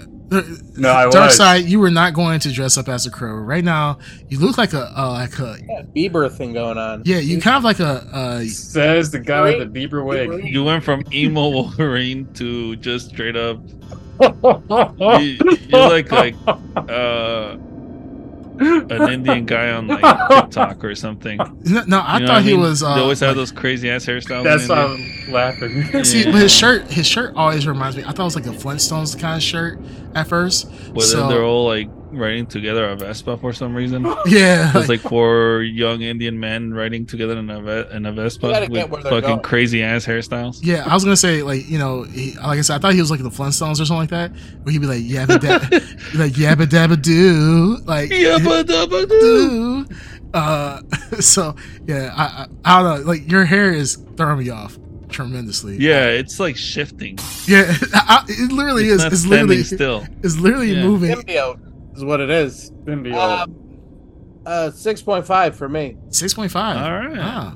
Speaker 2: no, I
Speaker 4: Dark
Speaker 2: was.
Speaker 4: side, you were not going to dress up as a crow. Right now, you look like a uh, like a
Speaker 5: yeah, Bieber thing going on.
Speaker 4: yeah, you kind of like a uh,
Speaker 2: Says the guy with the Bieber wig.
Speaker 3: You went from emo Wolverine to just straight up. You, you're like like uh, an Indian guy on like TikTok or something. You
Speaker 4: no, no, I
Speaker 3: know
Speaker 4: thought
Speaker 3: what
Speaker 4: he
Speaker 3: mean?
Speaker 4: was uh,
Speaker 3: They always
Speaker 4: like-
Speaker 3: have those crazy ass hairstyles.
Speaker 2: That's
Speaker 3: in
Speaker 2: why
Speaker 3: India.
Speaker 2: I'm laughing.
Speaker 4: See,
Speaker 3: Yeah.
Speaker 4: but his shirt, his shirt always reminds me. I thought it was like a Flintstones kind of shirt at first.
Speaker 3: But
Speaker 4: so-
Speaker 3: then they're all like riding together a Vespa for some reason.
Speaker 4: Yeah,
Speaker 3: It's like four young Indian men riding together in a ve- in a
Speaker 5: gotta
Speaker 3: Vespa
Speaker 5: get
Speaker 3: with
Speaker 5: where they're
Speaker 3: fucking
Speaker 5: going.
Speaker 3: crazy ass hairstyles.
Speaker 4: yeah. I was gonna say like you know, he, like I said, I thought he was like the Flintstones or something like that. Where he'd be like yabba dab, like yabba dabba doo, like
Speaker 3: Yabba dabba doo.
Speaker 4: doo. Uh, so yeah, I, I I don't know. Like your hair is throwing me off. tremendously.
Speaker 3: Yeah, it's like shifting.
Speaker 4: Yeah, I, it literally
Speaker 3: It's
Speaker 4: is.
Speaker 3: not
Speaker 4: It's literally
Speaker 3: standing still.
Speaker 4: It's literally
Speaker 3: Yeah.
Speaker 4: moving.
Speaker 5: Symbiote is what it is.
Speaker 2: Symbiote.
Speaker 5: Um, uh, six point five for me.
Speaker 4: Six point five.
Speaker 3: All right.
Speaker 4: Wow. Ah.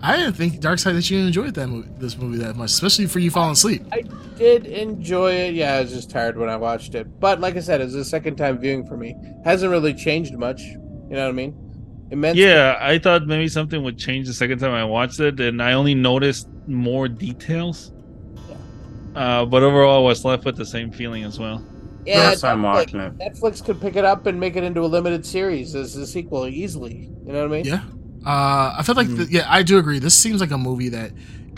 Speaker 4: I didn't think Dark Side that you enjoyed that movie, this movie that much, especially for you falling asleep.
Speaker 5: I did enjoy it. Yeah, I was just tired when I watched it. But like I said, it was the second time viewing for me. Hasn't really changed much. You know what I mean? Immense.
Speaker 3: Yeah, I thought maybe something would change the second time I watched it, and I only noticed more details. Uh, but overall, I was left with the same feeling as well.
Speaker 5: Yeah,
Speaker 2: First time
Speaker 5: Netflix,
Speaker 2: watching it.
Speaker 5: Netflix could pick it up and make it into a limited series as a sequel easily. You know what I mean?
Speaker 4: Yeah. Uh, I felt like
Speaker 3: Mm.
Speaker 4: the, yeah, I do agree. This seems like a movie that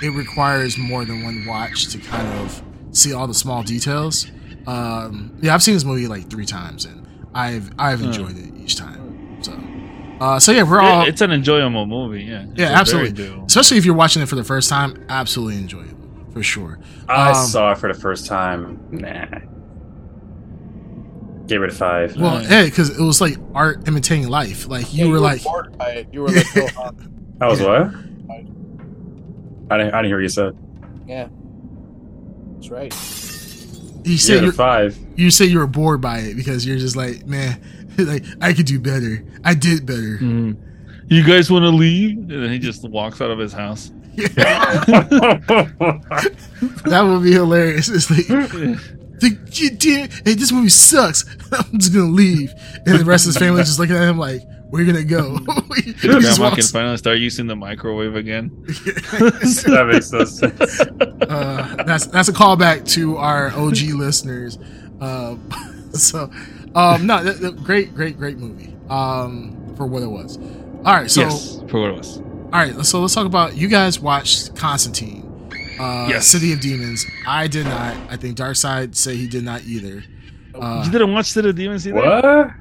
Speaker 4: it requires more than one watch to kind of see all the small details. Um, yeah, I've seen this movie like three times and I've I've
Speaker 3: Hmm.
Speaker 4: enjoyed it each time. So, uh, so yeah, we're all
Speaker 3: It- it's an enjoyable movie. Yeah. It's a
Speaker 4: yeah,
Speaker 3: very
Speaker 4: absolutely.
Speaker 3: enjoyable-
Speaker 4: Especially if you're watching it for the first time, absolutely enjoy it for sure.
Speaker 2: I
Speaker 4: um,
Speaker 2: saw it for the first time. Nah. Get rid of five.
Speaker 4: Well,
Speaker 3: Right.
Speaker 4: hey, because it was like art imitating life. Like you
Speaker 5: Yeah,
Speaker 4: were like,
Speaker 5: bored by it. You were like, oh, uh,
Speaker 2: I was what? I didn't, I didn't hear what you said.
Speaker 5: yeah, that's right.
Speaker 4: you
Speaker 2: Get
Speaker 4: said
Speaker 2: rid
Speaker 4: you're,
Speaker 2: of five.
Speaker 4: you say you were bored by it because you're just like, man, like I could do better. I did better.
Speaker 3: Mm. You guys want to leave? And then he just walks out of his house.
Speaker 4: That would be hilarious. It's like, like you did. Hey, this movie sucks. I'm just gonna leave, and the rest of his family just looking at him like, where you gonna go? He
Speaker 3: His
Speaker 4: just
Speaker 3: grandma can
Speaker 4: walks-
Speaker 3: finally start using the microwave again.
Speaker 2: that makes no sense.
Speaker 4: uh, that's that's a callback to our OG listeners. Uh, so, um, no, th- th- great, great, great movie. Um, for what it was. All right, so
Speaker 3: yes, for what it was.
Speaker 4: All right, so let's talk about you guys watched Constantine, uh,
Speaker 3: Yes.
Speaker 4: City of Demons. I did not. I think Darkseid said he did not
Speaker 3: you
Speaker 4: either. Uh,
Speaker 3: didn't watch City of Demons either?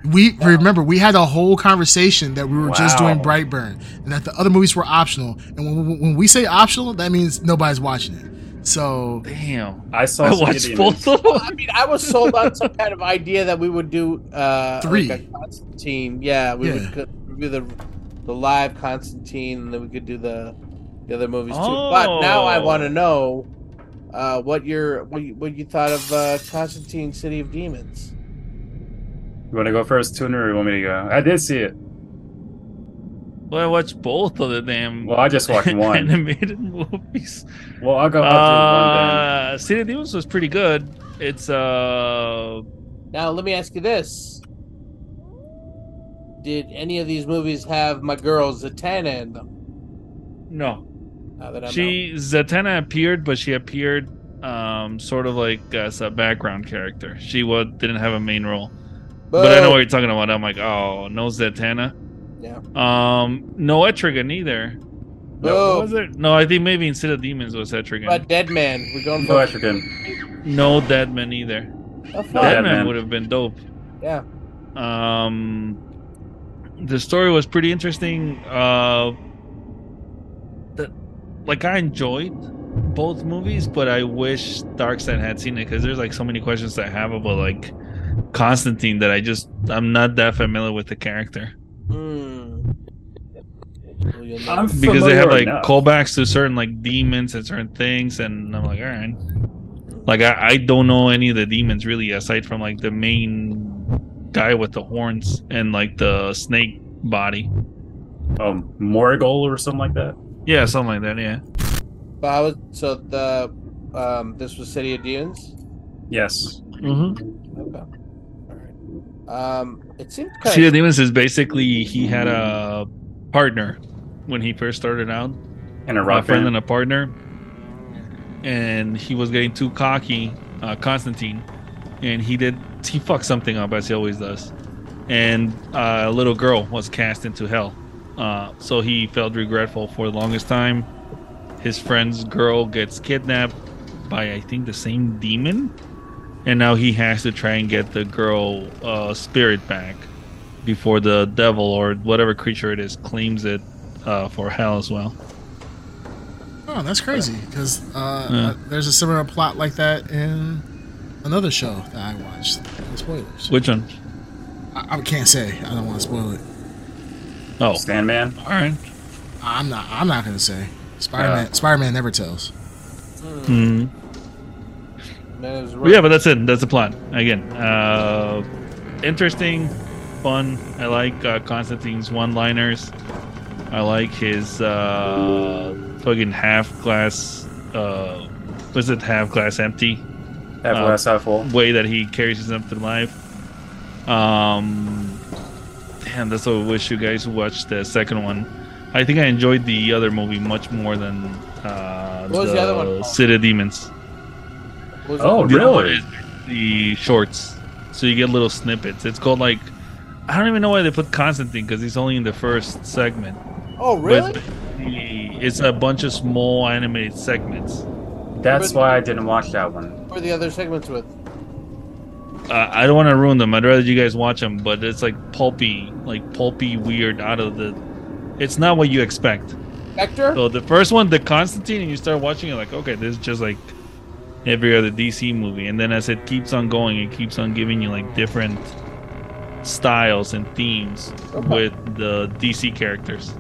Speaker 2: what?
Speaker 4: we remember we had a whole conversation that we were just
Speaker 2: Wow.
Speaker 4: doing Brightburn, and that the other movies were optional. And when, when- when we say optional, that means nobody's watching it. So
Speaker 3: Damn.
Speaker 2: I saw
Speaker 3: I
Speaker 2: City of
Speaker 3: watched
Speaker 2: Demons.
Speaker 3: both of them.
Speaker 5: I mean, I was sold on some kind of idea that we would do uh,
Speaker 4: Three.
Speaker 5: like a Constantine. Yeah, we
Speaker 4: Yeah.
Speaker 5: would co- review the the live Constantine, and then we could do the the other movies too. But now I
Speaker 3: Oh.
Speaker 5: want to know uh, what your what you, what you thought of uh, Constantine: City of Demons.
Speaker 2: You want to go first, Tuner, or you want me to go? I did see it.
Speaker 3: Well, I watched both of the damn
Speaker 2: Well, I just watched one.
Speaker 3: animated movies.
Speaker 2: well, I'll go up
Speaker 3: Uh, City of Demons was pretty good. It's uh
Speaker 5: Now let me ask you this: Did any of these movies have my girl Zatanna in them?
Speaker 3: no.
Speaker 5: Now that I'm
Speaker 3: She Zatanna appeared, but she appeared um sort of like as a background character. She was didn't have a main role.
Speaker 5: out.
Speaker 3: But I know
Speaker 5: Boo!
Speaker 3: what you're talking about. I'm like, oh, no Zatanna.
Speaker 5: Yeah.
Speaker 3: Um, no Etrigan either.
Speaker 5: Boo.
Speaker 3: Was there? No, I think maybe in City of Demons was Etrigan.
Speaker 5: But Dead Man, we're going
Speaker 3: Uh,
Speaker 2: to one then. Go
Speaker 5: for
Speaker 2: Etrigan.
Speaker 3: no Deadman either.
Speaker 5: Oh, fuck.
Speaker 2: No,
Speaker 3: Deadman
Speaker 2: Deadman.
Speaker 3: would have been dope.
Speaker 5: Yeah.
Speaker 3: Um, the story was pretty interesting. Uh, the, like I enjoyed both movies, but I wish Darkseid had seen it because there's like so many questions I have about like Constantine that I just I'm not that familiar with the character
Speaker 5: Mm. Well, you'll know.
Speaker 2: I'm
Speaker 3: because they
Speaker 2: familiar
Speaker 3: have like
Speaker 2: enough.
Speaker 3: callbacks to certain like demons and certain things, and I'm like, all right. Like I, I don't know any of the demons really, aside from like the main guy with the horns and like the snake body.
Speaker 2: um, Morgul or something like that.
Speaker 3: Yeah, something like that. Yeah.
Speaker 5: But I was so the um this was City of Dunes.
Speaker 2: Yes.
Speaker 3: Mm-hmm.
Speaker 5: Okay. All right. Um, it seemed
Speaker 3: Sea of
Speaker 5: kind of
Speaker 3: Demons is basically he had a partner when he first started out,
Speaker 2: And a
Speaker 3: a
Speaker 2: rock
Speaker 3: friend
Speaker 2: band.
Speaker 3: and a partner, and he was getting too cocky, uh, Constantine, and he did he fucked something up as he always does, and uh, a little girl was cast into hell. Uh, so he felt regretful for the longest time. His friend's girl gets kidnapped by I think the same demon, and now he has to try and get the girl uh, spirit back before the devil or whatever creature it is claims it uh, for hell as well.
Speaker 4: oh, that's crazy because uh,
Speaker 3: Yeah.
Speaker 4: uh, there's a similar plot like that in another show that I watched. Spoilers.
Speaker 3: Which one?
Speaker 4: I, I can't say. I don't want to spoil it.
Speaker 3: Oh,
Speaker 2: Sandman.
Speaker 3: all right.
Speaker 4: I'm not. I'm not gonna say. Spider-Man. Spider-Man never tells.
Speaker 3: Hmm.
Speaker 5: That is
Speaker 3: But yeah, but that's it. That's the plot. Again, uh, interesting, fun. I like uh, Constantine's one-liners. I like his uh, fucking half glass. Uh, was it half glass empty?
Speaker 2: Half
Speaker 3: Uh,
Speaker 2: glass half full.
Speaker 3: way that he carries himself through life. Um, damn, that's what I wish you guys watched the second one. I think I enjoyed the other movie much more than uh,
Speaker 5: What was the other one called?
Speaker 3: City of Demons.
Speaker 5: What was
Speaker 2: Oh,
Speaker 5: that?
Speaker 3: The other one
Speaker 2: really?
Speaker 3: is The shorts, so you get little snippets. It's called like I don't even know why they put Constantine because he's only in the first segment.
Speaker 5: Oh, really?
Speaker 3: But the- it's a bunch of small animated segments.
Speaker 2: That's why I didn't watch that one.
Speaker 5: Or the other segments with?
Speaker 3: uh, I don't want to ruin them. I'd rather you guys watch them, but it's like pulpy, like pulpy, weird, out of the. It's not what you expect.
Speaker 5: Hector?
Speaker 3: So the first one, the Constantine, and you start watching it like, okay, this is just like every other DC movie. And then as it keeps on going, it keeps on giving you like different styles and themes
Speaker 5: Okay.
Speaker 3: with the DC characters,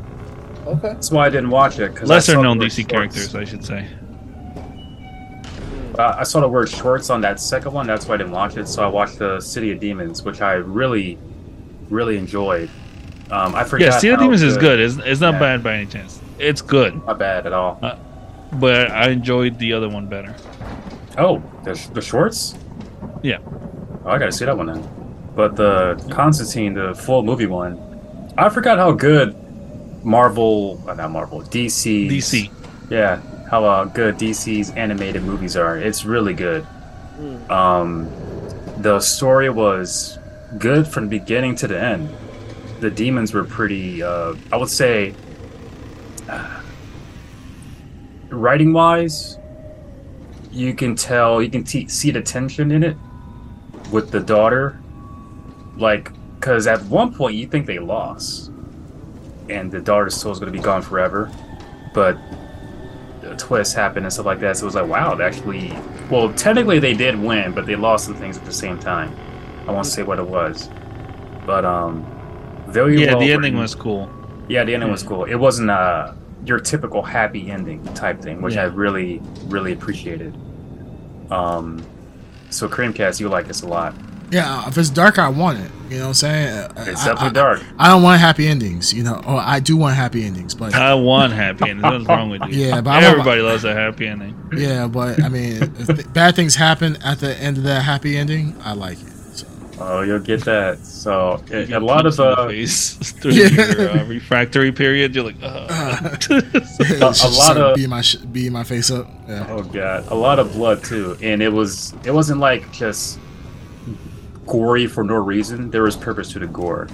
Speaker 3: Oh.
Speaker 5: Okay.
Speaker 2: That's why I didn't watch it. 'cause I saw
Speaker 3: lesser
Speaker 2: the
Speaker 3: known
Speaker 2: word
Speaker 3: DC
Speaker 2: shorts.
Speaker 3: characters, I should say.
Speaker 2: Uh, I saw the word shorts on that second one. That's why I didn't watch it. So I watched the City of Demons, which I really, really enjoyed. Um, I forgot.
Speaker 3: Yeah, Steel
Speaker 2: how
Speaker 3: Demons is good. It's, it's not
Speaker 2: Yeah.
Speaker 3: bad by any chance. It's good,
Speaker 2: Not bad at all.
Speaker 3: but I enjoyed the other one better.
Speaker 2: Oh, the, sh- the shorts?
Speaker 3: Yeah.
Speaker 2: Oh, I gotta see that one then. But the Constantine, the full movie one, I forgot how good Marvel, uh, not Marvel, DC.
Speaker 3: DC.
Speaker 2: Yeah, how uh, good DC's animated movies are. It's really good. Um, the story was good from the beginning to the end. The demons were pretty, uh, I would say, writing wise, you can tell, you can te- see the tension in it with the daughter. Like, because at one point you think they lost, and the daughter's soul is going to be gone forever. But twists happened and stuff like that. So it was like, wow, they actually. Well, technically they did win, but they lost some things at the same time. I won't say what it was, but um, very
Speaker 3: Yeah,
Speaker 2: well
Speaker 3: the ending
Speaker 2: written.
Speaker 3: was cool.
Speaker 2: Yeah, the ending was
Speaker 3: Hmm.
Speaker 2: cool. It wasn't uh, your typical happy ending type thing, which I
Speaker 3: Yeah.
Speaker 2: really, really appreciated. Um, so Creamcast, you like this a lot.
Speaker 4: Yeah, if it's dark, I want it. You know what I'm saying?
Speaker 2: It's
Speaker 4: I-
Speaker 2: definitely
Speaker 4: I-
Speaker 2: dark.
Speaker 4: I don't want happy endings. You know, or I do want happy endings, but
Speaker 3: I want happy ending. Nothing's wrong with you.
Speaker 4: Yeah, but I'm a-
Speaker 3: everybody loves a happy ending.
Speaker 4: yeah, but I mean, if th- bad things happen at the end of that happy ending. I like it. So,
Speaker 2: Oh, you'll get that. So a- a lot of uh,
Speaker 3: the face through
Speaker 4: Yeah.
Speaker 3: your uh, refractory period, you're like, uh. Ugh.
Speaker 4: it's
Speaker 2: a
Speaker 4: just
Speaker 2: lot
Speaker 4: like
Speaker 2: of-
Speaker 4: beating my sh- beating my face up. Yeah.
Speaker 2: Oh god, a lot of blood too, and it was it wasn't like just gory for no reason. There was purpose to the gore.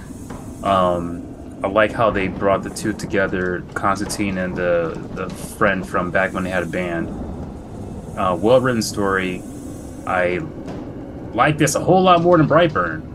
Speaker 2: Um, I like how they brought the two together, Constantine and the the friend from back when they had a band. Uh, well written story. I like this a whole lot more than Brightburn.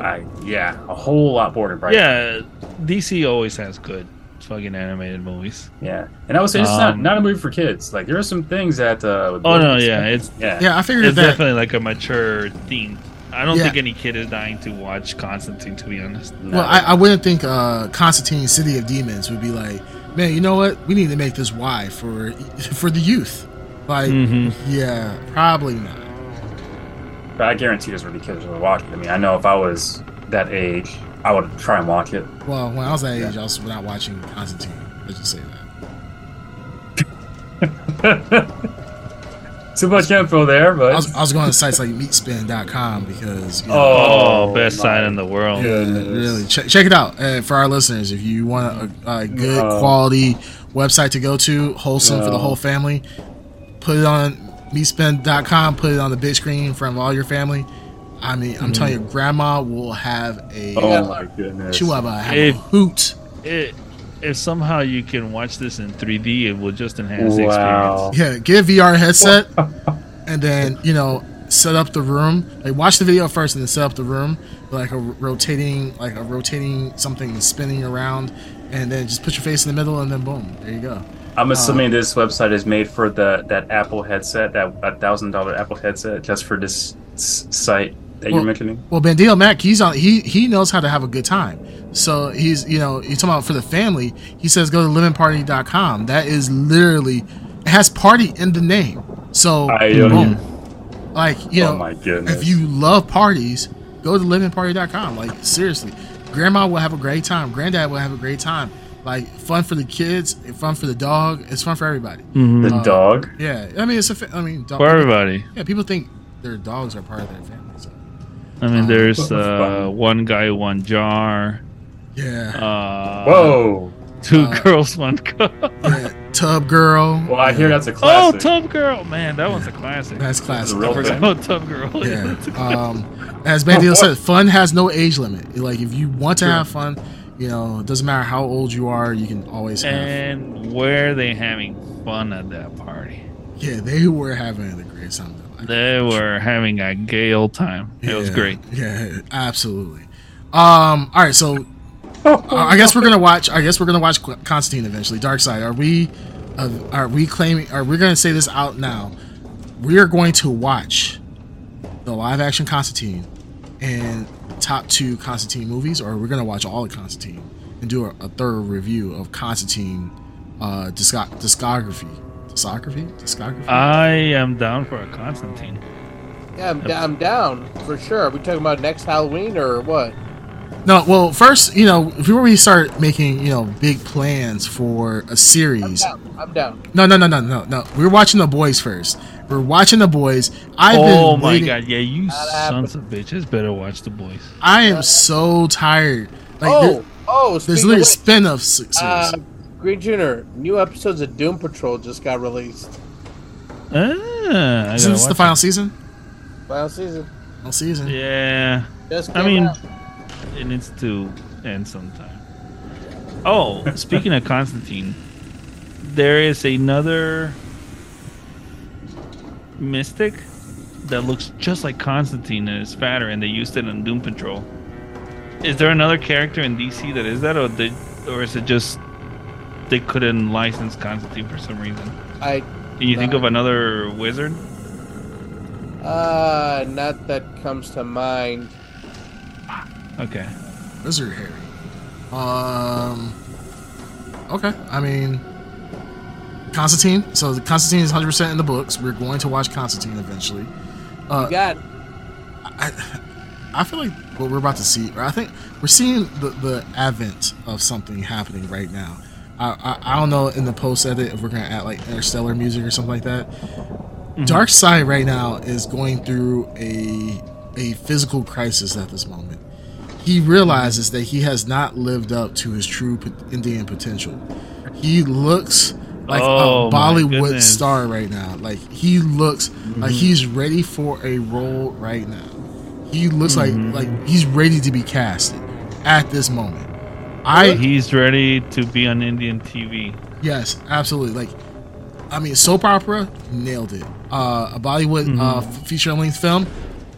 Speaker 2: I yeah, a whole lot more than Brightburn.
Speaker 3: yeah, DC always has good fucking animated movies.
Speaker 2: yeah. And I would say this is not
Speaker 3: Um,
Speaker 2: not a movie for kids. Like there are some things that. Uh,
Speaker 3: Oh no, yeah, it's
Speaker 2: yeah,
Speaker 4: Yeah, I figured
Speaker 3: it's
Speaker 4: that.
Speaker 3: definitely like a mature theme. I don't
Speaker 4: Yeah.
Speaker 3: think any kid is dying to watch Constantine, to be honest.
Speaker 2: No.
Speaker 4: Well, I, I wouldn't think uh, Constantine City of Demons would be like, man, you know what? We need to make this Y for for the youth. Like,
Speaker 3: Mhm.
Speaker 2: Mm-hmm.
Speaker 4: yeah, probably not.
Speaker 2: But I guarantee there's gonna be kids who are watching. I mean, I know if I was that age, I would try and watch it.
Speaker 4: Well, when I was that age, I was not watching Constantine. Let's just say that.
Speaker 2: Too much info there, but
Speaker 4: I was, I was going to sites like meatspin.com because, you know,
Speaker 3: Oh,
Speaker 2: Oh,
Speaker 3: best
Speaker 2: my
Speaker 3: site in the world.
Speaker 4: yeah,
Speaker 2: goodness.
Speaker 4: really, check, check it out. Uh, for our listeners, if you want a, a good
Speaker 2: No.
Speaker 4: quality website to go to, wholesome for the
Speaker 2: No.
Speaker 4: whole family, put it on meatspin.com, put it on the big screen in front of all your family. I mean, I'm telling you, grandma will have a.
Speaker 2: Mm-hmm. oh my goodness.
Speaker 4: She will have a, have a
Speaker 3: If-
Speaker 4: hoot.
Speaker 3: It, if somehow you can watch this in 3D, it will just enhance the
Speaker 2: Wow.
Speaker 3: experience.
Speaker 4: Yeah, get a VR headset and then, you know, set up the room. Like watch the video first and then set up the room. Like a rotating like a rotating something spinning around and then just put your face in the middle and then boom. There you go.
Speaker 2: I'm assuming this website is made for the that Apple headset, that a thousand dollar Apple headset, just for this s- site. that you're mentioning?
Speaker 4: Well, Bandito Mac, he's on. He he knows how to have a good time. So he's you know he's talking about for the family. He says go to lemonparty.com. That is literally it has party in the name. So
Speaker 2: I don't
Speaker 4: boom. like you
Speaker 2: Oh
Speaker 4: know
Speaker 2: my goodness.
Speaker 4: if you love parties, go to lemonparty.com. Like seriously, grandma will have a great time. Granddad will have a great time. Like fun for the kids, fun for the dog. It's fun for everybody.
Speaker 2: the dog.
Speaker 4: Yeah, I mean it's a. Fa- I mean dog,
Speaker 3: for everybody.
Speaker 4: Yeah, people think their dogs are part of their family. So.
Speaker 3: I mean, there's
Speaker 2: Wow.
Speaker 3: uh, one guy, one jar.
Speaker 4: Yeah.
Speaker 3: Uh,
Speaker 2: Whoa.
Speaker 3: Two girls, one cup.
Speaker 4: yeah. Tub girl.
Speaker 2: Well, I hear that's a
Speaker 3: Oh,
Speaker 2: classic.
Speaker 3: Tub Girl, man, that one's a classic.
Speaker 4: That's classic.
Speaker 2: a real
Speaker 3: I forgot
Speaker 2: thing.
Speaker 3: about Tub Girl.
Speaker 4: Yeah. Um, as Bandito said, fun has no age limit. Like if you want to have fun, you know, it doesn't matter how old you are, you can always have.
Speaker 3: And were they having fun at that party?
Speaker 4: yeah, they were having the greatest time. of their life.
Speaker 3: They were having a gay old time. It was
Speaker 4: Yeah.
Speaker 3: great.
Speaker 4: Yeah, absolutely. Um, all right, so uh, I guess we're gonna watch. I guess we're gonna watch Qu- Constantine eventually. Dark Side. Are we? Uh, are we claiming? Are we gonna say this out now? We are going to watch the live action Constantine and top two Constantine movies, or we're gonna watch all of Constantine and do a, a thorough review of Constantine uh, disco- discography. Discography? Discography?
Speaker 3: I am down for a Constantine.
Speaker 5: Yeah, I'm, d- I'm down for sure. Are we talking about next Halloween or what?
Speaker 4: No, well, first, you know, before we start making, you know, big plans for a
Speaker 5: I'm
Speaker 4: series.
Speaker 5: down. I'm down.
Speaker 4: No, no, no, no, no, no. We're watching the boys first. We're watching the boys. I've
Speaker 3: oh
Speaker 4: been
Speaker 3: my
Speaker 4: waiting-
Speaker 3: god, yeah, you
Speaker 5: happening.
Speaker 3: sons of bitches better watch the boys.
Speaker 4: I am so tired. Like,
Speaker 5: oh,
Speaker 4: there-
Speaker 5: oh,
Speaker 4: there's
Speaker 5: speaking of
Speaker 4: literally
Speaker 5: which,
Speaker 4: spin off series.
Speaker 5: uh, Green Junior, new episodes of Doom Patrol just got released.
Speaker 3: Ah, I
Speaker 4: Is
Speaker 3: gotta
Speaker 4: this the
Speaker 3: watch
Speaker 4: final season?
Speaker 5: Final season.
Speaker 4: Final season.
Speaker 3: it. Yeah,
Speaker 5: Just
Speaker 3: I
Speaker 5: came
Speaker 3: mean,
Speaker 5: out.
Speaker 3: it needs to end sometime. Oh, speaking of Constantine, there is another mystic that looks just like Constantine and is fatter, and they used it in Doom Patrol. Is there another character in DC that is that, or they, or is it just they couldn't license Constantine for some reason?
Speaker 5: I
Speaker 3: Can you think of another wizard?
Speaker 5: uh, not that comes to mind.
Speaker 3: Okay.
Speaker 4: Wizard Harry. Um. Okay. I mean, Constantine. So the Constantine is 100% in the books. We're going to watch Constantine eventually.
Speaker 5: You got
Speaker 4: I feel like what we're about to see, or I think we're seeing the, the advent of something happening right now. I, I, I don't know in the post edit if we're gonna add like interstellar music or something like that.
Speaker 3: Mm-hmm.
Speaker 4: Dark Side right now is going through a a physical crisis at this moment. He realizes that he has not lived up to his true p- Indian potential. He looks like
Speaker 3: Oh,
Speaker 4: a
Speaker 3: my
Speaker 4: Bollywood
Speaker 3: goodness. Mm-hmm.
Speaker 4: star right now. Like he looks like he's ready for a role right now. He looks like like he's ready to be casted at this moment. I
Speaker 3: He's ready to be on Indian TV.
Speaker 4: yes, absolutely. Like I mean, soap opera nailed it. Uh, a Bollywood uh, feature length film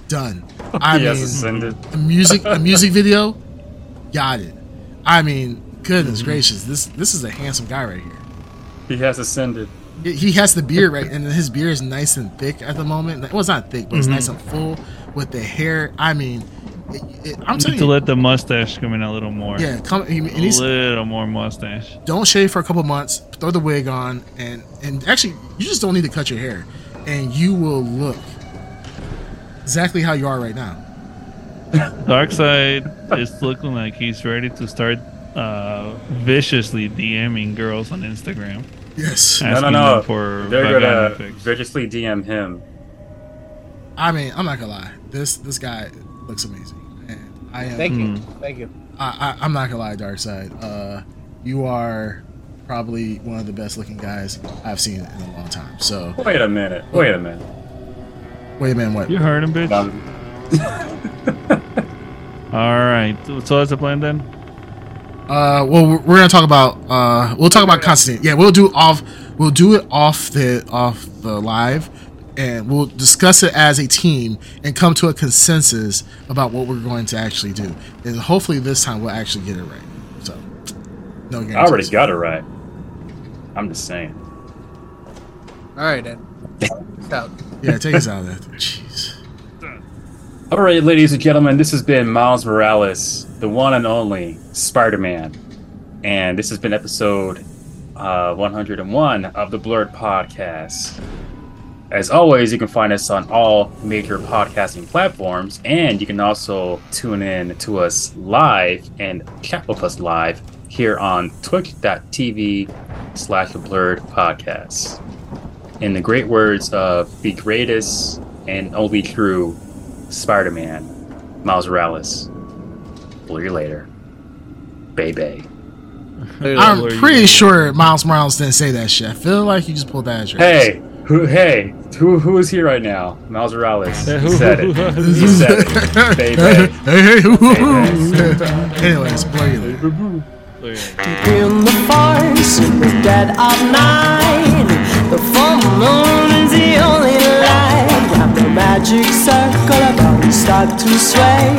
Speaker 4: done. I
Speaker 2: Yes,
Speaker 4: mean,
Speaker 2: it's ended.
Speaker 4: a music a music video got it. I mean, goodness gracious, this this is a handsome guy right here.
Speaker 2: He has ascended.
Speaker 4: He- He has the beard right, and his beard is nice and thick at the moment. Well, it's not thick, but it's nice and full with the hair. I mean, it, it, I'm telling
Speaker 3: to
Speaker 4: you,
Speaker 3: let the mustache come in a little more.
Speaker 4: yeah. Come, and
Speaker 3: a
Speaker 4: he's
Speaker 3: little more mustache.
Speaker 4: don't shave for a couple months throw the wig on and and actually you just don't need to cut your hair and you will look exactly how you are right now
Speaker 3: Darkseid is looking like he's ready to start uh, viciously DMing girls on Instagram.
Speaker 4: yes
Speaker 2: No, no,
Speaker 3: asking
Speaker 2: no.
Speaker 3: them for
Speaker 2: They're gonna
Speaker 3: vagina pics.
Speaker 2: vigorously DM him.
Speaker 4: i mean i'm not gonna lie this this guy looks amazing and i am
Speaker 5: Thank you.
Speaker 3: Hmm.
Speaker 5: Thank you.
Speaker 4: I, I i'm not gonna lie dark side uh you are probably one of the best looking guys i've seen in a long time so
Speaker 2: Wait a minute. Wait a minute.
Speaker 4: wait a minute what
Speaker 3: You heard him, bitch.
Speaker 2: Um,
Speaker 3: All right. So that's the plan then.
Speaker 4: Uh, well, we're we're gonna talk about uh, we'll talk about Constantine. Yeah, we'll do off, we'll do it off the off the live, and we'll discuss it as a team and come to a consensus about what we're going to actually do. And hopefully this time we'll actually get it right. So, no guarantees.
Speaker 2: I already got it right. I'm just saying.
Speaker 5: All right, Ed. Peace out.
Speaker 4: Yeah, take us out of that. Jeez.
Speaker 2: All right, ladies and gentlemen, this has been Miles Morales, the one and only Spider Man. And this has been episode uh, 101 of the Blurred Podcast. As always, you can find us on all major podcasting platforms, and you can also tune in to us live and chat with us live here on twitch.tv slash the blurred podcast. In the great words of the greatest and only true Spider Man, Miles Morales. We'll hear you later. Bay Bay.
Speaker 4: I'm pretty sure Miles Morales didn't say that shit. I feel like you just pulled that. As your
Speaker 2: Hey, who? Hey, who? Who is here right now? Miles Morales.
Speaker 3: Yeah,
Speaker 2: He
Speaker 3: who-
Speaker 2: said
Speaker 3: who-
Speaker 2: it.
Speaker 3: who-
Speaker 2: He said it. Bay Bay.
Speaker 4: Hey, hey, hoo, hoo, hoo.
Speaker 2: Hey,
Speaker 4: Anyways, blur you later.
Speaker 6: in the forest in the dead of night. The full moon is the only light. Wrap the magic circle about and start to sway.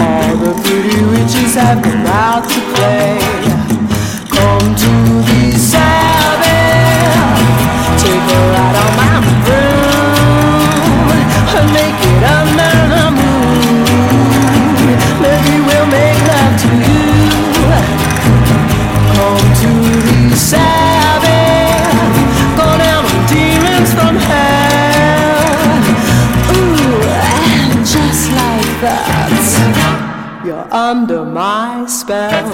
Speaker 6: All the pretty witches have come out to play. Come to the Sabbath, take a ride on my broom, and make it under the moon. Maybe we'll make love to you home to the Sabbath. Go down with demons from hell. Ooh, and just like that, you're under my spell.